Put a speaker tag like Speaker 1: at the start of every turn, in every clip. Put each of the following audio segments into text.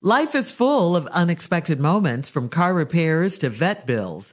Speaker 1: Life is full of unexpected moments from car repairs to vet bills.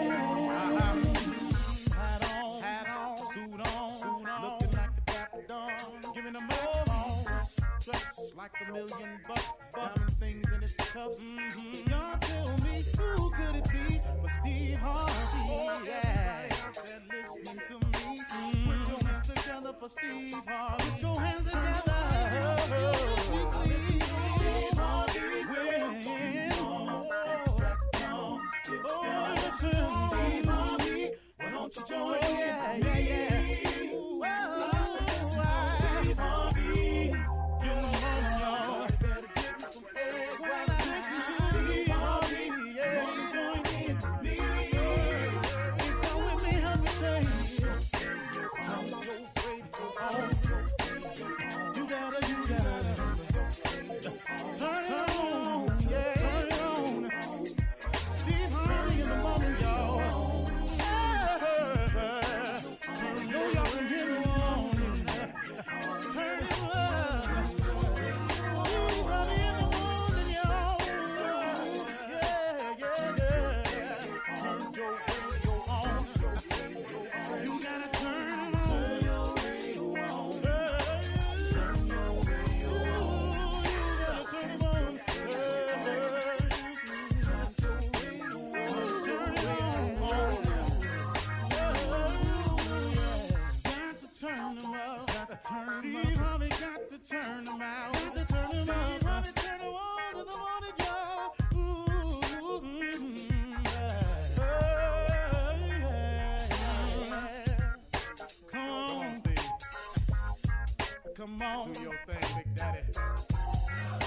Speaker 2: like a million bucks, bucks. things in its cups. Mm-hmm. Y'all tell me who could it be but Steve Harvey? Oh, yeah. Everybody listening to me, mm-hmm. put your hands together for Steve Harvey. Put your hands together. Oh, please. Steve Harvey. When, oh, oh, listen, Steve Harvey, why don't you join oh, yeah, me? Yeah, yeah. Ooh, oh, oh, Steve Harvey. turn them out. Got to turn them out. Got to turn them on to the morning, yo. Ooh, mm-hmm. Hey, yeah, yeah. Come on, Steve. Come on. Do your thing, Big Daddy.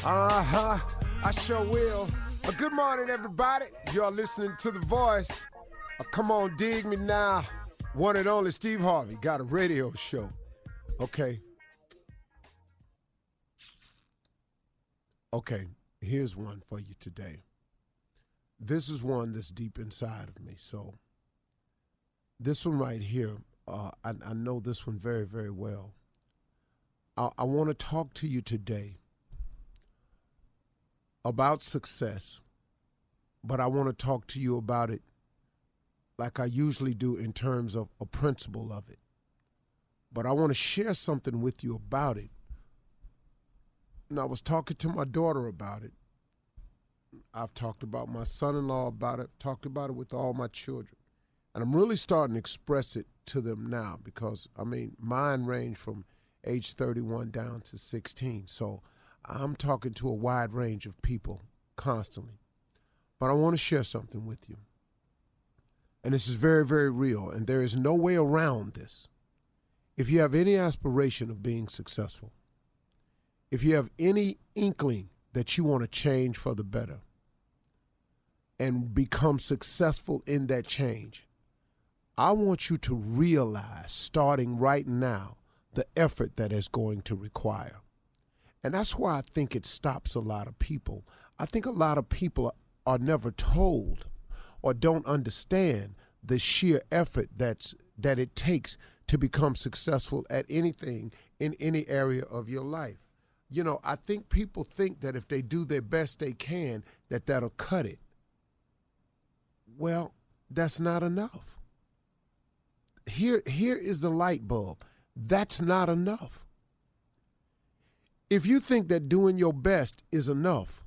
Speaker 3: Uh huh. I sure will. Uh, good morning, everybody. You're listening to The Voice. Uh, come on, dig me now. One and only Steve Harvey got a radio show. Okay, Okay, here's one for you today. This is one that's deep inside of me. So, this one right here, uh, I, I know this one very, very well. I, I want to talk to you today about success, but I want to talk to you about it like I usually do in terms of a principle of it. But I want to share something with you about it and I was talking to my daughter about it. I've talked about my son-in-law about it, talked about it with all my children. And I'm really starting to express it to them now because I mean, mine range from age 31 down to 16. So I'm talking to a wide range of people constantly. But I want to share something with you. And this is very, very real. And there is no way around this. If you have any aspiration of being successful, if you have any inkling that you want to change for the better and become successful in that change, I want you to realize starting right now the effort that is going to require. And that's why I think it stops a lot of people. I think a lot of people are never told or don't understand the sheer effort that's that it takes to become successful at anything in any area of your life. You know, I think people think that if they do their best they can that that'll cut it. Well, that's not enough. Here here is the light bulb. That's not enough. If you think that doing your best is enough,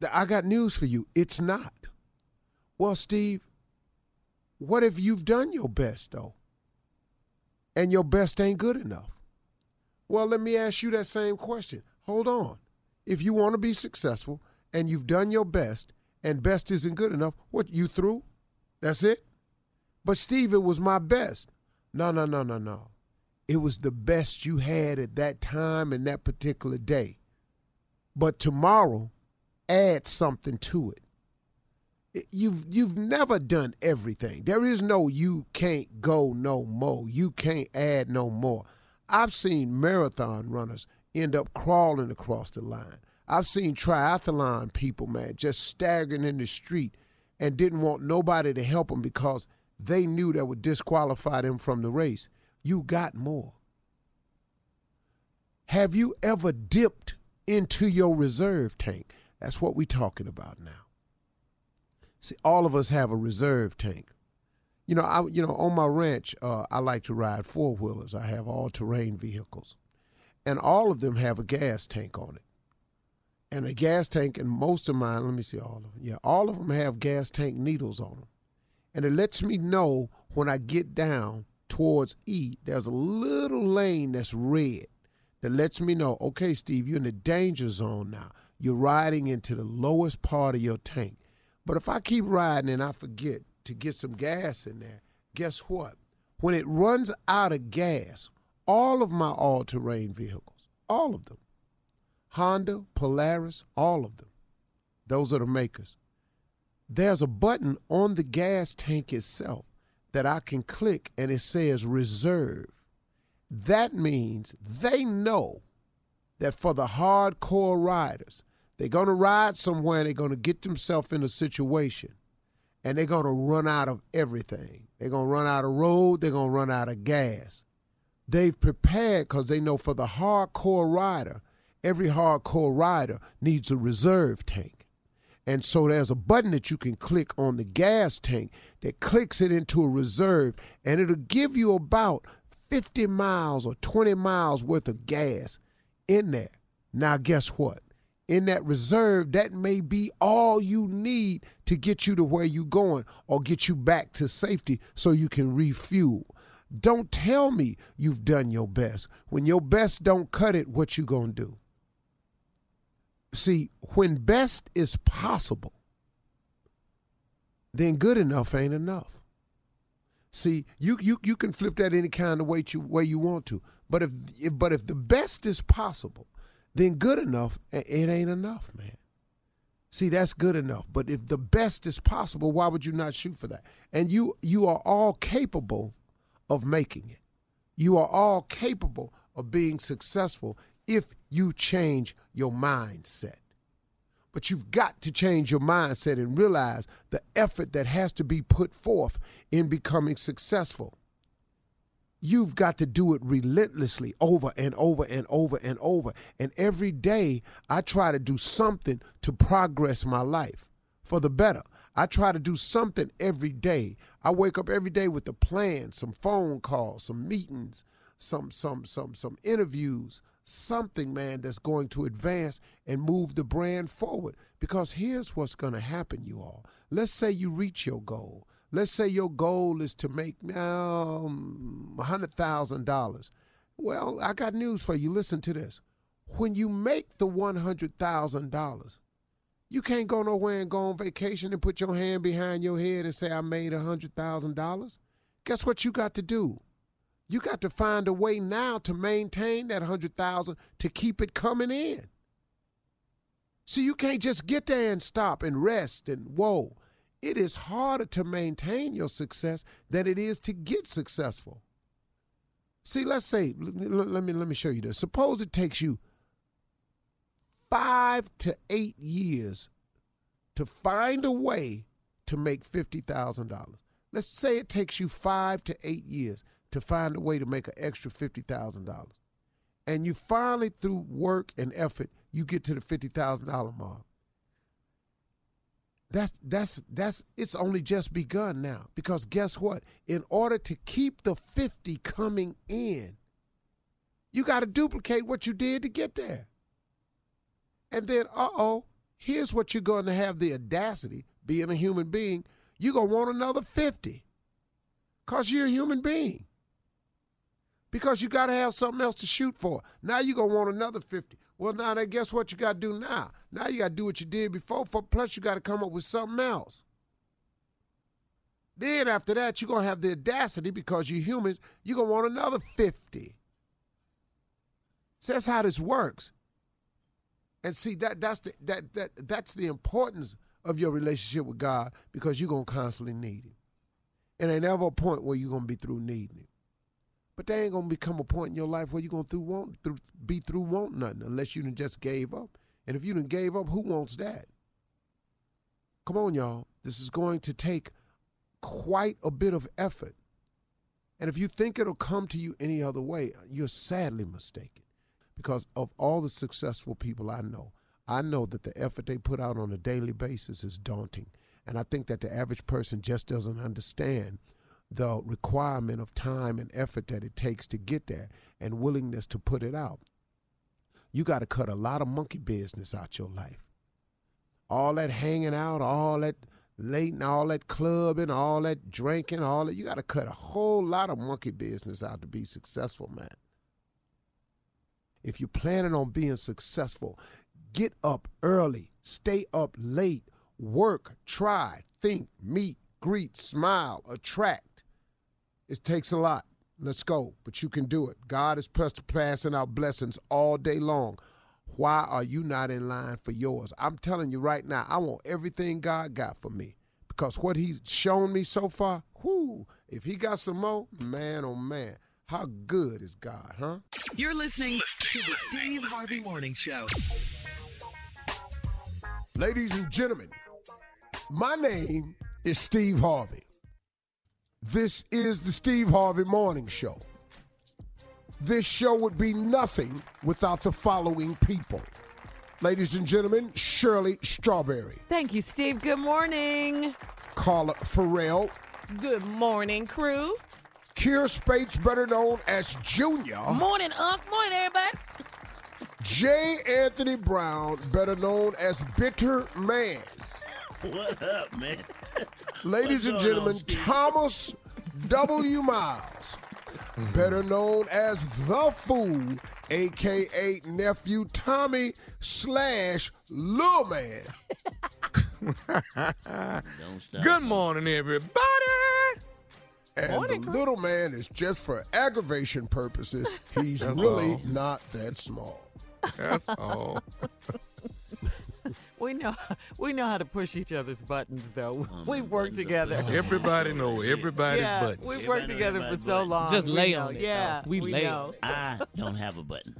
Speaker 3: th- I got news for you. It's not. Well, Steve, what if you've done your best, though, and your best ain't good enough? Well, let me ask you that same question. Hold on. If you want to be successful and you've done your best and best isn't good enough, what, you through? That's it? But, Steve, it was my best. No, no, no, no, no. It was the best you had at that time and that particular day. But tomorrow, add something to it it- you've you've never done everything. There is no you can't go no more. You can't add no more. I've seen marathon runners end up crawling across the line. I've seen triathlon people, man, just staggering in the street and didn't want nobody to help them because they knew that would disqualify them from the race. You got more. Have you ever dipped into your reserve tank? That's what we're talking about now. See, all of us have a reserve tank. You know, I you know on my ranch, uh, I like to ride four wheelers. I have all terrain vehicles, and all of them have a gas tank on it. And a gas tank, and most of mine, let me see, all of them, yeah, all of them have gas tank needles on them, and it lets me know when I get down towards E. There's a little lane that's red that lets me know, okay, Steve, you're in the danger zone now. You're riding into the lowest part of your tank. But if I keep riding and I forget to get some gas in there, guess what? When it runs out of gas, all of my all terrain vehicles, all of them, Honda, Polaris, all of them, those are the makers. There's a button on the gas tank itself that I can click and it says reserve. That means they know that for the hardcore riders, they're going to ride somewhere and they're going to get themselves in a situation and they're going to run out of everything. They're going to run out of road, they're going to run out of gas. They've prepared because they know for the hardcore rider, every hardcore rider needs a reserve tank. And so there's a button that you can click on the gas tank that clicks it into a reserve, and it'll give you about 50 miles or 20 miles worth of gas in there. Now, guess what? In that reserve, that may be all you need to get you to where you're going or get you back to safety so you can refuel. Don't tell me you've done your best. When your best don't cut it, what you going to do? See, when best is possible, then good enough ain't enough. See, you you you can flip that any kind of way you way you want to. But if, if but if the best is possible, then good enough i- it ain't enough, man. See, that's good enough. But if the best is possible, why would you not shoot for that? And you you are all capable of making it. You are all capable of being successful if you change your mindset. But you've got to change your mindset and realize the effort that has to be put forth in becoming successful. You've got to do it relentlessly over and over and over and over. And every day I try to do something to progress my life for the better. I try to do something every day. I wake up every day with a plan, some phone calls, some meetings, some some some some interviews, something man that's going to advance and move the brand forward because here's what's going to happen you all. Let's say you reach your goal. Let's say your goal is to make um, $100,000. Well, I got news for you. Listen to this. When you make the $100,000, you can't go nowhere and go on vacation and put your hand behind your head and say, I made $100,000. Guess what you got to do? You got to find a way now to maintain that 100,000 to keep it coming in. So you can't just get there and stop and rest and whoa. It is harder to maintain your success than it is to get successful. See, let's say l- l- let me let me show you this. Suppose it takes you five to eight years to find a way to make $50,000. Let's say it takes you five to eight years to find a way to make an extra $50,000. And you finally, through work and effort, you get to the $50,000 mark. That's that's that's it's only just begun now because guess what? In order to keep the 50 coming in, you got to duplicate what you did to get there. And then, uh oh, here's what you're going to have the audacity, being a human being, you're going to want another 50 because you're a human being. Because you got to have something else to shoot for. Now you're going to want another 50. Well, now that guess what you got to do now? Now you got to do what you did before, for, plus you got to come up with something else. Then after that, you're going to have the audacity because you're humans, you're going to want another 50. So that's how this works. And see that that's the that that that's the importance of your relationship with God because you're gonna constantly need Him. And ain't ever a point where you're gonna be through needing Him. But there ain't gonna become a point in your life where you're gonna through want through be through want nothing unless you done just gave up. And if you done gave up, who wants that? Come on, y'all. This is going to take quite a bit of effort. And if you think it'll come to you any other way, you're sadly mistaken because of all the successful people I know, I know that the effort they put out on a daily basis is daunting. And I think that the average person just doesn't understand the requirement of time and effort that it takes to get there and willingness to put it out. You got to cut a lot of monkey business out your life. All that hanging out, all that late and all that clubbing, all that drinking, all that. You got to cut a whole lot of monkey business out to be successful, man if you're planning on being successful, get up early, stay up late, work, try, think, meet, greet, smile, attract. It takes a lot. Let's go, but you can do it. God is past passing out blessings all day long. Why are you not in line for yours? I'm telling you right now, I want everything God got for me because what He's shown me so far, whoo, if He got some more, man, oh man. How good is God, huh?
Speaker 4: You're listening to the Steve Harvey Morning Show.
Speaker 3: Ladies and gentlemen, my name is Steve Harvey. This is the Steve Harvey Morning Show. This show would be nothing without the following people. Ladies and gentlemen, Shirley Strawberry,
Speaker 1: Thank you, Steve. Good morning.
Speaker 3: Carla Farrell,
Speaker 1: Good morning, crew.
Speaker 3: Keir Spates, better known as Junior,
Speaker 1: Morning, Unc. Morning, everybody.
Speaker 3: J. Anthony Brown, better known as Bitter Man.
Speaker 5: What up, man?
Speaker 3: Ladies and
Speaker 5: going
Speaker 3: gentlemen,
Speaker 5: on, Steve?
Speaker 3: Thomas W. Miles, better known as The Fool, aka Nephew Tommy slash Lil Man.
Speaker 5: Don't stop.
Speaker 6: Good morning, everybody.
Speaker 3: And the little man is just for aggravation purposes. He's really
Speaker 6: all.
Speaker 3: not that small.
Speaker 6: That's all.
Speaker 1: We know we know how to push each other's buttons, though. we work together.
Speaker 6: Everybody know everybody's
Speaker 1: Yeah,
Speaker 6: butt.
Speaker 1: we've
Speaker 5: Everybody
Speaker 1: worked
Speaker 5: know
Speaker 1: together for
Speaker 5: everybody's
Speaker 1: so
Speaker 5: button.
Speaker 1: long.
Speaker 7: Just
Speaker 1: we
Speaker 7: lay
Speaker 1: know.
Speaker 7: on it,
Speaker 1: Yeah,
Speaker 7: though. We lay
Speaker 1: know.
Speaker 7: on
Speaker 5: I don't have a button.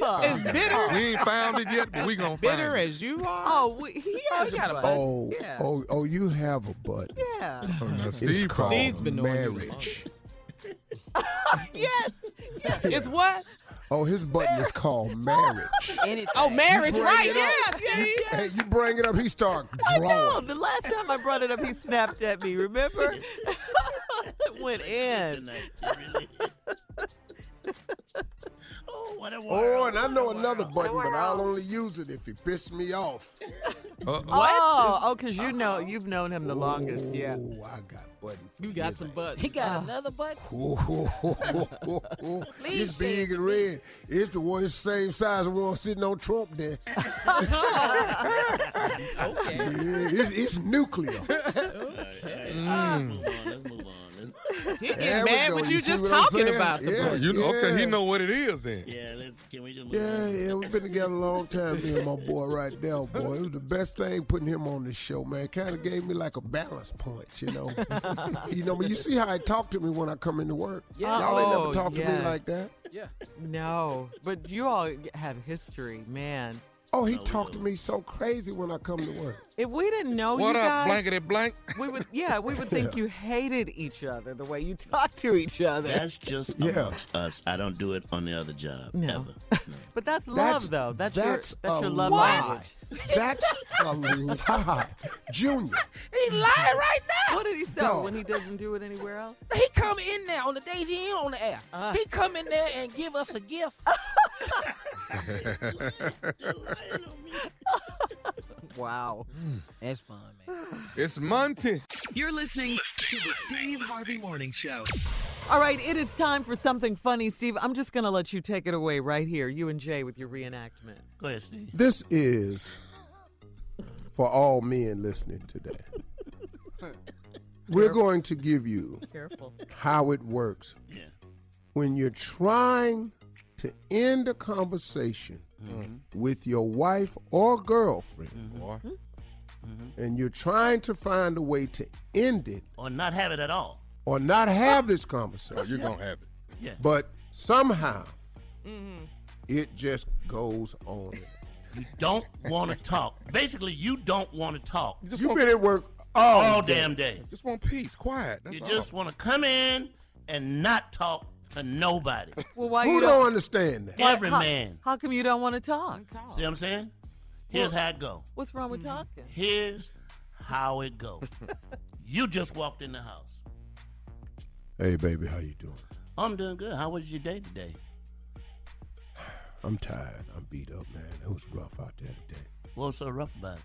Speaker 1: Huh.
Speaker 2: As bitter,
Speaker 6: We ain't found it yet, but we gonna find
Speaker 2: bitter
Speaker 6: it.
Speaker 2: as you are.
Speaker 1: Oh, we, he has
Speaker 2: got a
Speaker 1: a butt.
Speaker 3: Oh,
Speaker 1: Yeah.
Speaker 3: oh, oh! You have a butt.
Speaker 1: Yeah.
Speaker 6: Oh, now
Speaker 3: It's
Speaker 6: Steve
Speaker 3: called
Speaker 6: called.
Speaker 2: Steve's been knowing you the
Speaker 3: marriage.
Speaker 1: Yes.
Speaker 2: It's what?
Speaker 3: Oh, his button is called marriage.
Speaker 1: Anything.
Speaker 2: Oh, marriage,
Speaker 1: Bring
Speaker 2: right?
Speaker 1: it
Speaker 2: Yes,
Speaker 1: up.
Speaker 2: yeah, yeah.
Speaker 3: Hey, you bring it up, he start
Speaker 1: I know.
Speaker 3: drawing.
Speaker 1: The last time I brought it up, he snapped at me. Remember? It Went in.
Speaker 5: Tonight, you really- oh, what a world.
Speaker 3: Oh, and I know
Speaker 5: what a
Speaker 3: another
Speaker 5: world.
Speaker 3: button, but I'll only use it if he piss me off.
Speaker 6: Uh-oh.
Speaker 1: What? Oh, oh, because you know you've known him the longest. Yeah.
Speaker 3: Oh, I got button. for
Speaker 2: You got
Speaker 3: his
Speaker 2: some
Speaker 3: ass.
Speaker 2: butts.
Speaker 8: He got another butt.
Speaker 3: it's big and red. It's the one, it's the same size as the one sitting on Trump desk. okay. it's, it's nuclear.
Speaker 5: All right, all right, Let's move on. Let's
Speaker 6: Mm.
Speaker 5: move on. Let's,
Speaker 2: He
Speaker 3: There
Speaker 2: get
Speaker 3: we
Speaker 2: mad
Speaker 3: go.
Speaker 2: with you,
Speaker 3: see
Speaker 2: just
Speaker 3: what I'm
Speaker 2: talking
Speaker 3: saying?
Speaker 2: about the
Speaker 3: Yeah,
Speaker 2: butt.
Speaker 6: Oh, You know, okay,
Speaker 3: yeah.
Speaker 6: he know what it is then.
Speaker 5: yeah, let's. Can we just move
Speaker 3: Yeah,
Speaker 5: on?
Speaker 3: yeah, we've been together a long time, me and my boy right now, boy. It was the best thing putting him on this show, man. Kind of gave me like a balance punch, you know. you know, but you see how he talked to me when I come into work.
Speaker 1: Yeah.
Speaker 3: Y'all ain't
Speaker 1: Oh,
Speaker 3: never talked to
Speaker 1: yes.
Speaker 3: me like that.
Speaker 1: No, but you all have history, man.
Speaker 3: Oh, he talked to me so crazy when I come to work.
Speaker 1: If we didn't know
Speaker 6: What
Speaker 1: you
Speaker 6: up,
Speaker 1: guys,
Speaker 6: blankety blank?
Speaker 1: we would yeah, we would think you hated each other the way you talk to each other.
Speaker 5: That's just
Speaker 3: Yeah.
Speaker 5: amongst us. I don't do it on the other job
Speaker 1: No.
Speaker 5: ever. No.
Speaker 1: but that's love,
Speaker 3: That's-
Speaker 1: though. That's, your that's
Speaker 3: a
Speaker 1: your love
Speaker 3: lie.
Speaker 1: language.
Speaker 3: That's a lie, Junior.
Speaker 8: He lying right now.
Speaker 1: What did he say
Speaker 3: Dog.
Speaker 1: when he doesn't do it anywhere else?
Speaker 8: He come in there on the days he ain't on the air. he come in there and give us a gift.
Speaker 1: Wow.
Speaker 4: Mm.
Speaker 8: That's fun, man.
Speaker 6: It's Monty.
Speaker 9: You're listening to the Steve Harvey Morning Show.
Speaker 1: All right, it is time for something funny, Steve. I'm just going to let you take it away right here, you and Jay, with your reenactment.
Speaker 5: Go ahead, Steve.
Speaker 3: This is for all men listening today. We're going to give you
Speaker 1: Careful.
Speaker 3: how it works
Speaker 5: Yeah.
Speaker 3: when you're trying to end a conversation with your wife or girlfriend
Speaker 6: Boy.
Speaker 5: Mm-hmm.
Speaker 3: and you're trying to find a way to end it
Speaker 5: Or not have it at all.
Speaker 3: or not have this
Speaker 6: Oh,
Speaker 3: conversation
Speaker 6: you're gonna have it.
Speaker 5: Yeah.
Speaker 3: but somehow
Speaker 1: Mm-hmm.
Speaker 3: it just goes on
Speaker 5: You don't want to talk. Basically, you don't want to talk
Speaker 6: You just
Speaker 3: you've
Speaker 6: want,
Speaker 3: been at work all,
Speaker 5: all
Speaker 3: day.
Speaker 5: damn day.
Speaker 6: just want peace, quiet. That's
Speaker 5: You
Speaker 6: all.
Speaker 5: just want to come in and not talk to nobody.
Speaker 1: Well, why
Speaker 3: who
Speaker 1: you
Speaker 3: don't understand that
Speaker 5: Every
Speaker 1: how,
Speaker 5: man.
Speaker 1: How come you don't want to talk?
Speaker 5: See what I'm saying? Here's how it go.
Speaker 1: What's wrong with talking?
Speaker 5: Here's how it go. you just walked in the house.
Speaker 3: hey baby how you doing
Speaker 5: I'm doing good. How was your day today?
Speaker 3: i'm tired i'm beat up man it was rough out there today
Speaker 5: What's so rough about it?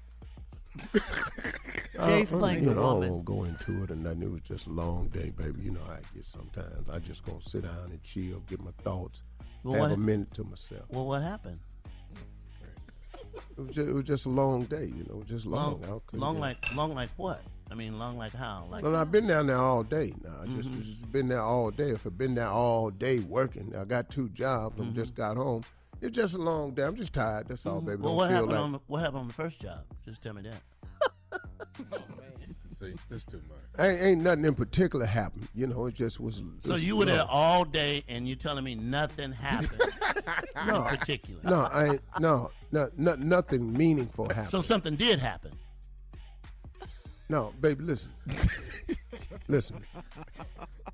Speaker 1: Jay's
Speaker 3: I- I-
Speaker 1: playing
Speaker 3: Uh, you
Speaker 1: the
Speaker 3: know, I
Speaker 1: woman.
Speaker 3: won't go into it and nothing. It was just a long day, baby. You know how I get sometimes. I just gonna sit down and chill, get my thoughts,
Speaker 5: Well,
Speaker 3: have
Speaker 5: what-
Speaker 3: a minute to myself.
Speaker 5: Well, what happened?
Speaker 3: It was just, it was just a long day, you know, just long. I couldn't
Speaker 5: long
Speaker 3: get-
Speaker 5: like, long like what? I mean, long like how? Like, Mm-hmm.
Speaker 3: Well, I've been down there all day now. I just, just been there all day. If I've been there all day working, I got two jobs. I just got home. It's just a long day. I'm just tired. That's all, baby.
Speaker 5: Mm-hmm. well,
Speaker 3: Don't
Speaker 5: what
Speaker 3: feel
Speaker 5: happened
Speaker 3: like
Speaker 5: on the, what happened on the first job? Just tell me that.
Speaker 6: See, that's too much.
Speaker 3: ain't, ain't nothing in particular happened. You know, it just was.
Speaker 5: So
Speaker 3: it's
Speaker 5: you were there
Speaker 3: rough.
Speaker 5: all day, and you telling me nothing happened in particular.
Speaker 3: No, I ain't, no, no, no, nothing meaningful happened.
Speaker 5: So something did happen.
Speaker 3: No, baby, listen. listen.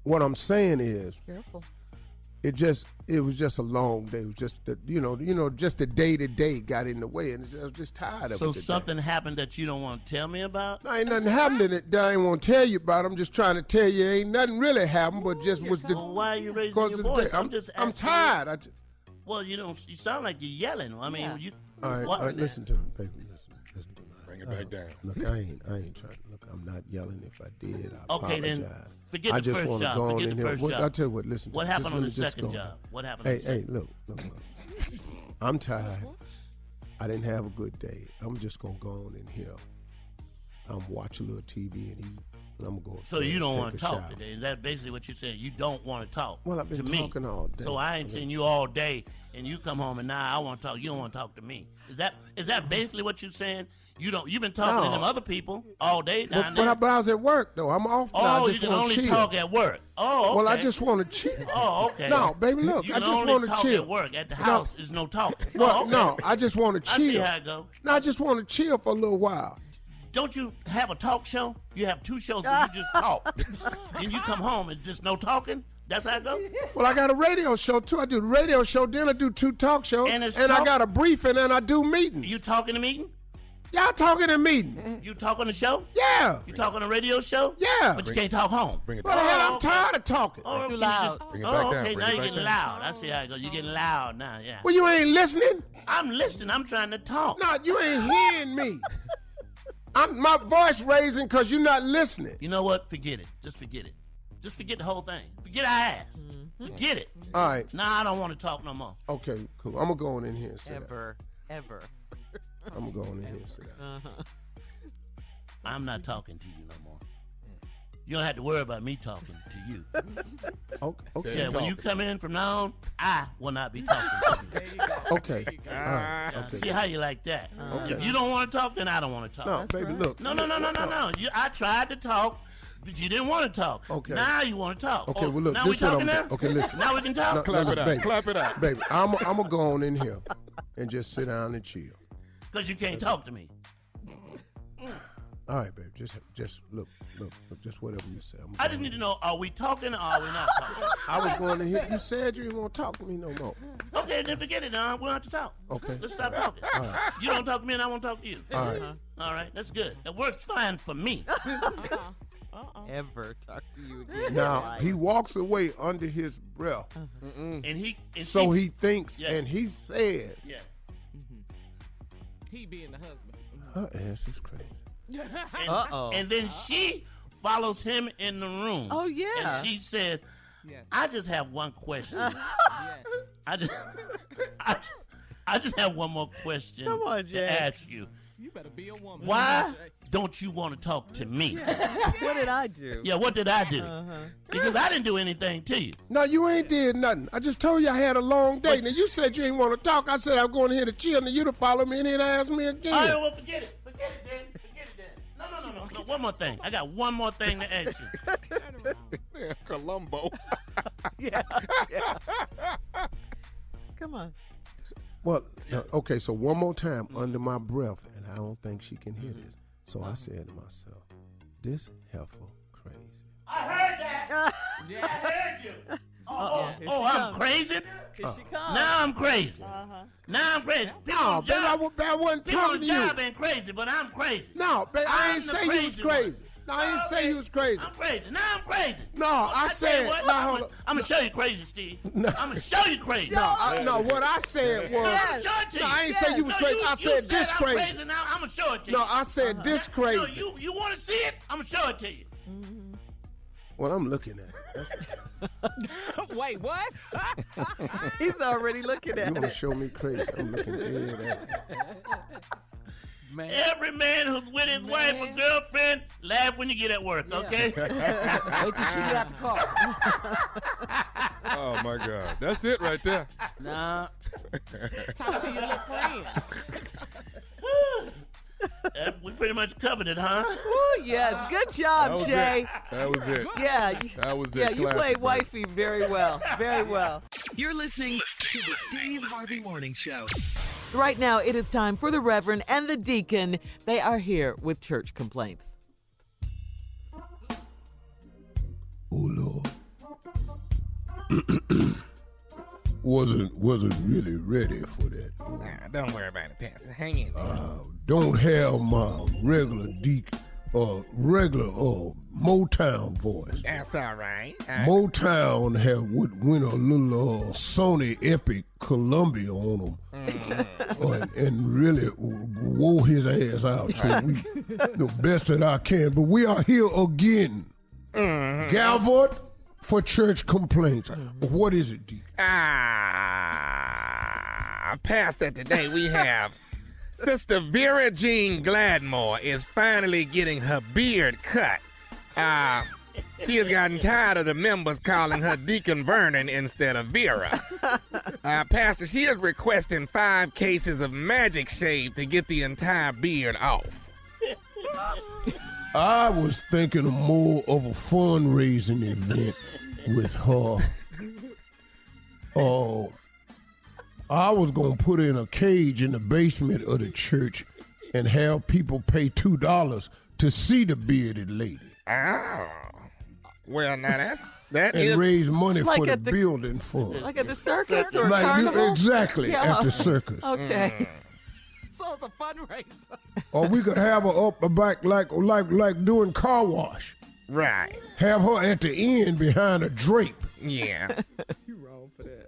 Speaker 3: What I'm saying is,
Speaker 1: Careful.
Speaker 3: it just it was just a long day. It was just the, you know you know just the day to day got in the way, and it's- I was just tired of it.
Speaker 5: So
Speaker 3: today.
Speaker 5: something happened that you don't want to tell me about.
Speaker 3: No, ain't nothing happening that I ain't want to tell you about. I'm just trying to tell you, ain't nothing really happened, but just was the.
Speaker 5: Well, why are you raising
Speaker 3: cause
Speaker 5: your
Speaker 3: of the day.
Speaker 5: voice?
Speaker 3: I'm, I'm
Speaker 5: asking
Speaker 3: tired. I ju-
Speaker 5: you- Well, you don't. You sound like you're yelling. I mean,
Speaker 1: Yeah.
Speaker 5: you.
Speaker 3: all right,
Speaker 5: what-
Speaker 3: all right, listen to me, baby. Listen, listen to me.
Speaker 6: Bring it back down.
Speaker 3: Look, I ain't, I ain't trying. Look, I'm not yelling. If I did, I
Speaker 5: Okay,
Speaker 3: apologize.
Speaker 5: then forget
Speaker 3: I
Speaker 5: the
Speaker 3: just
Speaker 5: first
Speaker 3: wanna
Speaker 5: job,
Speaker 3: Go on in
Speaker 5: forget the
Speaker 3: here.
Speaker 5: first
Speaker 3: What-
Speaker 5: job.
Speaker 3: I tell you what. Listen. to
Speaker 5: What
Speaker 3: me.
Speaker 5: happened
Speaker 3: Just
Speaker 5: on
Speaker 3: let
Speaker 5: the
Speaker 3: me just
Speaker 5: second
Speaker 3: go.
Speaker 5: job? What happened? on
Speaker 3: Hey,
Speaker 5: the
Speaker 3: hey,
Speaker 5: second?
Speaker 3: look, look, look. I'm tired. I didn't have a good day. I'm just gonna go on in here. I'm watch a little TV and eat. And I'm gonna go.
Speaker 5: So you don't
Speaker 3: want to
Speaker 5: talk today. Is that basically what you said? You don't want to talk.
Speaker 3: Well, I've been
Speaker 5: to me.
Speaker 3: talking all day.
Speaker 5: So I ain't seen you all day, and you come home and now I want to talk. You don't want to talk to me. Is that is that basically what you're saying? You don't. You've been talking
Speaker 3: No.
Speaker 5: to them other people all day down
Speaker 3: But, but, I,
Speaker 5: there.
Speaker 3: but I was at work though. I'm off now.
Speaker 5: oh,
Speaker 3: I
Speaker 5: you
Speaker 3: just
Speaker 5: can
Speaker 3: want
Speaker 5: only
Speaker 3: to chill.
Speaker 5: talk at work. Oh, okay.
Speaker 3: Well, I just want to chill.
Speaker 5: Oh, okay.
Speaker 3: No, baby, look,
Speaker 5: you
Speaker 3: I
Speaker 5: can
Speaker 3: just
Speaker 5: only
Speaker 3: wanna
Speaker 5: talk
Speaker 3: chill.
Speaker 5: at work. At the
Speaker 3: No.
Speaker 5: house, is no talking.
Speaker 3: Well,
Speaker 5: oh, okay.
Speaker 3: no, I just want to
Speaker 5: I
Speaker 3: chill.
Speaker 5: see how it go.
Speaker 3: No, I just want to chill for a little while.
Speaker 5: Don't you have a talk show? You have two shows where you just talk. then you come home and just no talking. That's how it go.
Speaker 3: Well, I got a radio show too. I do the radio show, then I do two talk shows,
Speaker 5: And it's
Speaker 3: I
Speaker 5: talk-
Speaker 3: got a briefing, and I do meetings.
Speaker 5: You talking to meeting?
Speaker 3: Y'all talking in meeting?
Speaker 5: You talking the show?
Speaker 3: Yeah.
Speaker 5: You talking a radio show?
Speaker 3: Yeah.
Speaker 5: But you can't talk home.
Speaker 6: Bring it
Speaker 3: But the
Speaker 6: down.
Speaker 3: hell, I'm tired of talking.
Speaker 5: Oh, can you
Speaker 1: loud.
Speaker 5: just-
Speaker 6: Bring it
Speaker 5: oh,
Speaker 6: back down,
Speaker 5: okay,
Speaker 6: bring
Speaker 5: now
Speaker 6: it
Speaker 5: you're
Speaker 6: back
Speaker 5: getting
Speaker 6: down.
Speaker 5: loud. I see how it goes. You're getting loud now, yeah.
Speaker 3: Well, you ain't listening.
Speaker 5: I'm listening. I'm trying to talk.
Speaker 3: No, you ain't hearing me. I'm my voice raising because you're not listening.
Speaker 5: You know what? Forget it. Just forget it. Just forget the whole thing. Forget I asked. Forget it.
Speaker 3: All right.
Speaker 5: Nah, I don't want to talk no more.
Speaker 3: Okay, cool. I'm gonna go on in here and say that.
Speaker 1: Ever. Ever. Uh-huh.
Speaker 3: I'm gonna go on in here and say that.
Speaker 5: I'm not talking to you no more. You don't have to worry about me talking to you.
Speaker 3: Okay. Okay.
Speaker 5: Yeah, when you come in from now on, I will not be talking to you.
Speaker 3: okay. All right.
Speaker 5: Uh, See
Speaker 3: Okay.
Speaker 5: how you like that. If you don't want to talk, then I don't want to
Speaker 3: No,
Speaker 5: talk.
Speaker 3: baby, look.
Speaker 5: No, no, no, no, no, no. You, I tried to talk, but you didn't want to talk.
Speaker 3: Okay.
Speaker 5: Now you want to talk.
Speaker 3: Okay,
Speaker 5: Oh,
Speaker 3: well, look,
Speaker 5: Now
Speaker 3: this
Speaker 5: we
Speaker 3: what I'm
Speaker 5: talking now?
Speaker 3: doing. Okay, listen.
Speaker 5: Now we can talk.
Speaker 3: No,
Speaker 6: Clap
Speaker 3: no,
Speaker 6: it out.
Speaker 3: baby.
Speaker 6: Clap it out.
Speaker 3: Baby, I'm I'm gonna go on in here and just sit down and chill.
Speaker 5: Because you can't talk to me.
Speaker 3: All right, baby. Just just look, look, look. Just whatever you say. I'm
Speaker 5: I
Speaker 3: going
Speaker 5: just need
Speaker 3: in.
Speaker 5: to know, are we talking or are we not talking?
Speaker 3: I was going to hear you said you didn't want to talk to me no more.
Speaker 5: Okay, then forget it, Don. We don't have to talk.
Speaker 3: Okay.
Speaker 5: Let's stop talking. You don't talk to me and I won't talk to you. Uh-huh.
Speaker 3: All right.
Speaker 5: All right, that's good. That works fine for me.
Speaker 1: Uh-uh. Ever talk to you again.
Speaker 3: Now he walks away under his breath,
Speaker 5: And he and
Speaker 3: so
Speaker 5: she-
Speaker 3: he thinks
Speaker 5: Yeah.
Speaker 3: and he says,
Speaker 5: Yeah.
Speaker 1: Mm-hmm.
Speaker 2: He being the husband.
Speaker 3: "Her ass is crazy."
Speaker 5: And,
Speaker 1: Uh-oh.
Speaker 5: and then she follows him in the room.
Speaker 1: Oh, yeah.
Speaker 5: And she says,
Speaker 2: Yes.
Speaker 5: I just have one question. I just I, ju- I just have one more question
Speaker 1: Come on,
Speaker 5: to
Speaker 1: Jack.
Speaker 5: ask you.
Speaker 2: You better be a woman.
Speaker 5: Why don't you want to talk to me?
Speaker 1: What did I do? Uh-huh.
Speaker 5: Yeah, what did I do? Because I didn't do anything to you.
Speaker 3: No, you ain't did nothing. I just told you I had a long day.
Speaker 5: But-
Speaker 3: now you said you didn't want to talk. I said I'm going here to chill, and you to follow me in here and ask me again.
Speaker 5: All right, well, forget it. Forget it, then. Forget it, then. No, no, no, no, no. One more thing. I got one more thing to ask you.
Speaker 6: Yeah, Columbo.
Speaker 1: Yeah. Come on.
Speaker 3: Well, no, okay, so one more time under my breath, and I don't think she can hear this. So I said to myself, this heifer crazy.
Speaker 5: I heard that. I heard you. Oh, oh, oh, I'm crazy? Now I'm crazy. Now I'm crazy. People
Speaker 3: No,
Speaker 5: on
Speaker 3: baby, I,
Speaker 5: job,
Speaker 3: wa- babe, I wasn't
Speaker 5: people
Speaker 3: talking
Speaker 5: on
Speaker 3: to
Speaker 5: job
Speaker 3: you.
Speaker 5: ain't crazy, but I'm crazy.
Speaker 3: No, babe, I
Speaker 5: I'm
Speaker 3: ain't
Speaker 5: the
Speaker 3: say you was
Speaker 5: crazy one.
Speaker 3: crazy. No, I ain't say you was crazy.
Speaker 5: I'm crazy. Now I'm crazy.
Speaker 3: No, I said,
Speaker 5: what,
Speaker 3: now
Speaker 5: I'm
Speaker 3: hold
Speaker 5: gonna
Speaker 3: up.
Speaker 5: I'm gonna show you crazy, Steve. I'm gonna show you crazy.
Speaker 3: No, I, no, what I said was,
Speaker 5: I'm gonna show it to
Speaker 3: no,
Speaker 5: you.
Speaker 3: I ain't say you was
Speaker 5: No,
Speaker 3: crazy. I
Speaker 5: you
Speaker 3: said this
Speaker 5: I'm
Speaker 3: crazy.
Speaker 5: Now I'm gonna show it to
Speaker 3: No,
Speaker 5: you.
Speaker 3: I
Speaker 1: Uh-huh.
Speaker 3: said this
Speaker 5: No,
Speaker 3: crazy.
Speaker 5: you you want to see it? I'm gonna show it to you.
Speaker 3: Well, I'm looking at.
Speaker 2: Wait, what?
Speaker 1: He's already looking
Speaker 3: it. You
Speaker 1: at
Speaker 3: want to
Speaker 1: it.
Speaker 3: show me crazy? I'm looking dead at. it.
Speaker 5: Every man who's with his wife or girlfriend, laugh when you get at work, okay?
Speaker 8: Wait till she get out the car.
Speaker 6: Oh my God, that's it right there.
Speaker 8: nah.
Speaker 2: Talk to your little friends.
Speaker 5: Uh, we pretty much covered it, huh?
Speaker 1: Oh,
Speaker 2: Uh-huh.
Speaker 1: yes. Good
Speaker 6: That
Speaker 1: job,
Speaker 6: was
Speaker 1: Jay.
Speaker 6: it. That was it.
Speaker 1: Yeah. you-
Speaker 6: That was it.
Speaker 1: Yeah, you
Speaker 6: Classic,
Speaker 1: played
Speaker 6: man.
Speaker 1: wifey very well. Very well.
Speaker 4: You're listening to the Steve Harvey Morning Show.
Speaker 1: Right now, it is time for the Reverend and the Deacon. They are here with church complaints.
Speaker 3: Oh Lord. wasn't wasn't really ready for that. Oh.
Speaker 2: Nah, don't worry about it, Pastor. Hang in.
Speaker 3: Don't have my regular deek uh regular uh Motown voice.
Speaker 2: That's all right. Uh,
Speaker 3: Motown had would win a little uh, Sony Epic Columbia on him, and, and really wore his ass out. So we, the best that I can, but we are here again, Galvard for church complaints. What is it, Deacon?
Speaker 2: Ah, Pastor, today we have Sister Vera Jean Gladmore is finally getting her beard cut. Uh,
Speaker 6: Ah, She has gotten tired of the members calling her Deacon Vernon instead of Vera. Uh, Pastor, she is requesting five cases of magic shave to get the entire beard off.
Speaker 3: I was thinking more of a fundraising event with her. Oh, I was gonna put her in a cage in the basement of the church and have people pay two dollars to see the bearded lady
Speaker 6: Oh. Well, now that's that
Speaker 3: and
Speaker 6: is
Speaker 3: raise money
Speaker 1: Like
Speaker 3: for the,
Speaker 1: at the-
Speaker 3: building fund.
Speaker 1: Like at the circus or a
Speaker 3: Like you-
Speaker 1: carnival?
Speaker 3: exactly
Speaker 1: Yeah.
Speaker 3: at the circus,
Speaker 1: Okay.
Speaker 6: Mm.
Speaker 2: Mm.
Speaker 1: so it's a fundraiser.
Speaker 3: or we could have her up the back like like like doing car wash.
Speaker 6: right.
Speaker 3: Have her at the end behind a drape.
Speaker 6: Yeah. you wrong for that.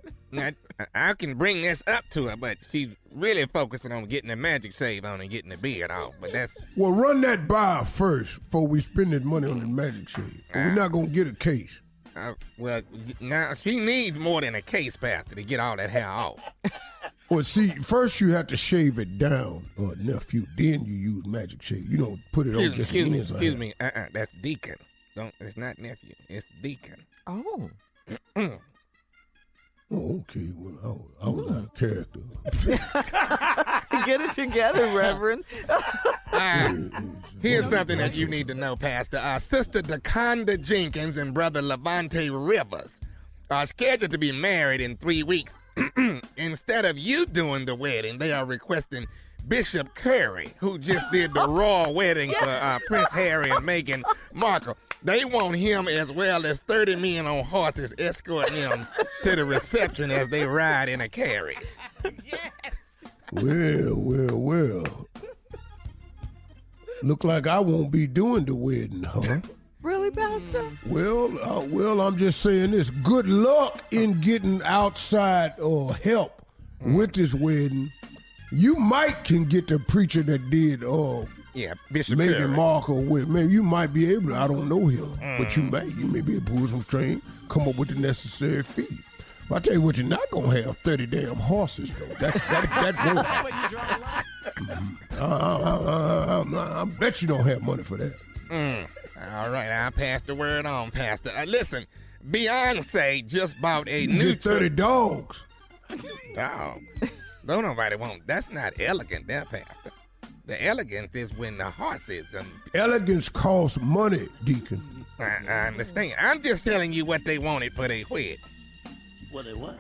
Speaker 6: I can bring this up to her, but she's really focusing on getting the magic shave on and getting the beard off. But that's
Speaker 3: Well, run that by her first before we spend that money on the magic shade. We're not gonna get a case.
Speaker 6: uh, well. Now she needs more than a case pastor to get all that hair off.
Speaker 3: Well, see, first you have to shave it down, uh, nephew. Then you use magic shade. You don't put it
Speaker 6: Excuse
Speaker 3: on
Speaker 6: me.
Speaker 3: just the ends.
Speaker 6: Excuse me.
Speaker 3: of
Speaker 6: Excuse
Speaker 3: it.
Speaker 6: me. Uh-uh. That's deacon. Don't. It's not nephew. It's deacon.
Speaker 1: Oh.
Speaker 3: Oh, okay. Well, I was, I was out of character.
Speaker 1: Get it together, Reverend.
Speaker 6: Ah, here's
Speaker 3: Well,
Speaker 6: something that you need to know, Pastor. Our sister Daconda Jenkins and brother Levante Rivers are scheduled to be married in three weeks. Instead of you doing the wedding, they are requesting Bishop Curry, who just did the royal wedding for uh, Prince Harry and Meghan Markle. They want him as well as 30 men on horses escorting him to the reception as they ride in a carriage.
Speaker 3: Well, well, well. Look like I won't be doing the wedding, huh?
Speaker 1: Really, Pastor?
Speaker 3: Well, uh, well, I'm just saying this. Good luck in getting outside uh, help with this wedding. You might can get the preacher that did uh,
Speaker 6: Yeah, Bishop Curry.
Speaker 3: Meghan Markle with. Man, you might be able to. I don't know him, but you may. You may be able to pull some string, come up with the necessary fee. But I tell you what, you're not gonna have thirty damn horses though. That that that won't. happen. Mhm. I, I- uh, I- I- I- I bet you don't have money for that.
Speaker 6: Mm. All right, I'll pass the word on, Pastor. Uh, listen, Beyonce just bought a
Speaker 3: You
Speaker 6: new
Speaker 3: Get thirty dogs.
Speaker 6: dog. Don't nobody want. That's not elegant, there, Pastor. The elegance is when the horses. Um,
Speaker 3: Elegance costs money, Deacon.
Speaker 6: I, I understand. I'm just telling you what they wanted for their wed.
Speaker 5: What they what?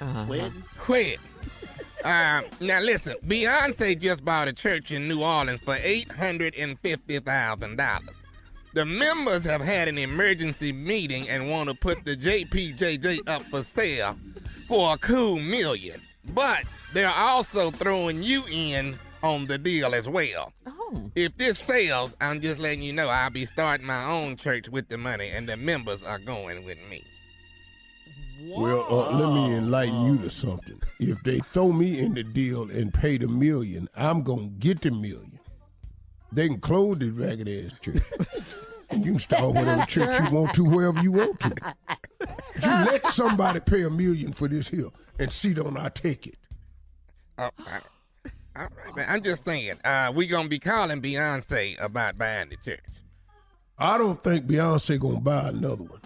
Speaker 1: Uh-huh.
Speaker 5: Wedding?
Speaker 6: Wed. Um, now listen, Beyonce just bought a church in New Orleans for eight hundred and fifty thousand dollars. The members have had an emergency meeting and want to put the JPJJ up for sale for a cool million. But they're also throwing you in on the deal as well.
Speaker 1: Oh.
Speaker 6: If this sells, I'm just letting you know I'll be starting my own church with the money and the members are going with me.
Speaker 3: Well, uh, let me enlighten you to something. If they throw me in the deal and pay the million, I'm gonna get the million. They can close this ragged ass church. And you can start whatever church you want to, wherever you want to. But you let somebody pay a million for this here and see don't I take it.
Speaker 6: Oh, I- all right, man. I'm just saying, uh, we gonna be calling Beyonce about buying the church.
Speaker 3: I don't think Beyonce gonna buy another one.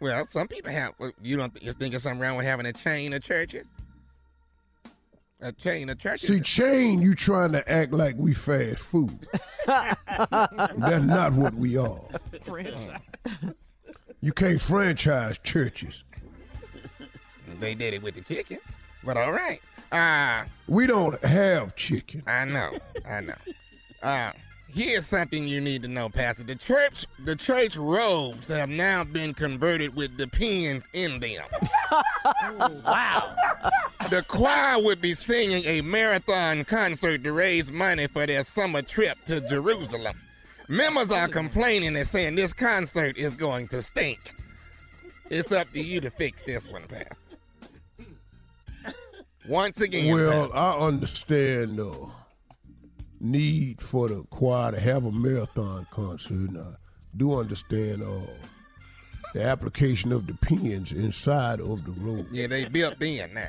Speaker 6: Well, some people have. well, You don't th- you think there's something wrong with having a chain of churches? A chain of churches.
Speaker 3: See, Chain, you trying to act like we fast food. That's not what we are. You can't franchise churches.
Speaker 6: they did it with the chicken, but all right. Uh
Speaker 3: We don't have chicken.
Speaker 6: I know, I know. Uh, here's something you need to know, Pastor. The church, the church robes have now been converted with the pins in them. wow. The choir would be singing a marathon concert to raise money for their summer trip to Jerusalem. Members are complaining and saying this concert is going to stink. It's up to you to fix this one, Pastor. Once again,
Speaker 3: Well, I understand the need for the choir to have a marathon concert, and I do understand uh, the application of the pins inside of the robe.
Speaker 6: Yeah, they built in now.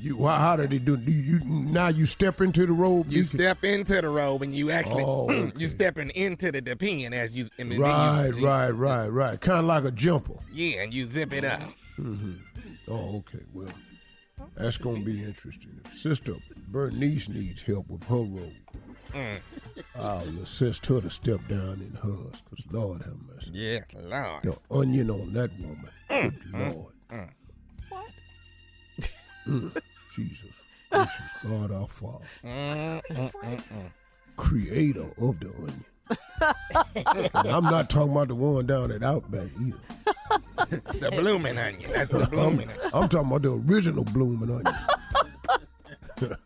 Speaker 3: You, how, how do they do? Do you now you step into the robe?
Speaker 6: You step into the robe and you actually mm,
Speaker 3: Oh, okay.
Speaker 6: you stepping into the, the pen as you I mean, then you-
Speaker 3: Right, right, right, right. Kind of like a jumper.
Speaker 6: Yeah, and you zip it up. Mm-hmm.
Speaker 3: Oh, okay. Well, that's gonna be interesting. If Sister Bernice needs help with her robe,
Speaker 6: Mm.
Speaker 3: I'll assist her to step down in hers. Cause Lord have mercy,
Speaker 6: Yeah, Lord.
Speaker 3: the onion on that woman. Good Lord,
Speaker 6: Mm.
Speaker 3: Mm. Jesus, gracious God our Father,
Speaker 6: Mm, mm, mm, mm.
Speaker 3: Creator of the onion.
Speaker 1: mm.
Speaker 3: and I'm not talking about the one down at Outback either.
Speaker 6: The blooming onion. That's the
Speaker 3: I'm,
Speaker 6: blooming onion.
Speaker 3: I'm talking about the original blooming onion.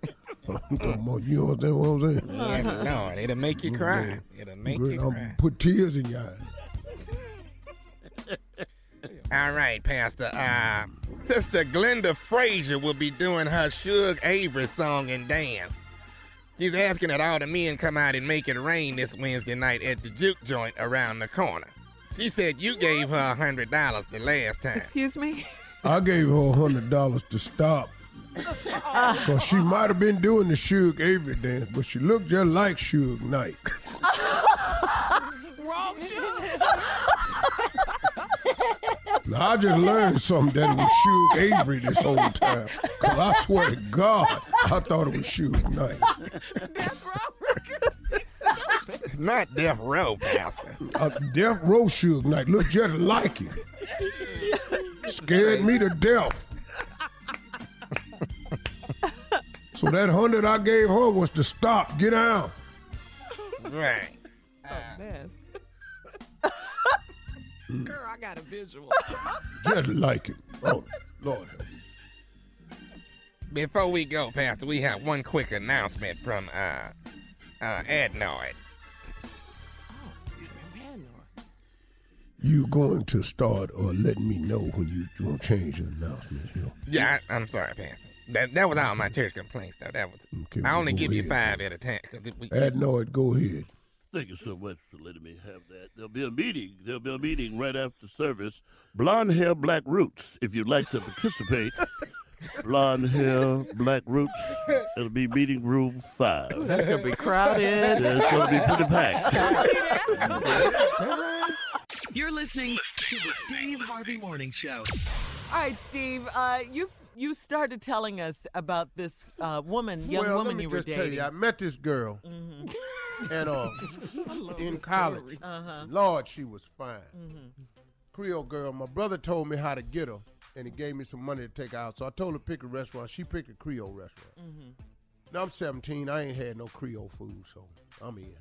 Speaker 3: I'm talking about, you understand what I'm saying?
Speaker 6: Yeah, Lord. It'll make you cry. It'll make
Speaker 3: Girl,
Speaker 6: you
Speaker 3: I'm
Speaker 6: cry.
Speaker 3: put tears in your eyes.
Speaker 6: All right, Pastor. Uh, Sister Glenda Frazier will be doing her Suge Avery song and dance. She's asking that all the men come out and make it rain this Wednesday night at the juke joint around the corner. She said you gave her a hundred dollars the last time.
Speaker 1: Excuse me?
Speaker 3: I gave her a hundred dollars to stop. Cause she might have been doing the Suge Avery dance, but she looked just like Suge Knight.
Speaker 1: Wrong show.
Speaker 3: Now, I just learned something that it was Suge Avery this whole time. Cause I swear to God, I thought it was Suge Knight.
Speaker 6: Not death row, Pastor.
Speaker 3: Uh, death Row Suge Knight looked just like him. Scared me to death. So that hundred I gave her was to stop, get out.
Speaker 6: right.
Speaker 8: Oh,
Speaker 1: Girl, I got a visual.
Speaker 3: Just like him. Oh, Lord help me.
Speaker 6: Before we go, Pastor, we have one quick announcement from uh, uh, Adnoid.
Speaker 3: You going to start or let me know when you you gonna change the announcement here.
Speaker 6: Yeah, I, I'm sorry, Pastor. That that was all my church complaints, though. That was.
Speaker 3: Okay,
Speaker 6: I only
Speaker 3: well,
Speaker 6: give you
Speaker 3: go
Speaker 6: five at a time. 'cause we-
Speaker 3: Adnoid, go ahead.
Speaker 2: Thank you so much for letting me have that. There'll be a meeting. There'll be a meeting right after service. Blonde hair, black roots. If you'd like to participate, blonde hair, black roots. It'll be meeting room five.
Speaker 1: That's going to be crowded.
Speaker 2: Yeah, it's gonna be pretty packed.
Speaker 4: You're listening to the Steve Harvey Morning Show.
Speaker 1: All right, Steve, uh, you you started telling us about this uh, woman, young
Speaker 3: well, let
Speaker 1: woman
Speaker 3: me
Speaker 1: you were
Speaker 3: just tell
Speaker 1: dating. Mm-hmm.
Speaker 3: you, I met this girl, and uh, in college,
Speaker 1: Uh-huh.
Speaker 3: Lord, she was fine.
Speaker 1: Mm-hmm.
Speaker 3: Creole girl. My brother told me how to get her, and he gave me some money to take her out. So I told her to pick a restaurant. She picked a Creole restaurant.
Speaker 8: Mm-hmm.
Speaker 3: Now I'm 17. I ain't had no Creole food, so I'm in.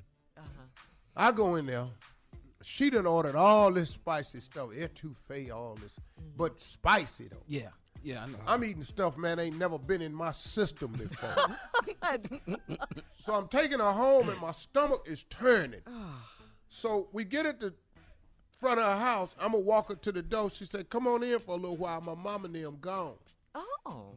Speaker 3: I go in there. She done ordered all this spicy stuff, etouffee, all this, but spicy though.
Speaker 8: Yeah, yeah, I know.
Speaker 3: I'm eating stuff, man, ain't never been in my system before. so I'm taking her home and my stomach is turning.
Speaker 1: Ah.
Speaker 3: so we get at the front of her house. I'm going to walk her to the door. She said, Come on in for a little while. My mama and them gone.
Speaker 1: oh,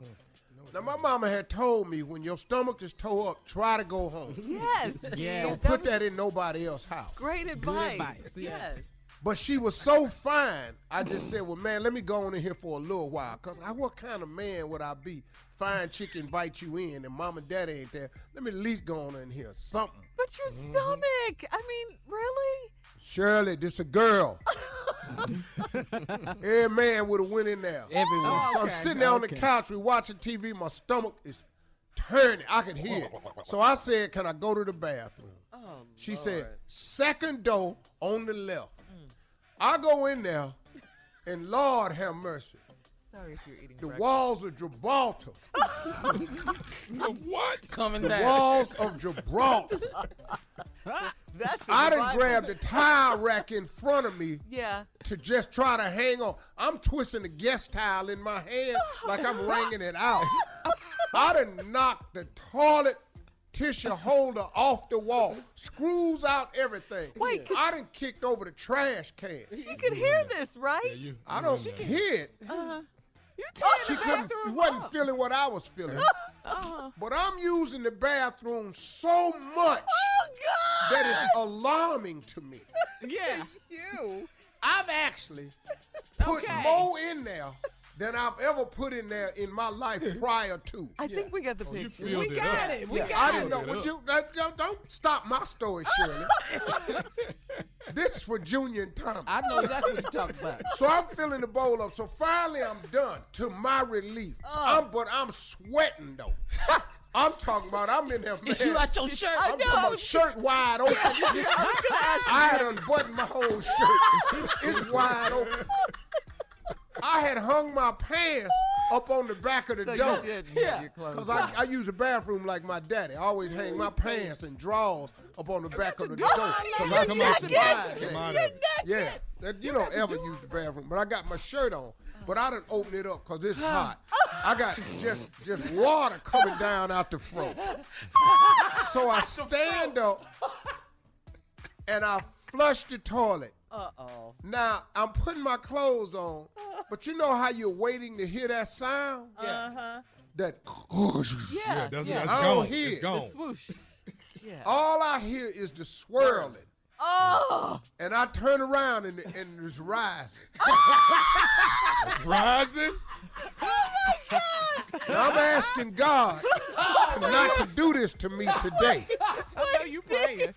Speaker 3: Now, my mama had told me when your stomach is tore up, try to go home.
Speaker 1: yes.
Speaker 8: Yes.
Speaker 1: Don't
Speaker 3: Put that in nobody else's house.
Speaker 1: Great advice.
Speaker 8: advice, yeah.
Speaker 1: Yes.
Speaker 3: But she was so fine. I just said, well, man, let me go on in here for a little while. Because I, what kind of man would I be? Fine chick invite you in and mom and daddy ain't there. Let me at least go on in here. Something.
Speaker 1: But your
Speaker 4: Mm-hmm.
Speaker 1: stomach. I mean, really?
Speaker 3: Shirley, this a girl. Every man would have went in there.
Speaker 8: Everyone.
Speaker 3: So I'm
Speaker 1: Okay.
Speaker 3: sitting there on the
Speaker 8: Okay.
Speaker 3: couch. We watching TV. My stomach is turning. I can hear it. So I said, can I go to the bathroom?
Speaker 1: Oh,
Speaker 3: she said, second door on the left. I go in there, and Lord have mercy.
Speaker 1: Sorry if you're eating
Speaker 3: The
Speaker 1: breakfast.
Speaker 3: walls of Gibraltar.
Speaker 8: Coming
Speaker 3: The walls of Gibraltar.
Speaker 1: That's the
Speaker 3: I done
Speaker 1: revival.
Speaker 3: grabbed the towel rack in front of me
Speaker 1: Yeah.
Speaker 3: to just try to hang on. I'm twisting the guest towel in my hand like I'm wringing it out. I done knocked the toilet tissue holder off the wall, screws out everything.
Speaker 1: Wait, 'cause-
Speaker 3: I done kicked over the trash can.
Speaker 1: You could hear this, right?
Speaker 3: I don't hear it.
Speaker 1: You're taking
Speaker 3: She
Speaker 1: the
Speaker 3: couldn't,
Speaker 1: bathroom
Speaker 3: she wasn't
Speaker 1: up. Uh-huh.
Speaker 3: feeling what I was feeling. But I'm using the bathroom so much
Speaker 1: Oh God!
Speaker 3: that it's alarming to me.
Speaker 1: Yeah.
Speaker 3: I'm actually put
Speaker 1: Okay.
Speaker 3: more in there than I've ever put in there in my life prior to.
Speaker 1: I think we got the picture.
Speaker 2: Oh, filled
Speaker 1: we
Speaker 2: it
Speaker 1: got
Speaker 2: up.
Speaker 1: it. We
Speaker 3: I
Speaker 1: got it.
Speaker 3: didn't know. Would you, now, don't, don't stop my story, Shirley. this is for Junior and Tommy.
Speaker 8: I know exactly what you're talking about.
Speaker 3: So I'm filling the bowl up. So finally, I'm done. To my relief,
Speaker 1: Oh.
Speaker 3: I'm but I'm sweating though. I'm talking about I'm in there, man.
Speaker 8: It's you out your shirt.
Speaker 3: I'm talking about shirt wide open. I had unbuttoned my whole shirt. It's wide open. I had hung my pants up on the back of the
Speaker 1: So
Speaker 3: door.
Speaker 1: you did move your clothes.
Speaker 3: Cause I, I use the bathroom like my daddy. I always hang my pants and drawers up on the back of the door. Cause I
Speaker 2: Come out,
Speaker 3: survived
Speaker 2: come out, come
Speaker 3: that.
Speaker 2: out of it.
Speaker 3: Yeah, that, you don't ever use the bathroom, but I got my shirt on. But I didn't open it up because it's hot. I got just just water coming down out the front. So I stand up and I flush the toilet. Uh oh. Now I'm putting my clothes on, but you know how you're waiting to hear that sound? Yeah. That
Speaker 1: Yeah,
Speaker 2: That's,
Speaker 1: yeah. Oh,
Speaker 2: that's
Speaker 3: I don't
Speaker 2: gone.
Speaker 3: hear
Speaker 2: It's
Speaker 3: it.
Speaker 1: The
Speaker 2: gone.
Speaker 1: swoosh. Yeah.
Speaker 3: all I hear is the swirling.
Speaker 1: Oh,
Speaker 3: And I turn around and, and it's rising.
Speaker 2: It's rising.
Speaker 1: Oh
Speaker 3: And I'm asking God
Speaker 1: Oh,
Speaker 3: to not to do this to me today.
Speaker 1: I know you praying.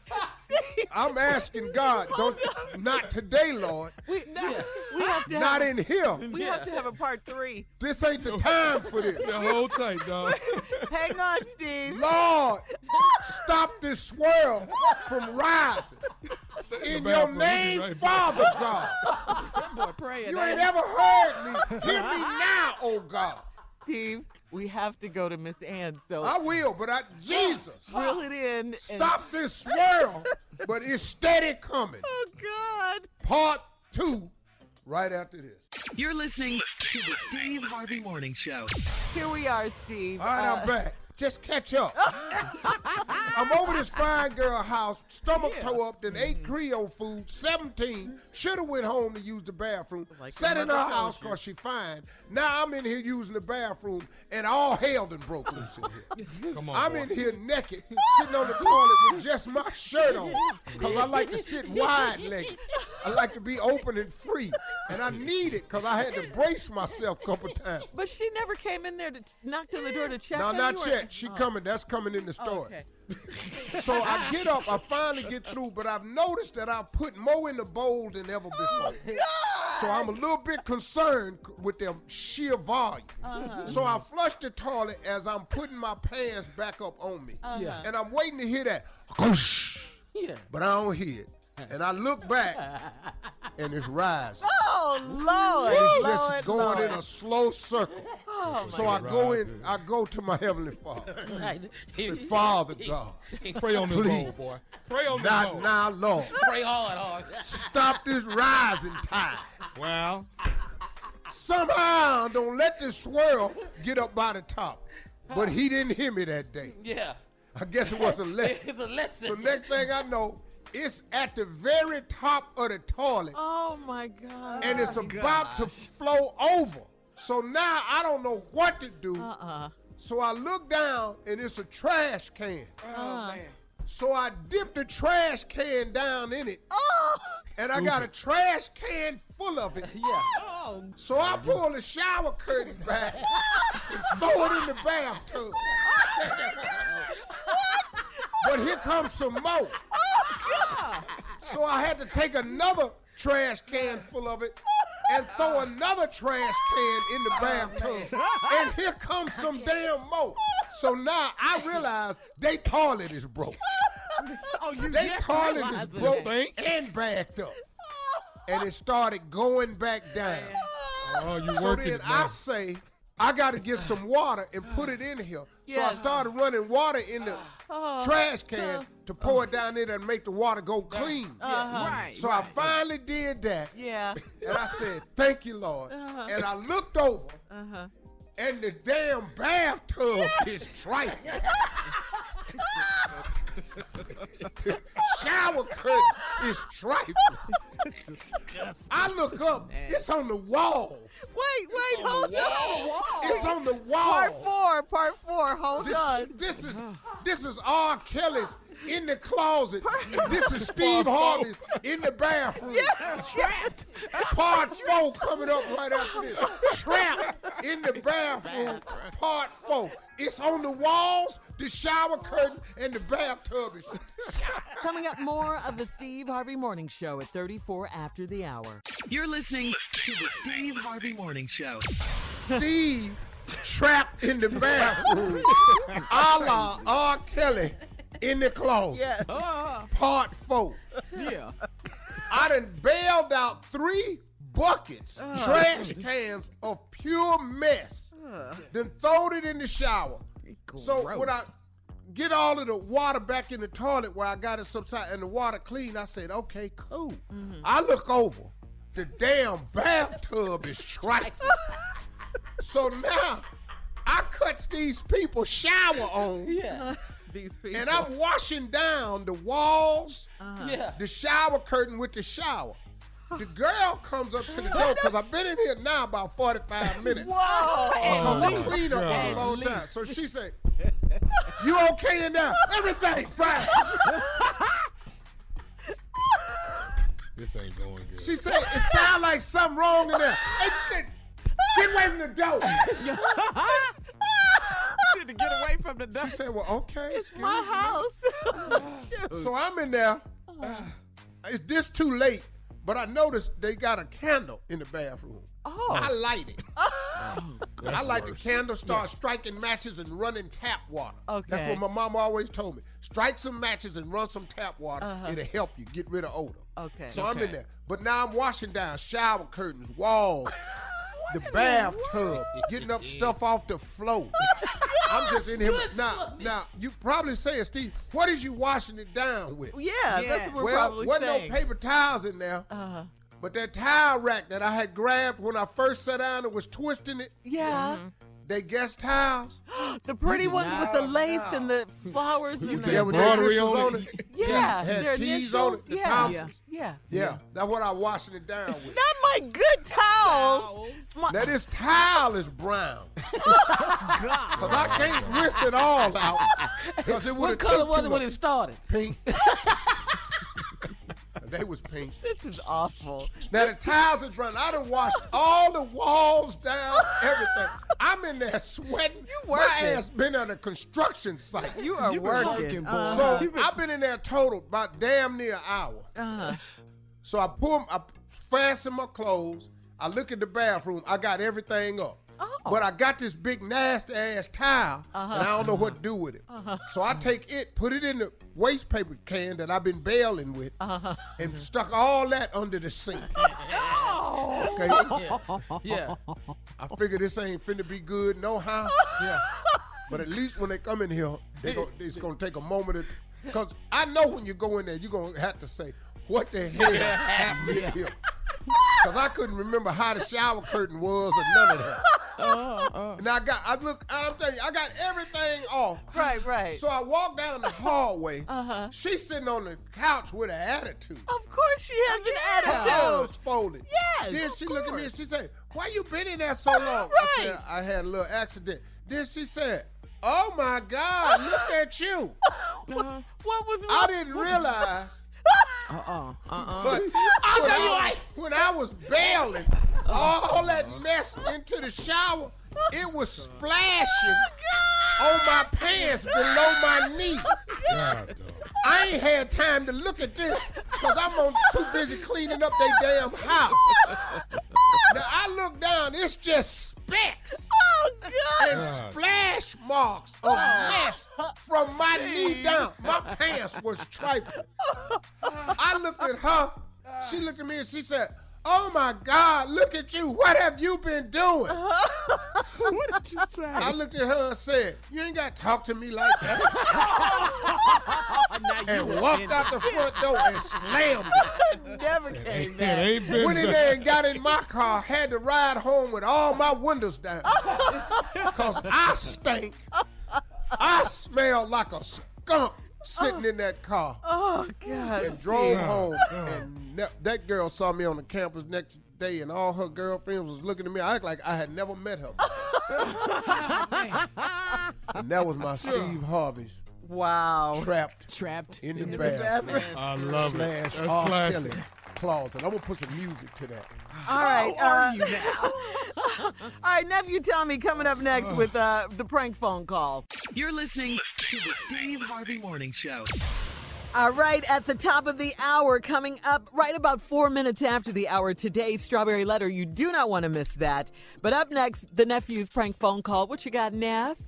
Speaker 3: I'm asking God, don't not today, Lord,
Speaker 1: We, we have to
Speaker 3: not
Speaker 1: have,
Speaker 3: in here.
Speaker 1: we have to have a part three.
Speaker 3: This ain't the time for this.
Speaker 2: Yeah, hold tight, dog.
Speaker 1: Hang on, Steve.
Speaker 3: Lord, stop this swirl from rising. In your name, Father God.
Speaker 8: boy praying.
Speaker 3: You
Speaker 1: eh?
Speaker 3: ain't ever heard me. Hear me now, oh God.
Speaker 1: Steve, we have to go to Miss Ann. So
Speaker 3: I will, but I Jesus.
Speaker 1: reel it in. and-
Speaker 3: Stop this swirl, but it's steady coming.
Speaker 1: oh God.
Speaker 3: Part two, right after this.
Speaker 4: You're listening to the Steve Harvey Morning Show.
Speaker 1: Here we are, Steve.
Speaker 3: All right, I'm back. Just catch up. I'm over this fine girl house, stomach toe up, then ate Creole food, 17, should have went home to use the bathroom, sat in her house because she fine. Now I'm in here using the bathroom, and all hell done broke loose in here.
Speaker 2: Come on,
Speaker 3: I'm
Speaker 2: boy.
Speaker 3: in here naked, sitting on the toilet with just my shirt on, because I like to sit wide-legged. I like to be open and free, and I need it because I had to brace myself a couple times.
Speaker 1: But she never came in there to knocked on the door to check.
Speaker 3: No,
Speaker 1: on
Speaker 3: not
Speaker 1: you or-
Speaker 3: yet. She coming. That's coming in the
Speaker 1: Oh,
Speaker 3: store.
Speaker 1: okay.
Speaker 3: So I get up. I finally get through, but I've noticed that I've put more in the bowl than ever
Speaker 1: Oh,
Speaker 3: before. So I'm a little bit concerned c- with their sheer volume.
Speaker 1: Uh-huh.
Speaker 3: So I flush the toilet as I'm putting my pants back up on me,
Speaker 1: Uh-huh.
Speaker 8: Yeah.
Speaker 3: and I'm waiting to hear that. "Goosh,"
Speaker 8: Yeah.
Speaker 3: But I don't hear it. And I look back, and it's rising.
Speaker 1: Oh Lord.
Speaker 3: And it's
Speaker 1: Lord,
Speaker 3: just going
Speaker 1: Lord. Oh,
Speaker 3: in a slow circle.
Speaker 8: Oh,
Speaker 3: so I go in, I go to my heavenly Father. Say, Father God,
Speaker 2: Pray on this
Speaker 3: Please.
Speaker 2: bowl, boy. Pray on this bowl.
Speaker 3: not now, Lord.
Speaker 8: Pray hard, hard.
Speaker 3: Stop this rising tide.
Speaker 2: Wow.
Speaker 3: Somehow, don't let this swirl get up by the top. But he didn't hear me that day.
Speaker 8: Yeah.
Speaker 3: I guess it was a lesson.
Speaker 8: It's a lesson.
Speaker 3: So next thing I know, it's at the very top of the toilet.
Speaker 1: Oh my God.
Speaker 3: and
Speaker 4: Oh
Speaker 9: Oh
Speaker 3: it's about to flow over. So now I don't know what to do.
Speaker 1: Uh-uh.
Speaker 3: So I look down and it's a trash can.
Speaker 1: Oh,
Speaker 2: Oh,
Speaker 3: So I dip the trash can down in it. And I got a trash can full of it.
Speaker 8: Yeah.
Speaker 3: So I pull the shower curtain back and throw it in the bathtub.
Speaker 1: Oh,
Speaker 3: But here comes some more. So I had to take another trash can full of it and throw another trash can in the bathtub. And here comes some damn more. So now I realize they toilet is broke.
Speaker 1: Oh, you
Speaker 3: They toilet is broke
Speaker 2: Think.
Speaker 3: and backed up. And it started going back down.
Speaker 2: Oh, you
Speaker 3: So
Speaker 2: working
Speaker 3: then
Speaker 2: it
Speaker 3: I
Speaker 2: now.
Speaker 3: say, I got to get some water and put it in here. So I started running water in the
Speaker 1: Oh,
Speaker 2: Uh-huh.
Speaker 3: trash can to pour it down in there and make the water go clean.
Speaker 8: Right.
Speaker 3: So I finally did that.
Speaker 1: Yeah. Uh-huh.
Speaker 3: And I said, Thank you, Lord. And I looked over, and the damn bathtub is trifling. The shower curtain is trifling. I look up, it's on the wall.
Speaker 1: Wait, wait, hold on.
Speaker 3: It's on the wall.
Speaker 1: Part four, part four. Hold
Speaker 3: This,
Speaker 1: on.
Speaker 3: this is this is R. Kelly's in the closet. this is Steve Harvey's in the bathroom. Trapped. Part four coming up right after this. Trapped in the bathroom. Part four. It's on the walls, the shower curtain, and the bathtub. is-
Speaker 1: Coming up, more of the Steve Harvey Morning Show at 34 after the hour.
Speaker 4: You're listening to the Steve Harvey Morning Show.
Speaker 3: Steve trapped in the bathroom. a la R. Kelly in the closet.
Speaker 1: Yeah.
Speaker 3: Part four.
Speaker 1: Yeah.
Speaker 3: I done bailed out three buckets,
Speaker 1: Oh,
Speaker 3: trash cans of pure mess, then throwed it in the shower. So when I
Speaker 1: Gross.
Speaker 3: get all of the water back in the toilet where I got it subside and the water clean, I said, okay, cool.
Speaker 1: Mm-hmm.
Speaker 3: I look over. The damn bathtub is trifling. so now I cut these people shower on.
Speaker 1: These people. Uh-huh.
Speaker 3: And I'm washing down the walls, the shower curtain with the shower. The girl comes up to the door because I've been in here now about 45 minutes.
Speaker 1: Whoa. Oh,
Speaker 3: Because we clean up a long time. So she said, You okay in there? Everything fine.
Speaker 6: This ain't going good.
Speaker 3: She said, It sounds like something wrong in there. Hey, get- Get away from the door.
Speaker 1: to get away from the
Speaker 3: She said, Well, okay.
Speaker 1: It's
Speaker 3: excuse
Speaker 1: my
Speaker 3: me."
Speaker 1: house. Oh.
Speaker 3: So I'm in there. Is this too late? But I noticed they got a candle in the bathroom.
Speaker 1: Oh.
Speaker 3: I light it. I like the candle, start striking matches and running tap water. That's
Speaker 1: Okay.
Speaker 3: what my mama always told me. Strike some matches and run some tap water.
Speaker 1: Uh-huh.
Speaker 3: It'll help you get rid of odor.
Speaker 1: Okay.
Speaker 3: So I'm in there. But now I'm washing down shower curtains, walls, the bathtub, getting up stuff off the floor. I'm just in here. Now, now, you probably saying, Steve, what is you washing it down with?
Speaker 1: yeah, that's what we're
Speaker 3: well,
Speaker 1: probably
Speaker 3: wasn't
Speaker 1: saying. Uh-huh.
Speaker 3: no paper towels in there. But that towel rack that I had grabbed when I first sat down and was twisting it, Mm-hmm.
Speaker 1: Yeah.
Speaker 3: they guest towels.
Speaker 1: The pretty ones with the lace and the flowers and the.
Speaker 3: Yeah, with their
Speaker 6: embroidery
Speaker 3: initials
Speaker 6: on
Speaker 3: on
Speaker 6: it?
Speaker 3: it.
Speaker 1: Yeah,
Speaker 3: had
Speaker 1: their
Speaker 3: T's on
Speaker 1: initials.
Speaker 3: it, the
Speaker 1: Yeah. yeah.
Speaker 3: Thompsons. Yeah, that's what I washing it down with.
Speaker 1: Not my good towels. My-
Speaker 3: Now this towel is brown. Cause I can't rinse it all out. Cause it would
Speaker 8: What
Speaker 3: have
Speaker 8: color
Speaker 3: took
Speaker 8: was
Speaker 3: too
Speaker 8: it when
Speaker 3: much.
Speaker 8: it started?
Speaker 3: pink. they was pink.
Speaker 1: this is awful.
Speaker 3: Now the towels is running. I done washed all the walls down, everything. I'm in there sweating.
Speaker 1: You
Speaker 3: My
Speaker 1: working.
Speaker 3: ass been at a construction site.
Speaker 1: You are working. Uh,
Speaker 3: So I've been in there total about damn near an hour.
Speaker 1: Uh-huh.
Speaker 3: So I pull, I fasten my clothes. I look in the bathroom. I got everything up.
Speaker 1: Oh.
Speaker 3: But I got this big nasty ass towel, and I don't know what to do with it. So I take it, put it in the waste paper can that I've been bailing with, and stuck all that under the sink. Okay,
Speaker 1: Oh.
Speaker 8: Yeah.
Speaker 3: I figure this ain't finna be good, no how.
Speaker 8: yeah.
Speaker 3: But at least when they come in here, they go, it's gonna take a moment. Because I know when you go in there, you're gonna have to say, what the hell happened here? Because I couldn't remember how the shower curtain was or none of that.
Speaker 1: Uh,
Speaker 3: And I got, I look, I'm telling you, I got everything off.
Speaker 1: right, right. Uh-huh.
Speaker 3: So I walk down the hallway. She's sitting on the couch with an attitude.
Speaker 1: of course she has an
Speaker 3: Her
Speaker 1: attitude.
Speaker 3: arms folded.
Speaker 1: Yes,
Speaker 3: Then
Speaker 1: of
Speaker 3: she looked at me and
Speaker 1: course.
Speaker 3: she said, Why you been in there so long? I said,
Speaker 1: Right.
Speaker 3: I had a little accident. Then she said, Oh my God, look at you.
Speaker 1: What was wrong?
Speaker 3: I didn't realize. Uh-uh. Uh-uh. But when, I, when I was bailing
Speaker 1: Uh-uh.
Speaker 3: all that mess into the shower, it was
Speaker 1: Oh,
Speaker 3: splashing on my pants below my knee.
Speaker 1: Oh,
Speaker 3: I ain't had time to look at this because I'm on too busy cleaning up their damn house. Now I look down, it's just specks
Speaker 1: Oh God! Oh.
Speaker 3: and splash marks of mess from my knee down. My pants was trifling. I looked at her. She looked at me and she said, "Oh my God, look at you! What have you been doing?"
Speaker 1: what did you say?
Speaker 3: I looked at her and said, "You ain't got to talk to me like that." and walked out the front door and slammed it.
Speaker 1: Never came back.
Speaker 6: ain't been
Speaker 3: Went in there and got in my car, had to ride home with all my windows down. Because I stink. I smelled like a skunk sitting in that car
Speaker 1: Oh God!
Speaker 3: and drove home. And ne- that girl saw me on the campus next day, and all her girlfriends was looking at me. I act like I had never met her. before. and that was my Steve Harvey's
Speaker 1: Wow.
Speaker 3: trapped
Speaker 1: Trapped
Speaker 3: in the
Speaker 1: in the
Speaker 3: bathroom.
Speaker 1: bathroom.
Speaker 7: I love it.
Speaker 3: Slash
Speaker 7: That's
Speaker 3: R.
Speaker 7: classic.
Speaker 3: Kelly Closet. I'm gonna put some music to that.
Speaker 1: All right. uh, all right, nephew Tommy coming up next with uh, the prank phone call.
Speaker 9: You're listening to the Steve Harvey Morning Show.
Speaker 1: All right, at the top of the hour, coming up right about four minutes after the hour, today's Strawberry Letter. You do not want to miss that. But up next, the nephew's prank phone call. What you got, Neff?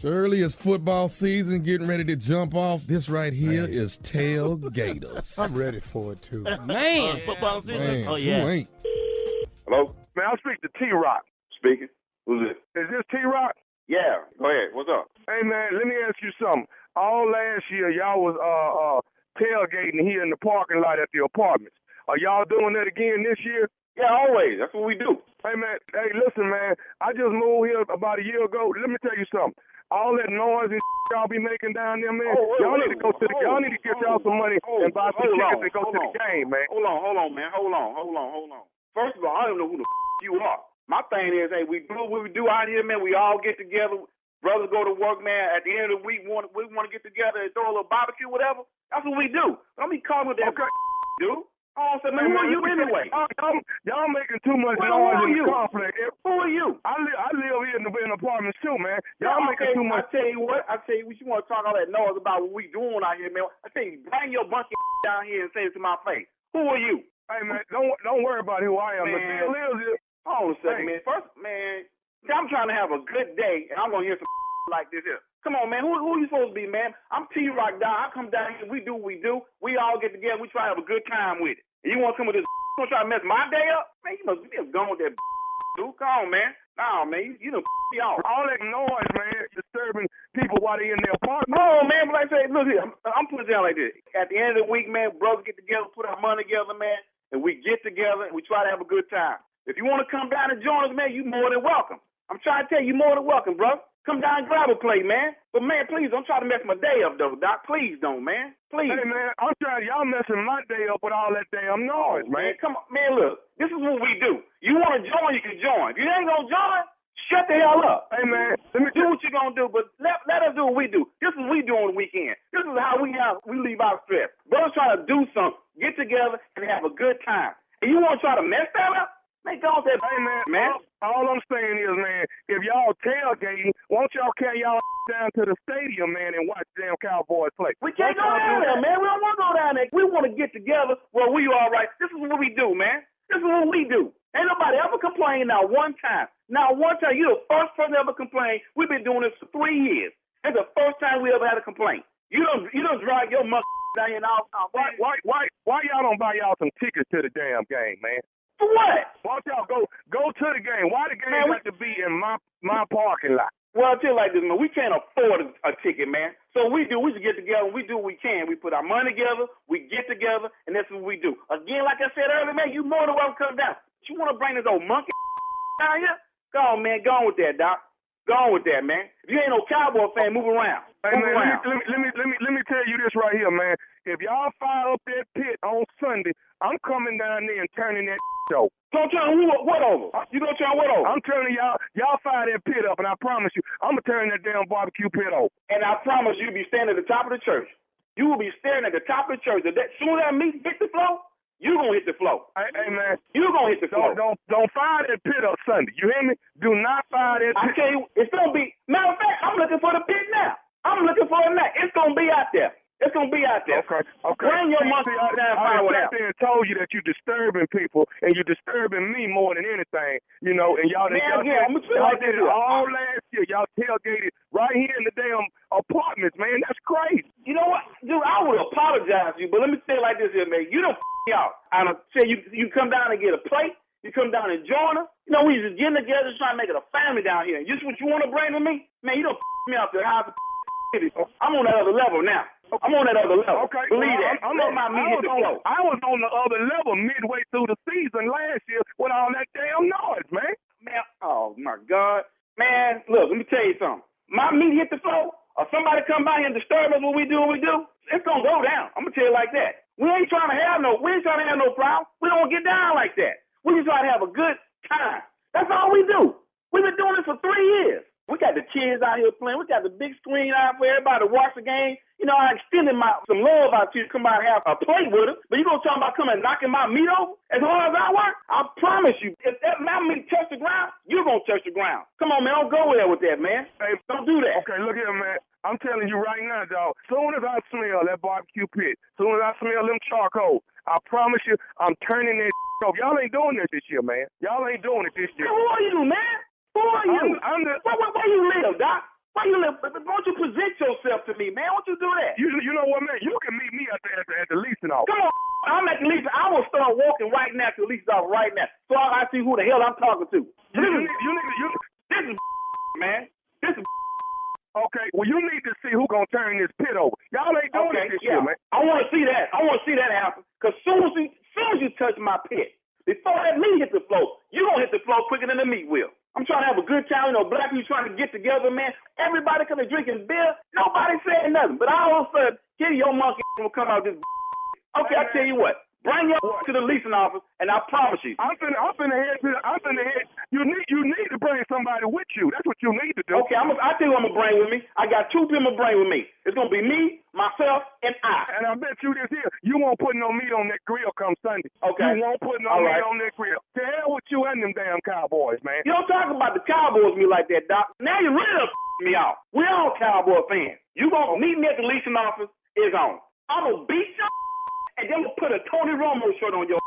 Speaker 7: Surely it's football season getting ready to jump off. This right here is Tail Gators.
Speaker 3: I'm ready for it too.
Speaker 10: Man.
Speaker 11: Uh, Football season?
Speaker 7: Man,
Speaker 11: Oh, yeah.
Speaker 7: who ain't?
Speaker 6: Hello? Man, I speak to T Rock. Speaking. Who's this? Is this T Rock? Yeah. Go ahead. What's up? Hey man, let me ask you something. All last year y'all was uh uh tailgating here in the parking lot at the apartments. Are y'all doing that again this year? Yeah, always. That's what we do. Hey man, hey listen man, I just moved here about a year ago. Let me tell you something. All that noise and y'all be making down there,
Speaker 12: Oh,
Speaker 6: man. y'all need to go to the y'all need to get y'all some money and buy some tickets and go to the game, man.
Speaker 12: Hold on, hold on, man. Hold on, hold on, hold on. First of all, I don't know who the f- you are. My thing is, hey, we do what we do out here, man. We all get together. Brothers go to work, man. At the end of the week, want we want to get together and throw a little barbecue, whatever. That's what we do. Don't be calling with that
Speaker 6: Okay.
Speaker 12: dude. Oh, I said, man, who are you anyway?
Speaker 6: Y'all, y'all, y'all making too much
Speaker 12: Well, who are
Speaker 6: noise in
Speaker 12: you?
Speaker 6: the complex.
Speaker 12: Who are you?
Speaker 6: I live, I live here in the in apartments too, man. Y'all
Speaker 12: okay,
Speaker 6: making too
Speaker 12: I
Speaker 6: much.
Speaker 12: tell you what, I tell you what, you want to talk all that noise about what we doing out here, man. I tell you, bring your bunch of down here and say it to my face. Who are you?
Speaker 6: Hey man, don't don't worry about who I am. The
Speaker 12: Man.
Speaker 6: deal is, is-
Speaker 12: Hold on a second,
Speaker 6: Hey.
Speaker 12: man. First, man, see, I'm trying to have a good day, and I'm gonna hear some like this here. Come on, man. Who who you supposed to be, man? I'm T Rock down. I come down here. We do what we do. We all get together. We try to have a good time with it. And you want to come with this? You want to try to mess my day up? Man, you must be gone with that dude. Come on, man. Nah, man. You, you done me off.
Speaker 6: all that noise, man, disturbing people while they in their apartment.
Speaker 12: No, man, but like I say, look here, I'm, I'm putting it down like this. At the end of the week, man, brothers get together, put our money together, man, and we get together and we try to have a good time. If you want to come down and join us, man, you more than welcome. I'm trying to tell you, you more than welcome, brother. Come down and grab a plate, man. But man, please don't try to mess my day up, though, Doc. Please don't, man. Please.
Speaker 6: Hey man, I'm trying. Y'all messing my day up with all that damn noise, man.
Speaker 12: Come on, man. Look, this is what we do. You want to join, you can join. If you ain't gonna join, shut the hell up.
Speaker 6: Hey man, let me
Speaker 12: do what you gonna do, but let let us do what we do. This is what we do on the weekend. This is how we have we leave our stress. Brothers try to do something, get together and have a good time. And you wanna try to mess that up? Man, go on that
Speaker 6: Hey man,
Speaker 12: man.
Speaker 6: All, all I'm saying is, man, if y'all tailgating, won't y'all carry y'all down to the stadium, man, and watch damn Cowboys play?
Speaker 12: We can't go
Speaker 6: Won't y'all
Speaker 12: down
Speaker 6: do
Speaker 12: there,
Speaker 6: that?
Speaker 12: man. We don't want to go down there. We want to get together where we all right. This is what we do, man. This is what we do. Ain't nobody ever complained not one time. Not one time. You're the first person to ever complain. We've been doing this for three years. That's the first time we ever had a complaint. You don't you don't drive your mother down here and all all-
Speaker 6: Why, why, why, why y'all don't buy y'all some tickets to the damn game, man?
Speaker 12: for what?
Speaker 6: Why y'all go go to the game? Why the game
Speaker 12: Man, we-
Speaker 6: got to be in my my parking lot?
Speaker 12: Well, I tell you like this, man. We can't afford a, a ticket, man. So what we do, we just get together and we do what we can. We put our money together, we get together, and that's what we do. Again, like I said earlier, man, you more than welcome to come down. But you want to bring this old monkey down here? Go on, man. Go on with that, Doc. Go on with that, man. If you ain't no Cowboy fan, move around.
Speaker 6: Hey
Speaker 12: Move
Speaker 6: man,
Speaker 12: around.
Speaker 6: let me, let me let me let me let me tell you this right here, man. If y'all fire up that pit on Sunday, I'm coming down there and turning that show.
Speaker 12: Don't turn who, what over? You gonna turn what over?
Speaker 6: I'm turning y'all y'all fire that pit up, and I promise you, I'm gonna turn that damn barbecue pit over.
Speaker 12: and I promise you'll be standing at the top of the church. You will be staring at the top of the church. If that soon as that meat hit the floor, you gonna hit the floor.
Speaker 6: Hey, hey man,
Speaker 12: You gonna hit the floor.
Speaker 6: don't don't don't fire that pit up Sunday. You hear me? Do not fire that.
Speaker 12: I
Speaker 6: Pit.
Speaker 12: tell you, it's gonna be. Matter of fact, I'm looking for the pit now. I'm looking for it now. It's gonna be out there. It's gonna be out there.
Speaker 6: Okay, okay.
Speaker 12: Bring your
Speaker 6: See,
Speaker 12: monster
Speaker 6: I-
Speaker 12: down
Speaker 6: I
Speaker 12: fire
Speaker 6: done
Speaker 12: with
Speaker 6: sat there and told you that you're disturbing people, and you're disturbing me more than anything, you know. And y'all, done-
Speaker 12: Man,
Speaker 6: y'all,
Speaker 12: yeah,
Speaker 6: did-
Speaker 12: I'ma tell you
Speaker 6: y'all
Speaker 12: like
Speaker 6: did
Speaker 12: this
Speaker 6: it
Speaker 12: here.
Speaker 6: all last year. Y'all tailgated right here in the damn apartments, man. That's crazy.
Speaker 12: You know what, dude? I would apologize to you, but let me say it like this here, man. You don't f- out. I don't say you. You come down and get a plate. You come down and join us. You know, we just getting together, just trying to make it a family down here. Just what you want to bring to me, man. You don't f- me out there. How the f- it is. I'm on that other level now. I'm on that other level.
Speaker 6: Okay,
Speaker 12: believe
Speaker 6: well,
Speaker 12: that.
Speaker 6: I'm, I'm
Speaker 12: Let
Speaker 6: on,
Speaker 12: my meat
Speaker 6: I
Speaker 12: hit
Speaker 6: was
Speaker 12: the
Speaker 6: on,
Speaker 12: floor.
Speaker 6: I was on the other level midway through the season last year with all that damn noise, man.
Speaker 12: man. Oh my God, man. Look, let me tell you something. My meat hit the floor, or somebody come by and disturb us when we do what we do. It's gonna go down. I'm gonna tell you like that. We ain't trying to have no. We ain't trying to have no problem. We don't get down like that. We just try to have a good time. That's all we do. We've been doing this for three years. We got the kids out here playing. We got the big screen out for everybody to watch the game. You know, I extended my some love out to you. Come out and have a play with us. But you gonna talk about coming and knocking my meat over? As hard as I work, I promise you, if that my meat touch the ground, you're gonna touch the ground. Come on, man, don't go there with that, man. Hey, don't do that.
Speaker 6: Okay, look here, man. I'm telling you right now, dog. Soon as I smell that barbecue pit, soon as I smell them charcoal, I promise you, I'm turning that off. Y'all ain't doing that this year, man. Y'all ain't doing it this year.
Speaker 12: Who are you, man? Who are you?
Speaker 6: I'm, I'm the,
Speaker 12: where, where, where you live, Doc? Why you live? Why don't you present yourself to me, man? Why don't you do that?
Speaker 6: You, you know what, man? You can meet me at the, at the, at the leasing office.
Speaker 12: Come on, I'm at the lease. I will start walking right now to the lease office right now, so I, I see who the hell I'm talking to.
Speaker 6: You, you, need- you, need- you,
Speaker 12: This is man. This is
Speaker 6: okay, well, you need to see who gonna turn this pit over. Y'all ain't doing
Speaker 12: okay,
Speaker 6: it this
Speaker 12: yeah.
Speaker 6: year, man.
Speaker 12: I want to see that. I want to see that happen. Cause soon as you, soon as you touch my pit, before that meat hit the floor, you gonna hit the floor quicker than the meat will. I'm trying to have a good time. You know, black people trying to get together, man. Everybody coming drinking beer. Nobody saying nothing. But all of a sudden, here your monkey will come out of this. Okay, I tell you what. Bring your to the leasing office, and I promise you.
Speaker 6: I'm finna, I'm finna head to the, I'm finna head. You need, you need to bring somebody with you. That's what you need to do.
Speaker 12: Okay, I'm. A, I tell you, what I'm gonna bring with me. I got two people I'm gonna bring with me. It's gonna be me, myself, and I.
Speaker 6: And I bet you this here, you won't put no meat on that grill come Sunday.
Speaker 12: Okay.
Speaker 6: You won't put no
Speaker 12: All
Speaker 6: meat
Speaker 12: right.
Speaker 6: on that grill. To hell with you and them damn cowboys, man.
Speaker 12: You don't talk about the Cowboys me like that, Doc. Now you really done me off. We all Cowboy fans. You gonna meet me at the leasing office? It's on. I'm gonna beat your and then gonna put a Tony Romo shirt on your.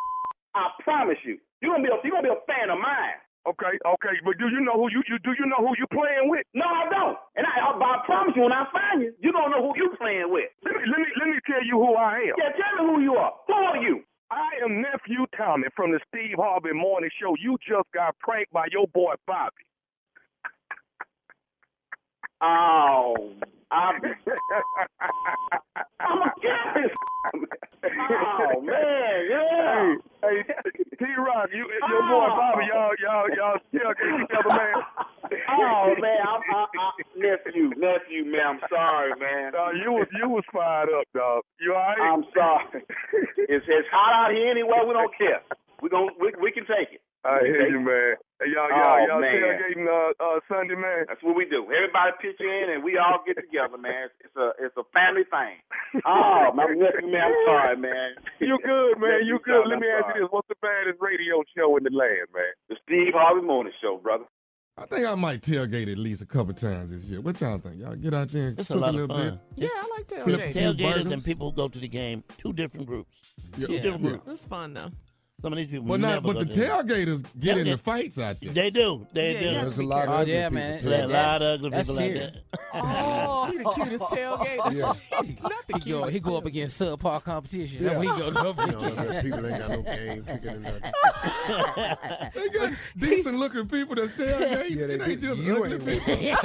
Speaker 12: I promise you. You gonna be a you gonna be a fan of mine.
Speaker 6: Okay, okay, but do you know who you, you do you know who you playing with?
Speaker 12: No, I don't. And I, I, but I promise you, when I find you, you gonna know who you playing with.
Speaker 6: Let me let me let me tell you who I am.
Speaker 12: Yeah, tell me who you are. Who are you?
Speaker 6: I am nephew Tommy from the Steve Harvey Morning Show. You just got pranked by your boy Bobby.
Speaker 12: Oh, I'm, I'm a guest. Oh man, yeah.
Speaker 6: Hey, T Rock, you your boy
Speaker 12: Oh.
Speaker 6: Bobby, y'all y'all y'all still get each other, man.
Speaker 12: Oh man, I'm, I, I, nephew, nephew, man. I'm sorry, man.
Speaker 6: Dawg, uh, you was you was fired up, dog. You all right?
Speaker 12: I'm sorry. It's it's hot out here anyway. We don't care. We gon' we we can take it.
Speaker 6: I hear you, man. Hey, y'all, y'all,
Speaker 12: Oh,
Speaker 6: y'all
Speaker 12: man.
Speaker 6: tailgating uh, uh, Sunday, man.
Speaker 12: That's what we do. Everybody pitch in and we all get together, man. It's a it's a family thing. Oh, my nephew, man. I'm sorry, man.
Speaker 6: You good, man? You
Speaker 12: Nephew
Speaker 6: good?
Speaker 12: Tommy,
Speaker 6: Let me
Speaker 12: I'm
Speaker 6: ask
Speaker 12: sorry.
Speaker 6: you this: What's the baddest radio show in the land, man?
Speaker 12: The Steve Harvey Morning Show, brother.
Speaker 7: I think I might tailgate at least a couple times this year. What y'all think? Y'all get out there and
Speaker 5: It's a
Speaker 7: cook a,
Speaker 5: lot of
Speaker 7: little
Speaker 5: fun.
Speaker 7: bit.
Speaker 5: Yeah,
Speaker 1: I like
Speaker 7: Flip
Speaker 5: It's
Speaker 7: a
Speaker 1: tailgating.
Speaker 7: few
Speaker 5: tailgaters
Speaker 7: burgers.
Speaker 5: and people who go to the game, two different groups.
Speaker 7: Yeah,
Speaker 5: Two different
Speaker 7: yeah.
Speaker 5: groups.
Speaker 1: It's fun though.
Speaker 5: Some of these people
Speaker 7: But
Speaker 5: never
Speaker 7: not, but
Speaker 5: go
Speaker 7: the
Speaker 5: to game.
Speaker 7: tailgaters get in
Speaker 5: Tailgate-
Speaker 7: the fights out there.
Speaker 5: They do. They
Speaker 1: Yeah,
Speaker 5: do.
Speaker 1: you have
Speaker 7: There's a
Speaker 1: be
Speaker 7: lot
Speaker 1: careful.
Speaker 7: of
Speaker 13: Oh
Speaker 7: ugly
Speaker 13: yeah, man.
Speaker 7: people too.
Speaker 5: There's a
Speaker 13: That-
Speaker 5: lot of ugly
Speaker 13: that's
Speaker 5: people like
Speaker 13: serious.
Speaker 5: that.
Speaker 1: Oh, he the cutest tailgater.
Speaker 7: Yeah.
Speaker 1: Not the
Speaker 13: He go, he
Speaker 1: cutest.
Speaker 13: go up against subpar competition. That's
Speaker 7: Yeah.
Speaker 13: what he go up
Speaker 7: You know,
Speaker 13: against.
Speaker 7: people ain't got no game kicking them They got decent looking people that's tailgating.
Speaker 3: Yeah, they
Speaker 7: it ain't
Speaker 3: do.
Speaker 7: just
Speaker 3: You
Speaker 7: ugly
Speaker 3: ain't
Speaker 7: people.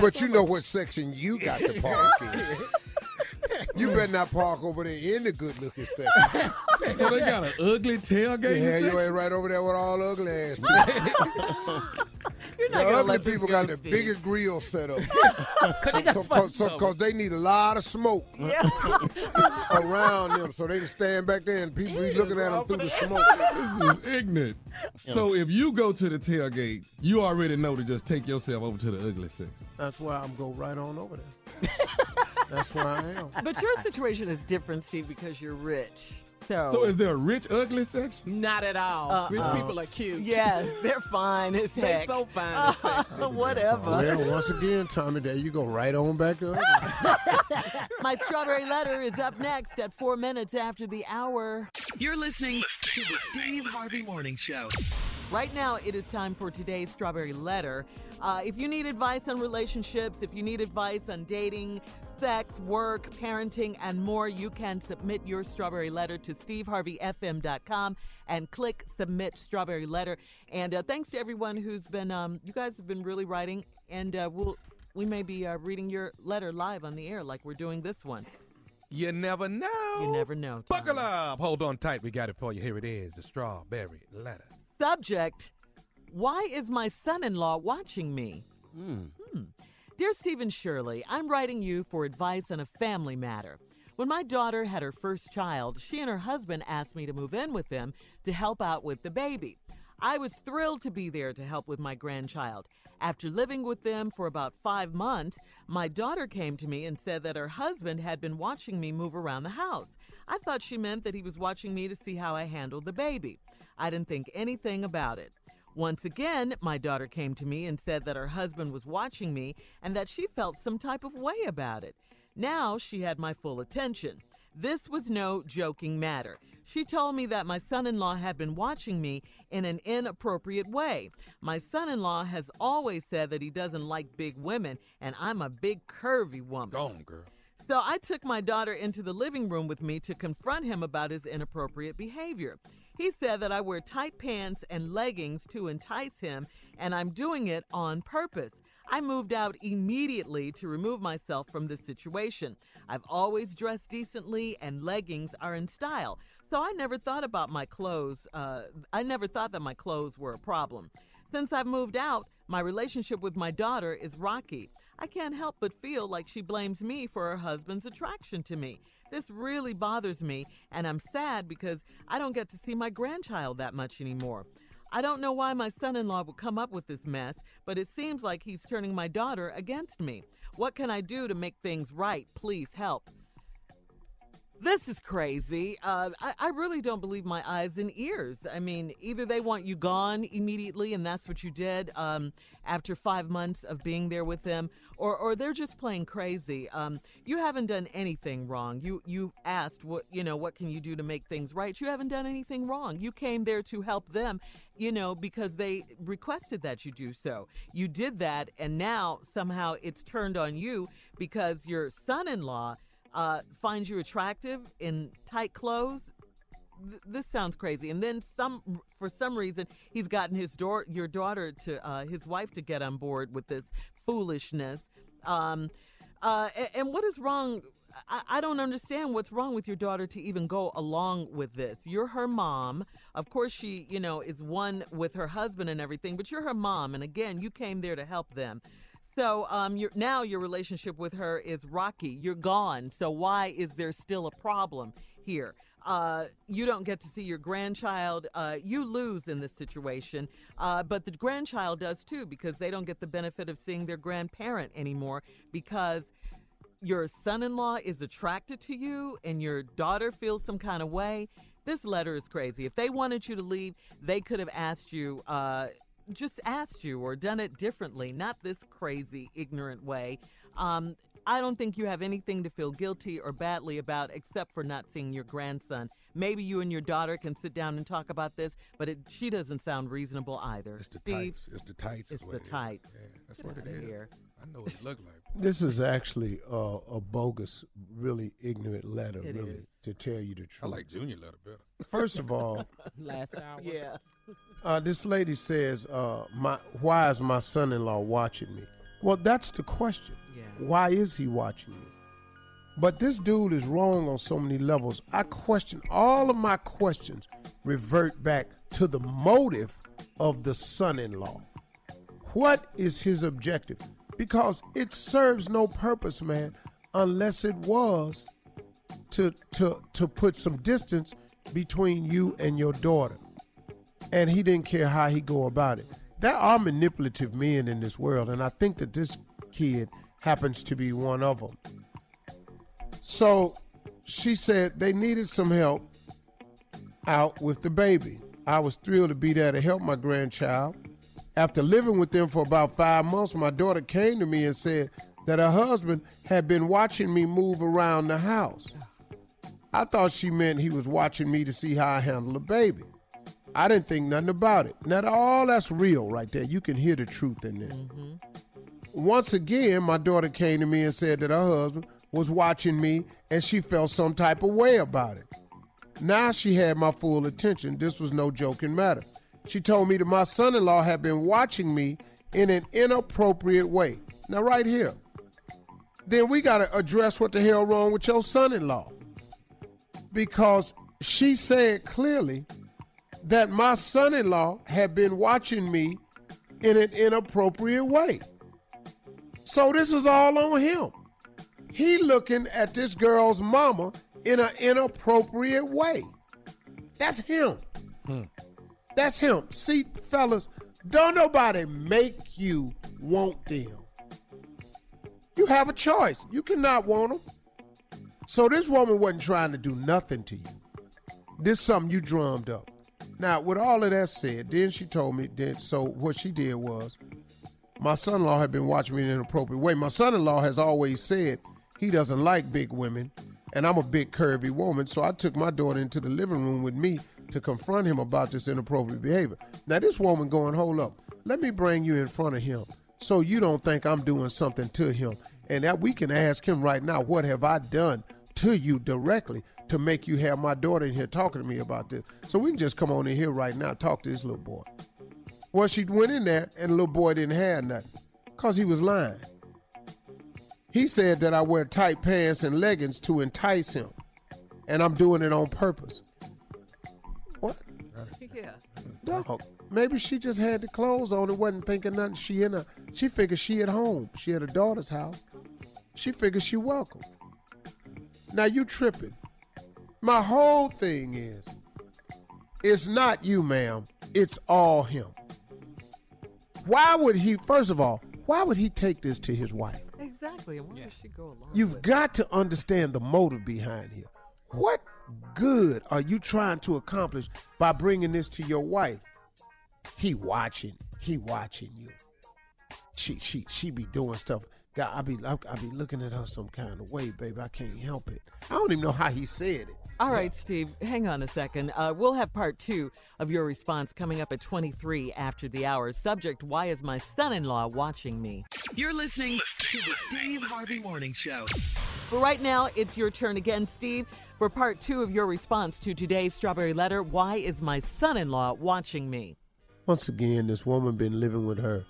Speaker 3: But you know what section you got to park in. You better not park over there in the good looking section.
Speaker 7: So they got an ugly tailgating
Speaker 3: Yeah, you
Speaker 7: section?
Speaker 3: ain't right over there with all ugly ass people.
Speaker 1: You're
Speaker 3: The
Speaker 1: not gonna
Speaker 3: ugly
Speaker 1: let this
Speaker 3: people
Speaker 1: go,
Speaker 3: got the
Speaker 1: Steve.
Speaker 3: biggest grill set up.
Speaker 13: Cause they got
Speaker 3: So,
Speaker 13: fucked
Speaker 3: cause, so,
Speaker 13: up.
Speaker 3: 'cause they need a lot of smoke around them, so they can stand back there and people be looking at them through the smoke.
Speaker 7: This is ignorant. So if you go to the tailgate, you already know to just take yourself over to the ugly section.
Speaker 3: That's why I'm go right on over there. That's where I am.
Speaker 1: But your situation is different, Steve, because you're rich. So,
Speaker 7: So is there a rich ugly section?
Speaker 2: Not at all.
Speaker 1: Uh-uh.
Speaker 2: Rich people are cute.
Speaker 1: yes, they're fine as
Speaker 2: They
Speaker 1: heck.
Speaker 2: so
Speaker 1: Uh,
Speaker 2: fine. and sexy.
Speaker 1: Whatever.
Speaker 3: Well, once again, Tommy, there you go right on back up.
Speaker 1: My strawberry letter is up next at four minutes after the hour.
Speaker 9: You're listening to the Steve Harvey Morning Show.
Speaker 1: Right now, it is time for today's Strawberry Letter. Uh, if you need advice on relationships, if you need advice on dating, sex, work, parenting, and more, you can submit your Strawberry Letter to steveharveyfm.com and click Submit Strawberry Letter. And uh, thanks to everyone who's been, um, you guys have been really writing, and uh, we'll, we may be uh, reading your letter live on the air like we're doing this one.
Speaker 14: You never know.
Speaker 1: You never know. Tom.
Speaker 14: Buckle up. Hold on tight. We got it for you. Here it is the strawberry letter.
Speaker 1: Subject Why is my son in law watching me? Hmm. Dear Stephen Shirley, I'm writing you for advice on a family matter. When my daughter had her first child, she and her husband asked me to move in with them to help out with the baby. I was thrilled to be there to help with my grandchild. After living with them for about five months, my daughter came to me and said that her husband had been watching me move around the house. I thought she meant that he was watching me to see how I handled the baby. I didn't think anything about it. Once again, my daughter came to me and said that her husband was watching me and that she felt some type of way about it. Now she had my full attention. This was no joking matter. She told me that my son in law had been watching me in an inappropriate way. My son in law has always said that he doesn't like big women, and I'm a big curvy woman. Go
Speaker 15: on, girl.
Speaker 1: So I took my daughter into the living room with me to confront him about his inappropriate behavior. He said that I wear tight pants and leggings to entice him, and I'm doing it on purpose. I moved out immediately to remove myself from this situation. I've always dressed decently, and leggings are in style. So I never thought about my clothes. Uh, I never thought that my clothes were a problem. Since I've moved out, my relationship with my daughter is rocky. I can't help but feel like she blames me for her husband's attraction to me. This really bothers me, and I'm sad because I don't get to see my grandchild that much anymore. I don't know why my son in law would come up with this mess, but it seems like he's turning my daughter against me. What can I do to make things right? Please help. This is crazy. Uh, I, I really don't believe my eyes and ears. I mean, either they want you gone immediately, and that's what you did um, after five months of being there with them, or, or they're just playing crazy. Um, you haven't done anything wrong. You you asked what you know. What can you do to make things right? You haven't done anything wrong. You came there to help them, you know, because they requested that you do so. You did that, and now somehow it's turned on you because your son-in-law uh, finds you attractive in tight clothes. Th- this sounds crazy. And then some, for some reason, he's gotten his door, your daughter to uh, his wife to get on board with this foolishness. Um, uh, a- and, what is wrong? I, I don't understand what's wrong with your daughter to even go along with this. You're her mom. Of course, she, you know, is one with her husband and everything, but you're her mom. And again, you came there to help them. So um, you now your relationship with her is rocky. You're gone. So why is there still a problem here? Uh, you don't get to see your grandchild. Uh, you lose in this situation, uh, but the grandchild does too because they don't get the benefit of seeing their grandparent anymore because your son-in-law is attracted to you and your daughter feels some kind of way. This letter is crazy. If they wanted you to leave, they could have asked you. Uh, just asked you or done it differently, not this crazy, ignorant way. Um, I don't think you have anything to feel guilty or badly about except for not seeing your grandson. Maybe you and your daughter can sit down and talk about this, but it, she doesn't sound reasonable either. It's the Steve,
Speaker 7: tights. It's the tights.
Speaker 1: It's
Speaker 7: what
Speaker 1: the
Speaker 7: it is.
Speaker 1: tights.
Speaker 7: Yeah, that's
Speaker 1: Get
Speaker 7: what it
Speaker 1: outta
Speaker 7: is.
Speaker 1: here.
Speaker 7: I know what it look like.
Speaker 3: This is actually a, a bogus, really ignorant letter,
Speaker 7: It
Speaker 3: really,
Speaker 7: is.
Speaker 3: to tell you the truth.
Speaker 7: I like Junior letter better.
Speaker 3: First of all,
Speaker 16: Last hour.
Speaker 1: Yeah.
Speaker 3: uh, this lady says, uh, "My why is my son-in-law watching me?" Well, that's the question.
Speaker 16: Yeah.
Speaker 3: Why is he watching you? But this dude is wrong on so many levels. I question all of my questions revert back to the motive of the son-in-law. What is his objective? Because it serves no purpose, man, unless it was to to to put some distance between you and your daughter and he didn't care how he go about it. There are manipulative men in this world, and I think that this kid happens to be one of them. So she said they needed some help out with the baby. I was thrilled to be there to help my grandchild. After living with them for about five months, my daughter came to me and said that her husband had been watching me move around the house. I thought she meant he was watching me to see how I handle the baby. I didn't think nothing about it. Now, all that's real right there. You can hear the truth in this. Once again, my daughter came to me and said that her husband was watching me and she felt some type of way about it. Now she had my full attention. This was no joking matter. She told me that my son in law had been watching me in an inappropriate way. Now, right here. Then we got to address what the hell wrong with your son in law. Because she said clearly that my son in law had been watching me in an inappropriate way. So this is all on him. He looking at this girl's mama in an inappropriate way. That's him. That's him. See, fellas, don't nobody make you want them. You have a choice. You cannot want them. So this woman wasn't trying to do nothing to you. This something you drummed up. Now, with all of that said, then she told me that so what she did was my son-in-law had been watching me in an inappropriate way. My son-in-law has always said he doesn't like big women, and I'm a big curvy woman, so I took my daughter into the living room with me to confront him about this inappropriate behavior. Now this woman going, hold up, let me bring you in front of him so you don't think I'm doing something to him. And that we can ask him right now, what have I done to you directly to make you have my daughter in here talking to me about this? So we can just come on in here right now, talk to this little boy. Well, she went in there and the little boy didn't have nothing because he was lying. He said that I wear tight pants and leggings to entice him, and I'm doing it on purpose. What?
Speaker 1: Yeah.
Speaker 3: Dog, maybe she just had the clothes on and wasn't thinking nothing. She in a, she figured she at home. She at her daughter's house. She figured she welcome. Now you tripping. My whole thing is, it's not you, ma'am. It's all him. Why would he? First of all, why would he take this to his wife?
Speaker 1: Exactly. And why does she go along?
Speaker 3: You've got to understand the motive behind here. What good are you trying to accomplish by bringing this to your wife? He watching. He watching you. She she she be doing stuff. God, I be I, I be looking at her some kind of way, baby. I can't help it. I don't even know how he said it.
Speaker 1: All right, Steve, hang on a second. Uh, we'll have part two of your response coming up at 23 after the hour. Subject Why is my son in law watching me?
Speaker 4: You're listening to the Steve Harvey Morning Show.
Speaker 1: But right now, it's your turn again, Steve, for part two of your response to today's Strawberry Letter Why is my son in law watching me?
Speaker 3: Once again, this woman been living with her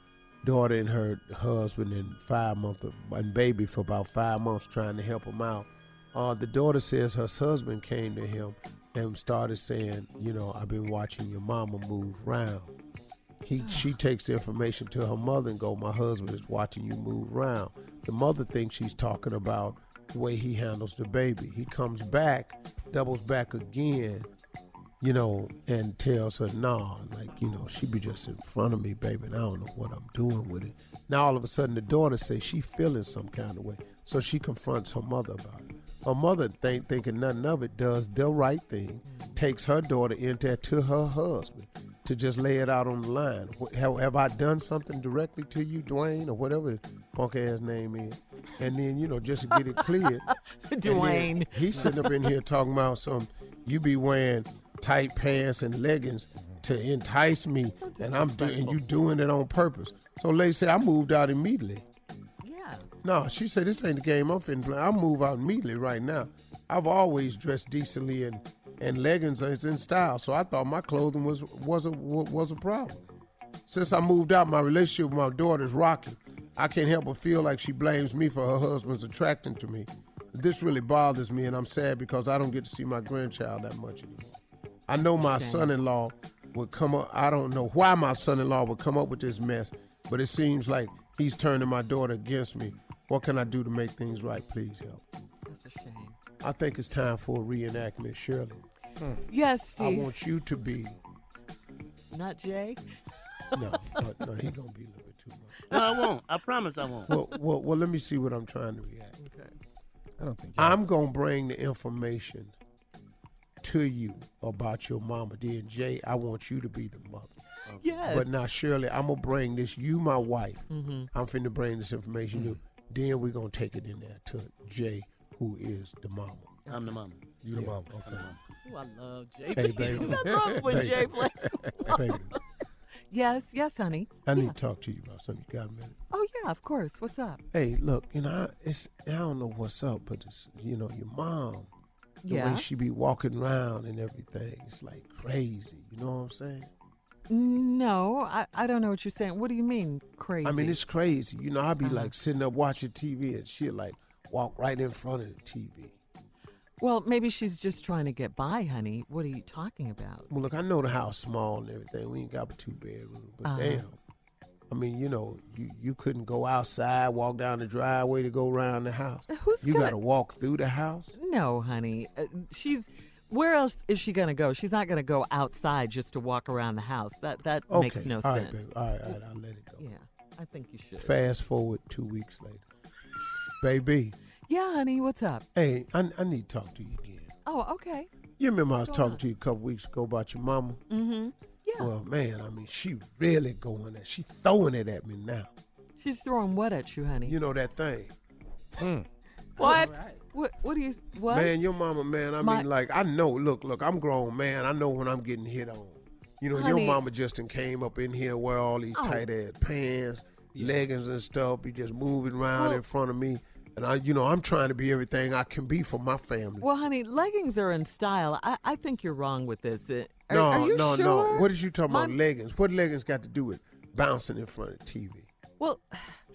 Speaker 3: daughter and her husband and five month and baby for about five months, trying to help them out. Uh, the daughter says her husband came to him and started saying, "You know, I've been watching your mama move around." He, she takes the information to her mother and go, "My husband is watching you move around." The mother thinks she's talking about the way he handles the baby. He comes back, doubles back again, you know, and tells her, nah, like, you know, she be just in front of me, baby, and I don't know what I'm doing with it. Now all of a sudden the daughter says she feeling some kind of way. So she confronts her mother about it. Her mother think thinking nothing of it, does the right thing, takes her daughter in there to her husband to just lay it out on the line. What, have, have I done something directly to you, Dwayne, or whatever his punk ass name is? And then, you know, just to get it cleared. and then
Speaker 1: Dwayne.
Speaker 3: He's sitting up in here talking about some, you be wearing tight pants and leggings to entice me, and I'm doing, and you doing it on purpose. So, lady said, I moved out immediately.
Speaker 1: Yeah.
Speaker 3: No, she said this ain't the game I'm finna play. I move out immediately right now. I've always dressed decently and and leggings is in style, so I thought my clothing was was a wa- was a problem. Since I moved out, my relationship with my daughter is rocky. I can't help but feel like she blames me for her husband's attraction to me. This really bothers me, and I'm sad because I don't get to see my grandchild that much anymore. I know my son-in-law would come up. I don't know why my son-in-law would come up with this mess, but it seems like he's turning my daughter against me. What can I do to make things right? Please help.
Speaker 1: That's a shame.
Speaker 3: I think it's time for a reenactment, Shirley.
Speaker 1: Yes,
Speaker 3: I
Speaker 1: Steve.
Speaker 3: want you to be.
Speaker 1: Not Jay.
Speaker 3: No, but no, he gonna be a little bit too much.
Speaker 5: No, I won't. I promise I won't.
Speaker 3: Well, well, well, let me see what I'm trying to react.
Speaker 1: Okay.
Speaker 7: I don't think.
Speaker 3: I'm gonna bring the information to you about your mama. Then Jay, I want you to be the mother.
Speaker 1: Yes.
Speaker 3: But now Shirley, I'm gonna bring this. You, my wife.
Speaker 1: Mhm.
Speaker 3: I'm finna bring this information to.
Speaker 1: Mm-hmm.
Speaker 3: Then we're gonna take it in there to Jay, who is the mama.
Speaker 5: I'm the mama.
Speaker 7: You the mama.
Speaker 3: Okay.
Speaker 1: Ooh, I love Jay.
Speaker 3: Hey, baby.
Speaker 1: I love when
Speaker 3: Baby.
Speaker 1: Jay plays.
Speaker 3: Baby,
Speaker 1: yes, yes, honey.
Speaker 3: I need
Speaker 1: Yeah.
Speaker 3: to talk to you about something. You got a minute?
Speaker 1: Oh, yeah, of course. What's up?
Speaker 3: Hey, look, you know, I, it's I don't know what's up, but it's you know your mom, the
Speaker 1: Yeah.
Speaker 3: way she be walking around and everything, it's like crazy. You know what I'm saying?
Speaker 1: No, I, I don't know what you're saying. What do you mean, crazy? Uh-huh.
Speaker 3: I mean, it's crazy. You know, I be like sitting up watching TV and she like walk right in front of the TV.
Speaker 1: Well, maybe she's just trying to get by, honey. What are you talking about?
Speaker 3: Well, look, I know the house small and everything. We ain't got but two bedrooms, but
Speaker 1: Uh-huh.
Speaker 3: damn. I mean, you know, you, you couldn't go outside, walk down the driveway to go around the house.
Speaker 1: Who's
Speaker 3: you
Speaker 1: gonna-
Speaker 3: got to walk through the house.
Speaker 1: No, honey. Uh, she's Where else is she going to go? She's not going to go outside just to walk around the house. That that
Speaker 3: Okay.
Speaker 1: makes no
Speaker 3: all right,
Speaker 1: sense.
Speaker 3: baby. All right, all right, I'll let it go.
Speaker 1: Yeah, I think you should.
Speaker 3: Fast forward two weeks later. Baby,
Speaker 1: Yeah, honey, what's up?
Speaker 3: hey, I, I need to talk to you again.
Speaker 1: Oh, okay.
Speaker 3: You remember I was
Speaker 1: What's
Speaker 3: talking to you a couple weeks ago about your mama?
Speaker 1: Mm-hmm. Yeah.
Speaker 3: Well, man, I mean, she really going at She throwing it at me now.
Speaker 1: She's throwing what at you, honey?
Speaker 3: You know that thing.
Speaker 1: What? What? What do you? What?
Speaker 3: Man, your mama, man, I
Speaker 1: My-
Speaker 3: mean, like, I know, look, look, I'm grown, man. I know when I'm getting hit on. You know,
Speaker 1: Honey.
Speaker 3: your mama just done came up in here wear all these
Speaker 1: Oh.
Speaker 3: tight ass pants, leggings and stuff, be just moving around
Speaker 1: Well-
Speaker 3: in front of me. And I, you know, I'm trying to be everything I can be for my family.
Speaker 1: Well, honey, leggings are in style. I, I think you're wrong with this. It- Are,
Speaker 3: no,
Speaker 1: are you
Speaker 3: no,
Speaker 1: sure?
Speaker 3: no. What is you talking about?
Speaker 1: My-
Speaker 3: Leggings. What leggings got to do with bouncing in front of TV?
Speaker 1: Well,